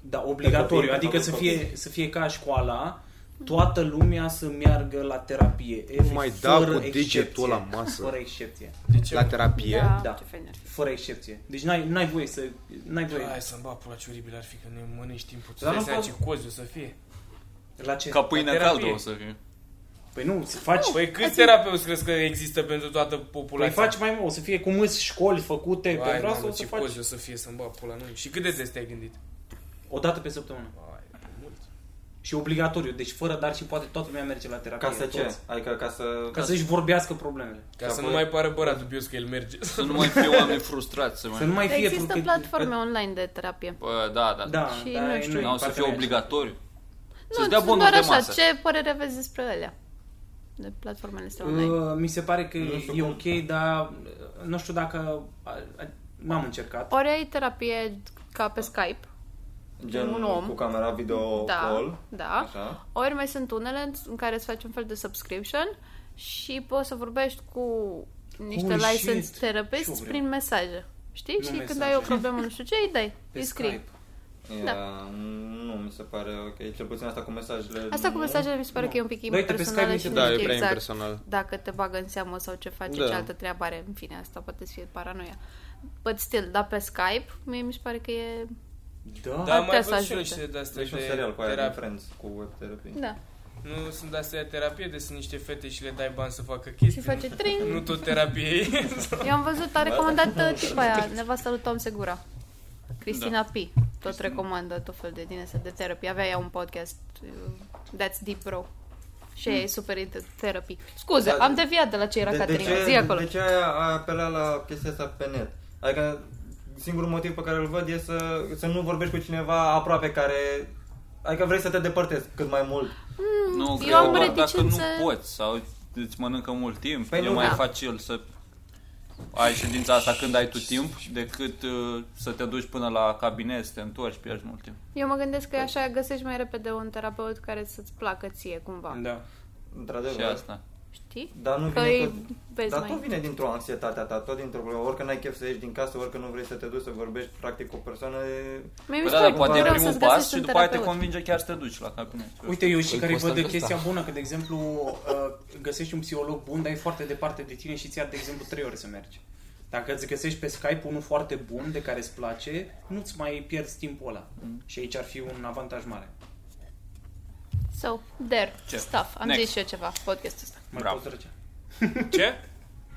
Speaker 11: da, obligatoriu,
Speaker 15: Pe copii, pe
Speaker 11: adică să
Speaker 15: copii.
Speaker 11: fie, să fie ca școala, toată lumea să meargă la terapie.
Speaker 2: Păi
Speaker 9: Nu mai da
Speaker 11: fără
Speaker 9: cu degetul
Speaker 11: excepție.
Speaker 9: la masă.
Speaker 11: Fără excepție.
Speaker 9: De ce, La mă? terapie?
Speaker 11: Da.
Speaker 9: Da,
Speaker 11: da.
Speaker 9: ce
Speaker 11: Fără excepție. Deci n-ai, n-ai voie să... N-ai voie.
Speaker 10: Hai să-mi bag pula ce oribil ar fi, că ne mănânci timpul.
Speaker 11: Dar
Speaker 10: Dar nu
Speaker 11: nu
Speaker 10: poți.
Speaker 11: pot-
Speaker 10: ce cozi o să fie.
Speaker 11: La ce?
Speaker 5: Ca pâinea
Speaker 10: La terapie.
Speaker 5: caldă o să fie.
Speaker 11: Păi nu, se faci...
Speaker 10: Păi câți terapeuți crezi că există pentru toată
Speaker 11: Păi
Speaker 10: populația?
Speaker 11: faci mai mult, o să fie cum îți școli făcute
Speaker 10: Vai,
Speaker 11: pentru asta,
Speaker 10: mamă,
Speaker 11: o să
Speaker 10: ce
Speaker 11: faci
Speaker 10: cozi o să fie să-mi bag pula nu. Și cât de des te-ai gândit?
Speaker 11: o dată pe săptămână. Și obligatoriu, deci fără dar și poate toată lumea merge la terapie.
Speaker 6: Ca să ce?
Speaker 11: toți.
Speaker 6: Adică ca să...
Speaker 11: Ca să-și vorbească problemele.
Speaker 10: Ca să nu mai pară bărat dubios că el merge. Să
Speaker 5: nu mai fie oameni frustrați. Să, mai...
Speaker 11: Să nu mai fie
Speaker 7: Există platforme online de terapie.
Speaker 5: Bă, da, da.
Speaker 11: Da,
Speaker 7: Și da, nu știu.
Speaker 5: N-au să fie
Speaker 11: partea mea.
Speaker 5: obligatoriu. Să-ți
Speaker 7: Nu,
Speaker 5: dea
Speaker 7: doar
Speaker 5: bonuri de
Speaker 7: așa,
Speaker 5: masă.
Speaker 7: ce părere aveți despre alea? De platformele astea online.
Speaker 11: Uh, mi se pare că e ok, dar uh, nu știu dacă... a- a- N-am încercat.
Speaker 7: Ori ai terapie ca pe Skype,
Speaker 6: Gen
Speaker 7: un om.
Speaker 6: cu camera video
Speaker 7: da,
Speaker 6: call.
Speaker 7: da.
Speaker 6: Așa.
Speaker 7: Ori mai sunt unele în care îți faci un fel de subscription și poți să vorbești cu niște
Speaker 16: Holy
Speaker 7: licensed
Speaker 16: shit!
Speaker 7: therapists
Speaker 16: Ce vreau.
Speaker 7: prin mesaje. Știi?
Speaker 6: Nu
Speaker 7: și când
Speaker 6: mesaje.
Speaker 7: ai o problemă, nu știu ce, îi dai,
Speaker 6: Pe
Speaker 7: îi scrii.
Speaker 6: Skype.
Speaker 7: Da.
Speaker 6: Ea, Nu, mi se pare ok. Cel puțin asta cu mesajele.
Speaker 7: Asta cu
Speaker 6: nu.
Speaker 7: mesajele mi se pare că e un pic
Speaker 6: Da, uite, pe Skype
Speaker 7: impersonal
Speaker 6: mi
Speaker 7: și
Speaker 6: se-
Speaker 7: nu
Speaker 6: da, e
Speaker 7: știi
Speaker 6: prea
Speaker 7: exact
Speaker 6: impersonal.
Speaker 7: dacă te bagă în seamă sau ce face,
Speaker 6: Da.
Speaker 7: ce altă treabă are. În fine, asta poate să fie paranoia. But still, dar pe Skype, mie mi se pare că e...
Speaker 11: Da,
Speaker 10: Da,
Speaker 7: ar
Speaker 10: mai
Speaker 7: putea să
Speaker 10: văd și eu
Speaker 7: ajute.
Speaker 10: niște de-astea
Speaker 6: Deci un
Speaker 10: de
Speaker 6: serial cu aia din
Speaker 10: terapie.
Speaker 6: Friends, cu web therapy.
Speaker 7: Da.
Speaker 10: Nu sunt astea de terapie, de sunt niște fete și le dai bani să facă chestii.
Speaker 7: Și face tring.
Speaker 10: Nu tot terapie
Speaker 9: [LAUGHS]
Speaker 10: e.
Speaker 7: Eu am văzut, a recomandat uh, tipa
Speaker 6: [LAUGHS]
Speaker 7: aia, nevasta lui Tom Segura. Cristina
Speaker 10: Da.
Speaker 7: P. Tot recomandă tot fel de din astea de terapie. Avea ea un podcast, uh, That's Deep Bro. Și mm. e super into therapy. Scuze,
Speaker 6: Da,
Speaker 7: am deviat de la ce era
Speaker 6: de, de,
Speaker 7: Caterina.
Speaker 6: ce,
Speaker 7: Zi acolo.
Speaker 6: de ce aia a apelat la chestia asta pe net? Adică singurul motiv pe care îl văd e să, să nu vorbești cu cineva aproape care... Adică vrei să te depărtezi cât mai mult.
Speaker 5: Nu,
Speaker 7: eu
Speaker 5: că
Speaker 7: am
Speaker 5: doar dacă nu
Speaker 7: reticențe-
Speaker 5: poți sau îți mănâncă mult timp,
Speaker 6: Păi
Speaker 5: păi
Speaker 6: nu,
Speaker 5: mai
Speaker 6: da.
Speaker 5: faci el să ai ședința asta când ai tu timp decât uh, să te duci până la cabinet, să te întorci, pierzi mult timp.
Speaker 7: Eu mă gândesc că așa găsești mai repede un terapeut care să-ți placă ție cumva.
Speaker 11: Da.
Speaker 6: Într-adevăr.
Speaker 5: Și asta.
Speaker 7: Știi?
Speaker 6: Dar nu
Speaker 7: că
Speaker 6: vine
Speaker 7: îi
Speaker 6: tot,
Speaker 7: vezi
Speaker 6: dar
Speaker 7: mai...
Speaker 6: tot vine dintr-o anxietate a ta, tot dintr-o problemă. Orică n-ai chef să ieși din casă, orică nu vrei să te duci să vorbești practic cu o persoană...
Speaker 7: Mie
Speaker 5: Păi da, dar poate e
Speaker 7: greu
Speaker 5: primul
Speaker 7: să-ți
Speaker 5: pas
Speaker 7: găsești
Speaker 5: și
Speaker 7: un
Speaker 5: după aia te
Speaker 7: terapeut.
Speaker 5: convinge chiar să te duci la cabinet.
Speaker 11: Uite, eu și
Speaker 5: Păi
Speaker 11: care
Speaker 5: costă
Speaker 11: văd de
Speaker 5: de
Speaker 11: chestia
Speaker 5: ăsta.
Speaker 11: bună, că, de exemplu, uh, găsești un psiholog bun, dar e foarte departe de tine și ți-ar, de exemplu, 3 ore să mergi. Dacă îți găsești pe Skype unul foarte bun, de care îți place, nu-ți mai pierzi timpul ăla.
Speaker 5: Mm.
Speaker 11: Și aici ar fi un avantaj mare.
Speaker 7: So, there,
Speaker 11: Ce?
Speaker 7: stuff. Am
Speaker 11: Next.
Speaker 7: zis și eu ceva, podcastul ăsta.
Speaker 11: Mai
Speaker 5: Bravo.
Speaker 11: poți trece.
Speaker 10: Ce?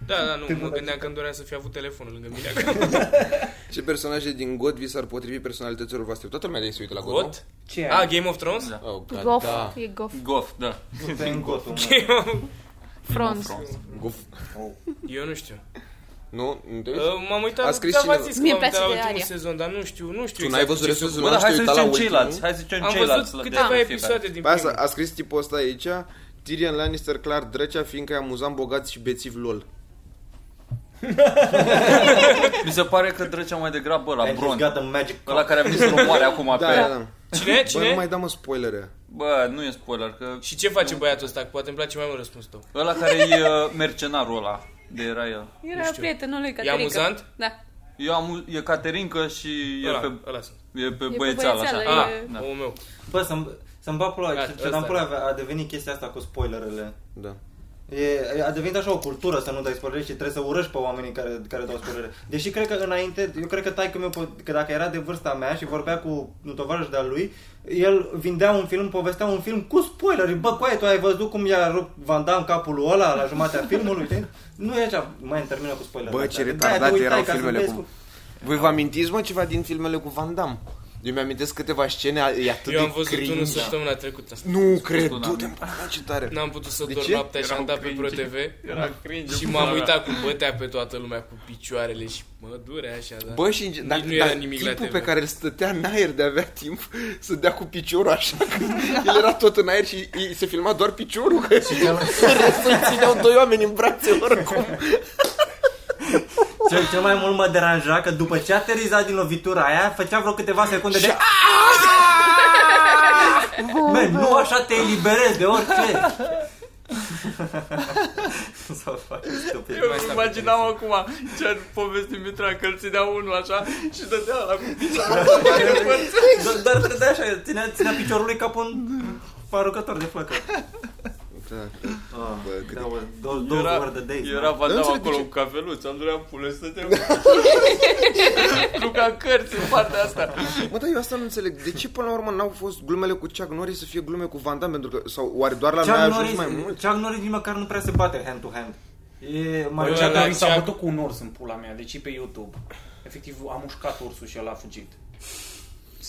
Speaker 10: Da, da, nu,
Speaker 9: Te
Speaker 10: mă
Speaker 9: văd
Speaker 10: gândeam că îmi doream să fi avut telefonul lângă mine acum.
Speaker 9: Ce personaje din God vi s-ar potrivi personalităților voastre? Toată lumea de aici se uită la God,
Speaker 10: God?
Speaker 9: nu?
Speaker 10: Ce Ah, ai? Game of Thrones?
Speaker 9: Da. Oh, God,
Speaker 7: Gof,
Speaker 9: da.
Speaker 7: e gof.
Speaker 5: Gof, da.
Speaker 6: Nu te îngotu, mă.
Speaker 7: Frons.
Speaker 9: Gof.
Speaker 10: Eu nu știu.
Speaker 9: Nu? Nu te uiți?
Speaker 10: Uh, m-am uitat,
Speaker 9: A scris
Speaker 10: da, v-am
Speaker 9: cineva.
Speaker 10: zis că
Speaker 7: Mie
Speaker 10: m-am uitat
Speaker 7: place
Speaker 10: la
Speaker 7: de
Speaker 10: ultimul
Speaker 7: Aria.
Speaker 10: sezon, dar nu știu, nu știu
Speaker 9: Tu n-ai
Speaker 10: exact
Speaker 9: văzut
Speaker 10: ce se-
Speaker 9: restul
Speaker 5: Bă, dar hai să zicem ceilalți, hai să zicem ceilalți, să
Speaker 10: Am văzut
Speaker 5: le dăm
Speaker 10: câteva
Speaker 5: fiecare.
Speaker 10: episoade din
Speaker 9: Pe asta
Speaker 10: primul.
Speaker 9: a scris tipul ăsta aici Tyrion Lannister, clar, drăcea, fiindcă e amuzant, bogat și bețiv lol.
Speaker 5: Mi se pare că trecem mai degrabă la
Speaker 6: And he's
Speaker 5: Bron.
Speaker 6: got the magic
Speaker 5: Ăla care a venit să-l omoare acum
Speaker 9: da,
Speaker 5: pe...
Speaker 9: Da, da.
Speaker 10: Cine?
Speaker 9: Bă,
Speaker 10: Cine?
Speaker 9: nu mai da mă spoilere.
Speaker 5: Bă, nu e spoiler, că...
Speaker 10: Și ce face băiatul ăsta? Că Poate îmi place mai mult răspunsul tău.
Speaker 5: Ăla care e uh, mercenarul ăla, de era el.
Speaker 10: Nu
Speaker 7: Era
Speaker 10: știu.
Speaker 7: prietenul lui
Speaker 10: E
Speaker 7: Caterica.
Speaker 10: amuzant?
Speaker 7: Da.
Speaker 5: Eu am, e Caterinca și
Speaker 10: Ăla,
Speaker 5: e pe,
Speaker 10: ăla sunt.
Speaker 5: e pe
Speaker 7: pe
Speaker 5: băiețeală, așa.
Speaker 7: băiețeală,
Speaker 5: Ah,
Speaker 7: e-
Speaker 5: da.
Speaker 10: Omul meu.
Speaker 6: Bă, să-mi, să-mi bag pula,
Speaker 10: Gata,
Speaker 6: ce, ce
Speaker 10: ăsta
Speaker 6: am
Speaker 10: e.
Speaker 6: pula avea- a devenit chestia asta cu spoilerele.
Speaker 9: Da.
Speaker 6: E, e- a devenit așa o cultură să nu dai spoilere și trebuie să urăști pe oamenii care, care dau spoilere. Deși cred că înainte, eu cred că taică meu, că dacă era de vârsta mea și vorbea cu un tovarăș de-al lui, el vindea un film, povestea un film cu spoilere. Bă, coaie, tu ai văzut cum i-a rupt Van Damme capul ăla la jumatea filmului? Te- Nu e așa, mai îmi termină cu spoilere.
Speaker 9: Bă, ce
Speaker 6: Da, te
Speaker 9: retardate
Speaker 6: uitai
Speaker 9: erau
Speaker 6: ca să
Speaker 9: filmele
Speaker 6: vezi
Speaker 9: cu... Voi vă amintiți, mă, ceva din filmele cu Van Damme? Eu mi-amintesc câteva scene, e atât
Speaker 10: Eu
Speaker 9: de
Speaker 10: am văzut
Speaker 9: cringe.
Speaker 10: unul săptămâna trecută.
Speaker 9: Nu cred, du-te în pula mea, ce tare.
Speaker 10: N-am putut să
Speaker 9: De
Speaker 10: dorm
Speaker 9: ce?
Speaker 10: noaptea și
Speaker 9: Erau
Speaker 10: am dat pe
Speaker 9: cringe.
Speaker 10: Pro TV
Speaker 9: Era cringe,
Speaker 10: și
Speaker 9: pula
Speaker 10: m-am
Speaker 9: mea.
Speaker 10: uitat cum bătea pe toată lumea cu picioarele și mă durea așa, da.
Speaker 9: Bă, și în
Speaker 10: Nici
Speaker 9: gen- dar,
Speaker 10: nu
Speaker 9: dar
Speaker 10: era nimic la
Speaker 9: timpul
Speaker 10: TV.
Speaker 9: pe care îl stătea în aer de avea timp să dea cu piciorul așa, că el era tot în aer și îi se filma doar piciorul, că restul îi țineau doi oameni în brațe oricum.
Speaker 6: Cel, cel mai mult mă deranja că după ce ateriza din lovitura aia, făcea vreo câteva secunde de... Man, nu așa te eliberezi de orice. [LAUGHS] Sau faci stupid.
Speaker 5: Eu îmi imaginam acum ce ar povesti Mitra că îl ținea unul așa și dădea la cu picioarele.
Speaker 6: Doar- Doar trădea așa, ținea, ținea piciorul lui ca pe un arucător de flăcări.
Speaker 9: Da.
Speaker 6: Bă,
Speaker 9: cât
Speaker 6: da,
Speaker 9: de-
Speaker 6: bă, those- those
Speaker 5: Exact. Era-
Speaker 6: were the days, da.
Speaker 5: Era
Speaker 6: man.
Speaker 5: Vandam
Speaker 6: Dar nu
Speaker 5: acolo cu
Speaker 6: înțeleg
Speaker 5: cafeluți, am durea pule, stăteam [LAUGHS] Luca cărți în partea asta.
Speaker 9: Mă, dar eu asta nu înțeleg. De ce până la urmă n-au fost glumele cu Chuck Norris să fie glume cu Van Damme? Pentru că, sau oare doar la
Speaker 6: Chuck
Speaker 9: noi a ajuns
Speaker 6: Norris-
Speaker 9: mai mult?
Speaker 6: Chuck Norris nici măcar nu prea se bate hand to hand.
Speaker 5: Păi
Speaker 6: E
Speaker 11: Mă,
Speaker 6: mai
Speaker 11: Chuck Norris s-a bătut cu un ors în pula mea, deci e pe YouTube. Efectiv, a mușcat ursul și el a fugit.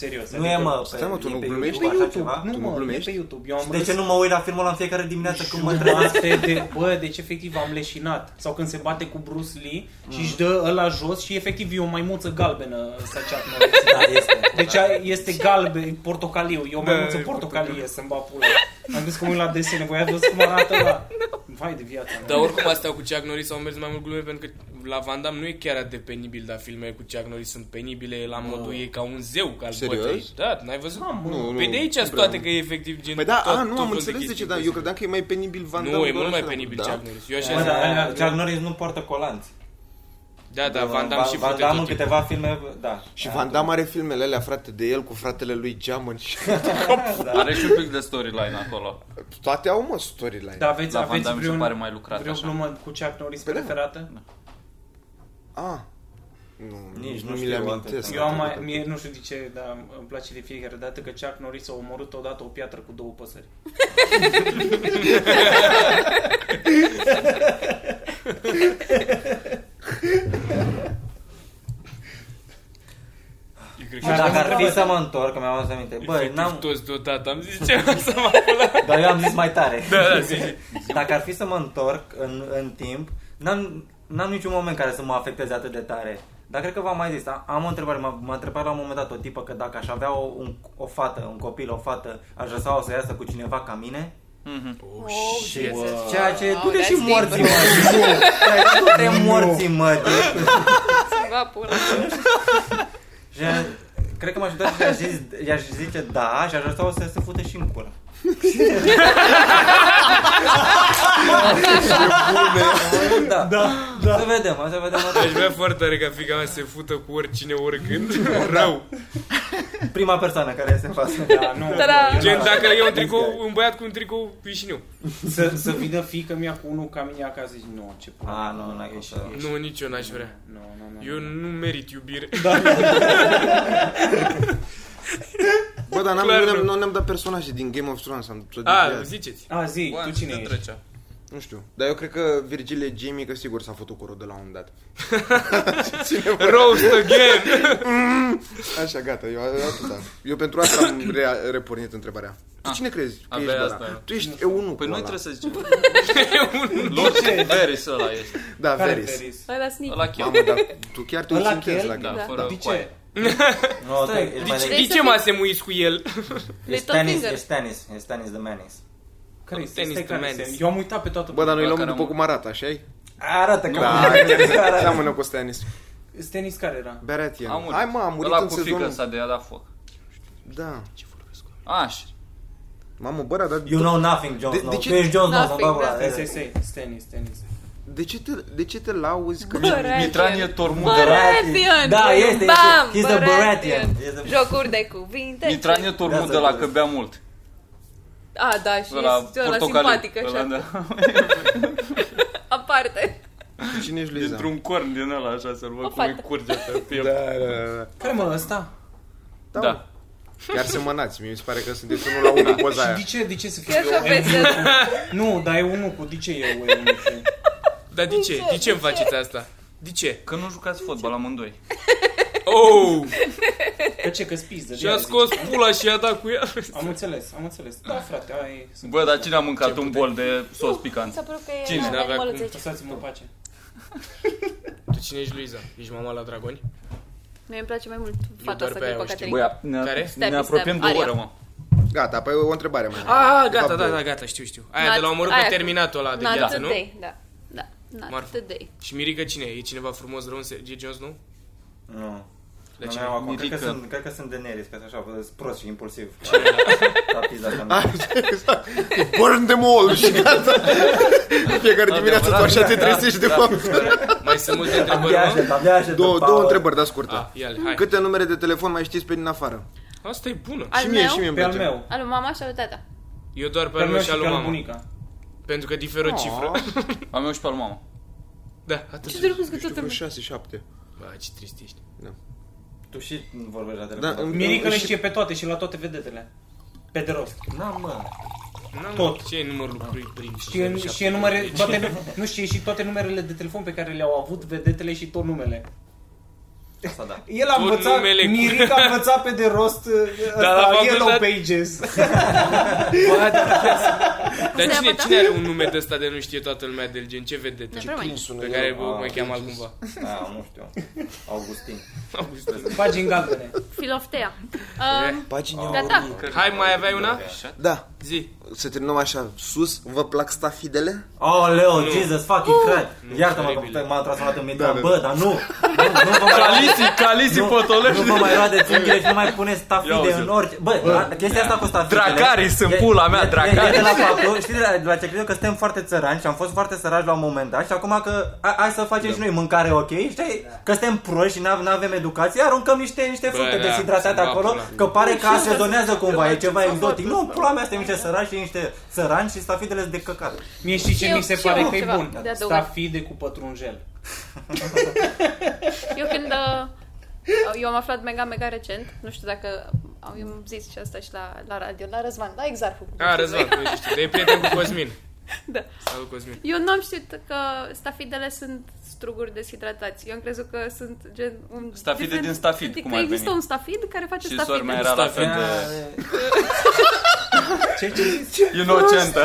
Speaker 11: Serios.
Speaker 6: Nu e, mă, pe-
Speaker 11: Stai, mă, tu
Speaker 6: e
Speaker 11: nu
Speaker 6: pe
Speaker 11: glumești?
Speaker 6: YouTube,
Speaker 11: Pe
Speaker 6: așa
Speaker 11: YouTube,
Speaker 6: ceva?
Speaker 11: nu,
Speaker 6: Tu
Speaker 11: mă,
Speaker 6: nu
Speaker 11: e
Speaker 6: glumești?
Speaker 11: pe YouTube. Eu am
Speaker 6: Și de
Speaker 11: râs-
Speaker 6: ce nu mă uit la filmul ăla în fiecare dimineață când
Speaker 10: Da,
Speaker 6: mă trezesc?
Speaker 11: Jumate de, bă, deci efectiv am leșinat. Sau când se bate cu Bruce Lee și își dă ăla jos și efectiv e o maimuță galbenă ăsta Chuck Norris.
Speaker 6: Da, este.
Speaker 11: Deci a- este galben, portocaliu. E o
Speaker 17: Da,
Speaker 11: maimuță
Speaker 17: e
Speaker 11: portocalie să-mi bat pula. Am zis că mă uit la desene, voi ați văzut cum arată ăla. Vai de viața mea.
Speaker 10: Dar oricum astea cu Chuck Norris au mers mai mult glume pentru că la Van Damme nu e chiar atât de penibil, dar filmele cu Chuck Norris sunt penibile la modul ei ca un zeu ca
Speaker 9: Ah. Serios?
Speaker 10: Da, n-ai văzut?
Speaker 11: Am,
Speaker 9: Nu, nu,
Speaker 10: pe Păi de aici
Speaker 9: nu
Speaker 10: sunt
Speaker 9: prea
Speaker 10: toate
Speaker 9: am.
Speaker 10: că e efectiv gen
Speaker 9: Păi da,
Speaker 10: tot,
Speaker 9: a, nu
Speaker 10: tot
Speaker 9: am
Speaker 10: fel de
Speaker 9: înțeles de
Speaker 10: chestii
Speaker 9: ce, dar eu
Speaker 10: posibile.
Speaker 9: credeam că e mai penibil Van
Speaker 10: Nu,
Speaker 9: Damme.
Speaker 10: e
Speaker 9: doar
Speaker 10: mult mai
Speaker 9: așa,
Speaker 10: penibil
Speaker 9: da?
Speaker 10: Chuck Norris. Eu așa
Speaker 6: Bă,
Speaker 10: zic.
Speaker 6: dar Chuck Norris nu poartă colanți.
Speaker 10: Da, da, Van Damme
Speaker 6: Van-
Speaker 10: și
Speaker 6: Van
Speaker 10: fute
Speaker 6: Damme
Speaker 10: tot
Speaker 6: în
Speaker 10: timpul.
Speaker 6: câteva filme, da.
Speaker 9: Și Van Damme are filmele alea, frate, de el cu fratele lui Geamăn și... [LAUGHS]
Speaker 5: Da, Are și un pic de storyline acolo.
Speaker 9: Toate au, mă, storyline.
Speaker 11: Dar aveți,
Speaker 5: La Van
Speaker 11: aveți
Speaker 5: Damme mi se
Speaker 11: vreun,
Speaker 5: pare mai lucrat
Speaker 11: vreo
Speaker 5: așa.
Speaker 11: glumă cu Chuck Norris
Speaker 6: Păi da.
Speaker 11: preferată?
Speaker 9: A, nu,
Speaker 6: Nici
Speaker 9: nici nu,
Speaker 6: nu
Speaker 9: mi
Speaker 6: știu
Speaker 9: le
Speaker 6: alte
Speaker 9: amintesc.
Speaker 6: Da,
Speaker 11: Eu am mai, mie nu știu de ce, dar îmi place de fiecare dată că Chuck Norris a omorât odată o piatră cu două păsări.
Speaker 6: Mă, dacă ar fi să mă întorc, că mi-am adus aminte. Bă,
Speaker 10: Efectiv,
Speaker 6: n-am...
Speaker 10: toți deodată, am zis ce am să mă apăla.
Speaker 6: Dar eu am zis mai tare.
Speaker 10: Da, da, zi, zi.
Speaker 6: Dacă ar fi să mă întorc în, în timp, n-am, n-am niciun moment care să mă afecteze atât de tare. Dar cred că v-am mai zis, a- am o întrebare, m-a, m-a întrebat la un moment dat o tipă că dacă aș avea o, un, o fată, un copil, o fată, aș lăsa-o să iasă cu cineva ca mine?
Speaker 5: Mhm.
Speaker 6: Oh,
Speaker 5: shit. Wow.
Speaker 6: Ceea ce...
Speaker 5: Wow,
Speaker 6: Du-te și
Speaker 5: that's deep.
Speaker 6: morții, mă! Nu!
Speaker 5: [LAUGHS]
Speaker 6: Du-te morții, mă! de-
Speaker 7: Ba, pula.
Speaker 6: Și a- Cred că m-aș uita și i-aș zis- i-aș zice da și aș lăsa-o să se fute și în cură. da, da, da. Să vedem, să vedem.
Speaker 10: Aș vrea foarte tare ca fica mea să se fută cu oricine, oricând. Rău.
Speaker 6: Prima persoană care este în față.
Speaker 11: Da, nu. Ta-da!
Speaker 10: Gen, [LAUGHS] dacă e un tricou, un băiat cu un tricou vișiniu.
Speaker 11: Să, să vină fiica mea cu unul ca mine acasă și nu, ce pula.
Speaker 6: A, Ah, nu, n-ai cum să-
Speaker 10: Nu, nici eu n-aș vrea.
Speaker 11: Nu, nu, nu.
Speaker 10: Eu nu merit iubire.
Speaker 9: Bă, dar n-am,
Speaker 10: Clar
Speaker 9: nu, ne-am,
Speaker 10: nu.
Speaker 9: nu ne-am dat personaje din Game of Thrones. Am tot
Speaker 10: A,
Speaker 9: de-
Speaker 10: ziceți.
Speaker 11: A, Ah, zi,
Speaker 10: Bă,
Speaker 11: tu cine
Speaker 10: te
Speaker 11: ești?
Speaker 10: trecea.
Speaker 9: Nu știu. Dar eu cred că Virgile Jamie, că sigur s-a făcut cu rodul la un dat.
Speaker 10: Roast again!
Speaker 9: Mm. Așa, gata, eu, eu atât am. Eu pentru asta am rea, repornit întrebarea. Tu cine crezi că
Speaker 5: abia
Speaker 9: ești de
Speaker 5: Ah, asta.
Speaker 9: Tu ești E1 cu
Speaker 5: Păi noi
Speaker 9: ăla.
Speaker 5: trebuie să [LAUGHS] zicem. Lord Veris ăla este.
Speaker 9: Da,
Speaker 5: Care
Speaker 9: Veris.
Speaker 5: Veris?
Speaker 7: Ăla snic.
Speaker 5: Ăla chiar.
Speaker 9: Mamă, dar tu chiar te uiți
Speaker 5: Ăla
Speaker 9: intens
Speaker 5: chiar?
Speaker 9: la Game
Speaker 5: Da,
Speaker 9: of
Speaker 5: fără
Speaker 9: Thrones.
Speaker 5: coaie.
Speaker 6: Nu,
Speaker 10: De
Speaker 6: tu-
Speaker 10: ce-
Speaker 6: mai-
Speaker 10: De ce m-a semuit cu el?
Speaker 6: E Stanis, e Stanis, e Stanis the Manis.
Speaker 11: Care este?
Speaker 10: Tennis
Speaker 11: Stai care
Speaker 10: Tennis.
Speaker 11: este? Eu am uitat pe toată.
Speaker 6: da.
Speaker 9: Bă, dar noi
Speaker 11: pula.
Speaker 9: luăm după cum arată, așa e?
Speaker 6: Arată
Speaker 5: [LAUGHS]
Speaker 11: că-
Speaker 9: Da,
Speaker 11: Arată.
Speaker 9: seamănă cu Stanis.
Speaker 11: Stanis care era?
Speaker 9: Baratheon.
Speaker 5: Am
Speaker 9: Hai mă, am murit
Speaker 5: Ăla
Speaker 9: în
Speaker 5: cu frică
Speaker 9: sezonul.
Speaker 5: s-a de ea dat foc.
Speaker 9: Da.
Speaker 5: Aș.
Speaker 9: Mamă, bă, dar...
Speaker 6: You know nothing, Jon
Speaker 9: De-
Speaker 6: Snow.
Speaker 9: de ce-
Speaker 6: Tu ești Jon Snow, bă, bă,
Speaker 11: Stai, stai, stai. Stanis, Stanis.
Speaker 9: De ce te, de ce te lauzi că...
Speaker 7: Bărețion.
Speaker 5: Mitran e tormut de la...
Speaker 7: Baratheon!
Speaker 6: Da, este,
Speaker 7: Bam!
Speaker 6: este. He's the
Speaker 7: Baratheon.
Speaker 6: Baratheon.
Speaker 7: Jocuri de cuvinte.
Speaker 5: Mitran e tormut de la că bea mult.
Speaker 7: A, da, și
Speaker 5: Ăla
Speaker 7: este ăla
Speaker 5: portocaliu.
Speaker 7: simpatic,
Speaker 5: Ăla,
Speaker 7: așa.
Speaker 5: da.
Speaker 10: [LAUGHS]
Speaker 7: Aparte.
Speaker 9: Cine ești Luiza?
Speaker 5: Dintr-un corn din ăla așa să-l văd cum
Speaker 7: fată.
Speaker 5: îi curge
Speaker 10: [LAUGHS]
Speaker 5: pe piept.
Speaker 9: Da, da, da.
Speaker 11: Care mă, ăsta?
Speaker 9: Da.
Speaker 5: Da.
Speaker 9: Chiar semănați, mi se pare că sunteți unul la unul în poza aia.
Speaker 11: De ce, de ce să fie
Speaker 7: Chiar că vezi să...
Speaker 11: Nu, dar e unul cu, de ce e unul cu?
Speaker 10: Dar de ce? De ce îmi faceți asta? De ce?
Speaker 5: Că nu jucați fotbal amândoi.
Speaker 10: Oh!
Speaker 11: Că ce, că spizdă.
Speaker 10: Și-a scos pula și i-a dat cu ea.
Speaker 11: Am înțeles, am înțeles. Da, frate, aia e...
Speaker 5: Bă, dar cine a mâncat un bol de sos picant?
Speaker 18: S-a părut că e
Speaker 5: Cine?
Speaker 18: la
Speaker 5: N-avea
Speaker 18: verbalul
Speaker 5: cum.
Speaker 18: 10.
Speaker 11: Lăsați-mă în pace.
Speaker 10: Tu cine ești, Luiza? Ești mama la dragoni?
Speaker 7: Mie îmi place mai mult
Speaker 10: doar
Speaker 7: fata asta
Speaker 10: pe aia
Speaker 7: cu
Speaker 10: o știu.
Speaker 7: Caterin.
Speaker 10: Băi, ne- Care? ne
Speaker 7: Step,
Speaker 10: apropiem
Speaker 7: step,
Speaker 10: de o
Speaker 7: aria.
Speaker 10: oră,
Speaker 5: mă.
Speaker 9: Gata, apoi o întrebare mai
Speaker 10: Ah,
Speaker 9: De
Speaker 10: gata,
Speaker 9: fapt,
Speaker 10: da,
Speaker 9: două.
Speaker 10: da, gata, știu, știu. Aia
Speaker 7: Not-
Speaker 10: de la omorât pe
Speaker 7: aia cu-
Speaker 10: terminatul ăla de
Speaker 7: Not
Speaker 10: gheață, nu?
Speaker 7: today, Da, da, da. Not
Speaker 10: Marfa.
Speaker 7: today.
Speaker 10: Și Mirica cine e? E cineva frumos rău în Sergio Jones, nu?
Speaker 6: Nu.
Speaker 10: La
Speaker 6: Nu
Speaker 10: cine?
Speaker 6: mi-am acum. Cred că
Speaker 10: Mirica.
Speaker 6: sunt, cred că sunt Daenerys, că sunt așa, bă, sunt prost și impulsiv. Rapiza asta mea.
Speaker 9: Așa, Burn them
Speaker 10: [LAUGHS]
Speaker 9: all și
Speaker 10: Da,
Speaker 9: gata. Fiecare dimineață tu așa te trezești
Speaker 10: Da.
Speaker 9: de fapt.
Speaker 10: Mai sunt multe întrebări,
Speaker 9: Abia
Speaker 10: mă?
Speaker 9: aștept, abia aștept. Două, două întrebări, dar scurte.
Speaker 10: Ah, ia-le, hai.
Speaker 9: Câte numere de telefon mai știți pe din afară?
Speaker 10: Asta e bună.
Speaker 7: Al
Speaker 9: și mie,
Speaker 7: meu?
Speaker 9: și mie îmi
Speaker 7: Pe al
Speaker 9: place.
Speaker 7: meu. Alu, mama și alu tata.
Speaker 10: Eu doar pe al
Speaker 5: Pe al
Speaker 10: meu
Speaker 5: meu
Speaker 10: și
Speaker 5: și
Speaker 10: al lui
Speaker 5: pe al
Speaker 10: mama.
Speaker 5: bunica.
Speaker 10: Pentru că diferă o
Speaker 5: Ah.
Speaker 9: Oh,
Speaker 10: cifră.
Speaker 5: Al meu și pe al mama.
Speaker 10: Da, atât.
Speaker 7: Ce drăguț că toată
Speaker 9: Vreo
Speaker 7: lumea.
Speaker 9: 6, 7.
Speaker 10: Ba, ce trist ești.
Speaker 9: Da.
Speaker 6: Tu și nu vorbești la
Speaker 9: Da,
Speaker 6: telefon.
Speaker 9: îmi-
Speaker 11: Mirica le știe pe toate și la toate vedetele. Pe de rost.
Speaker 6: Na, mă.
Speaker 10: N-am-
Speaker 11: Tot.
Speaker 10: Ce e numărul lui prim?
Speaker 11: Știe, știe numere, toate, nu știe și toate numerele de telefon pe care le-au avut vedetele și tot numele.
Speaker 6: Asta da.
Speaker 11: El a
Speaker 6: Tot
Speaker 11: învățat,
Speaker 6: numele cu-
Speaker 11: Mirica a învățat pe de rost uh,
Speaker 6: la
Speaker 11: ăsta,
Speaker 6: facultate-
Speaker 11: Yellow Pages.
Speaker 10: Ba, da, Dar
Speaker 11: Asta
Speaker 10: cine,
Speaker 11: e
Speaker 10: cine are un nume de ăsta de nu știe toată lumea de gen? Ce vedete?
Speaker 5: Deci
Speaker 7: Ce prin sună
Speaker 10: Pe
Speaker 7: el?
Speaker 10: care vă
Speaker 6: Ah,
Speaker 10: mai cheamă
Speaker 6: Regis.
Speaker 10: altcumva.
Speaker 6: Da, nu știu. Augustin.
Speaker 10: Augustin.
Speaker 11: Pagini galbene.
Speaker 5: [LAUGHS]
Speaker 7: Filoftea.
Speaker 9: Eh,
Speaker 7: Um,
Speaker 9: pagini
Speaker 7: Gata.
Speaker 10: Hai, mai aveai una?
Speaker 9: Da.
Speaker 10: Zi.
Speaker 9: Să terminăm așa, sus, vă plac stafidele?
Speaker 6: Oh, Leo,
Speaker 9: Nu.
Speaker 6: Jesus fucking Christ. Iartă-mă că m-a tras o dată în media. Bă, dar nu. Nu, nu vă mai-
Speaker 5: Calisi, calisi
Speaker 6: Nu-
Speaker 5: potolești.
Speaker 6: Nu vă mai roadeți unghiile și nu mai puneți stafide
Speaker 5: uite.
Speaker 6: în orice. Bă, la- chestia asta cu stafidele.
Speaker 5: Dracarii sunt
Speaker 6: e-
Speaker 5: pula mea,
Speaker 6: e- e
Speaker 5: dracarii.
Speaker 6: de la faptul, știi de la, de la ce cred eu că suntem foarte țărani și am fost foarte săraci la un moment dat și acum că a- hai să
Speaker 5: Da.
Speaker 6: facem și noi mâncare ok, știi? Că suntem proști și nu avem educație, aruncăm niște niște
Speaker 5: Bă,
Speaker 6: fructe
Speaker 5: da,
Speaker 6: deshidratate
Speaker 5: da,
Speaker 6: acolo,
Speaker 5: pula.
Speaker 6: că pare că
Speaker 5: Nu știu,
Speaker 6: sezonează cumva, e
Speaker 5: ce
Speaker 6: ceva
Speaker 5: s-a
Speaker 6: exotic. Nu, pula mea, suntem niște săraci și niște țărani și stafidele sunt de căcat.
Speaker 11: Mie știi ce
Speaker 7: eu-
Speaker 11: mi se
Speaker 7: și
Speaker 11: pare
Speaker 7: eu
Speaker 11: că e
Speaker 7: ceva de
Speaker 11: bun?
Speaker 7: adăugat.
Speaker 11: Stafide cu pătrunjel.
Speaker 7: Eu când... uh, Eu am aflat mega, mega recent, nu știu dacă am, eu am zis și asta și la, la radio, la Răzvan, da, exact.
Speaker 5: Ah,
Speaker 10: A, Răzvan, tu ești știu. De prieten cu Cosmin.
Speaker 7: Da.
Speaker 10: Salut, Cosmin.
Speaker 7: Eu n-am știut că stafidele sunt struguri deshidratați. Eu am crezut că sunt gen un...
Speaker 5: Stafide
Speaker 7: diferent-
Speaker 5: din stafid,
Speaker 7: adică
Speaker 5: cum ar
Speaker 7: există
Speaker 5: veni.
Speaker 7: un stafid care face
Speaker 5: Și
Speaker 7: stafide.
Speaker 5: sora mea era la fel de
Speaker 11: Ce, ce zici?
Speaker 5: inocentă.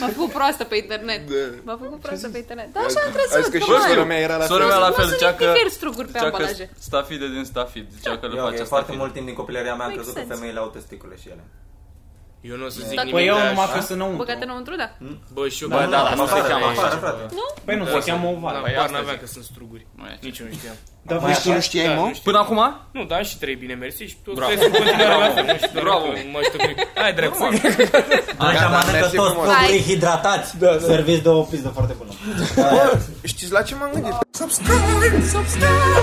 Speaker 7: M-a făcut proastă pe internet. M-a făcut proastă pe internet. Da, așa am
Speaker 9: Da. Ai
Speaker 7: crezut.
Speaker 9: zis că și
Speaker 7: normal.
Speaker 9: sora mea era la
Speaker 5: Sora mea la fel,
Speaker 7: Nu
Speaker 5: zicea
Speaker 7: sunt
Speaker 5: că...
Speaker 7: diferit struguri pe
Speaker 5: zicea că
Speaker 7: ambalaje.
Speaker 5: Stafide din stafid, zicea că le
Speaker 6: Eu,
Speaker 5: face
Speaker 6: eu foarte
Speaker 5: stafid.
Speaker 6: mult timp din copilăria mea am
Speaker 7: Makes
Speaker 6: crezut că
Speaker 7: sense.
Speaker 6: femeile au testicule și ele.
Speaker 10: Eu nu o să
Speaker 6: Da.
Speaker 10: zic
Speaker 6: Păi
Speaker 10: nimic.
Speaker 6: eu
Speaker 10: dar
Speaker 6: numai
Speaker 10: așa-
Speaker 6: că sunt înăuntru.
Speaker 7: Băgate înăuntru, da.
Speaker 10: Bă, și eu...
Speaker 5: Bă, da, dar nu se cheamă așa.
Speaker 11: Păi nu, se cheamă oval.
Speaker 10: Păi
Speaker 11: Păi
Speaker 10: asta
Speaker 11: asta
Speaker 10: n-aveam
Speaker 11: zic.
Speaker 10: că sunt struguri. Nici eu nu știam.
Speaker 11: Dar voi știai-
Speaker 10: Da,
Speaker 11: mă?
Speaker 10: nu știam.
Speaker 5: Până acum?
Speaker 10: Nu, dar am și trei bine mersi și tu
Speaker 5: Bravo.
Speaker 10: trebuie să continuare la fel. Nu știu doar
Speaker 5: Bravo.
Speaker 10: că mă ajută cu- Ai drept.
Speaker 6: Așa mănâncă
Speaker 9: mersi
Speaker 6: toți
Speaker 9: frumos.
Speaker 6: proburii
Speaker 9: Hai.
Speaker 6: hidratați. Da, Serviți de o pizdă foarte bună.
Speaker 9: Bă, știți la ce m-am gândit? Subscribe, subscribe.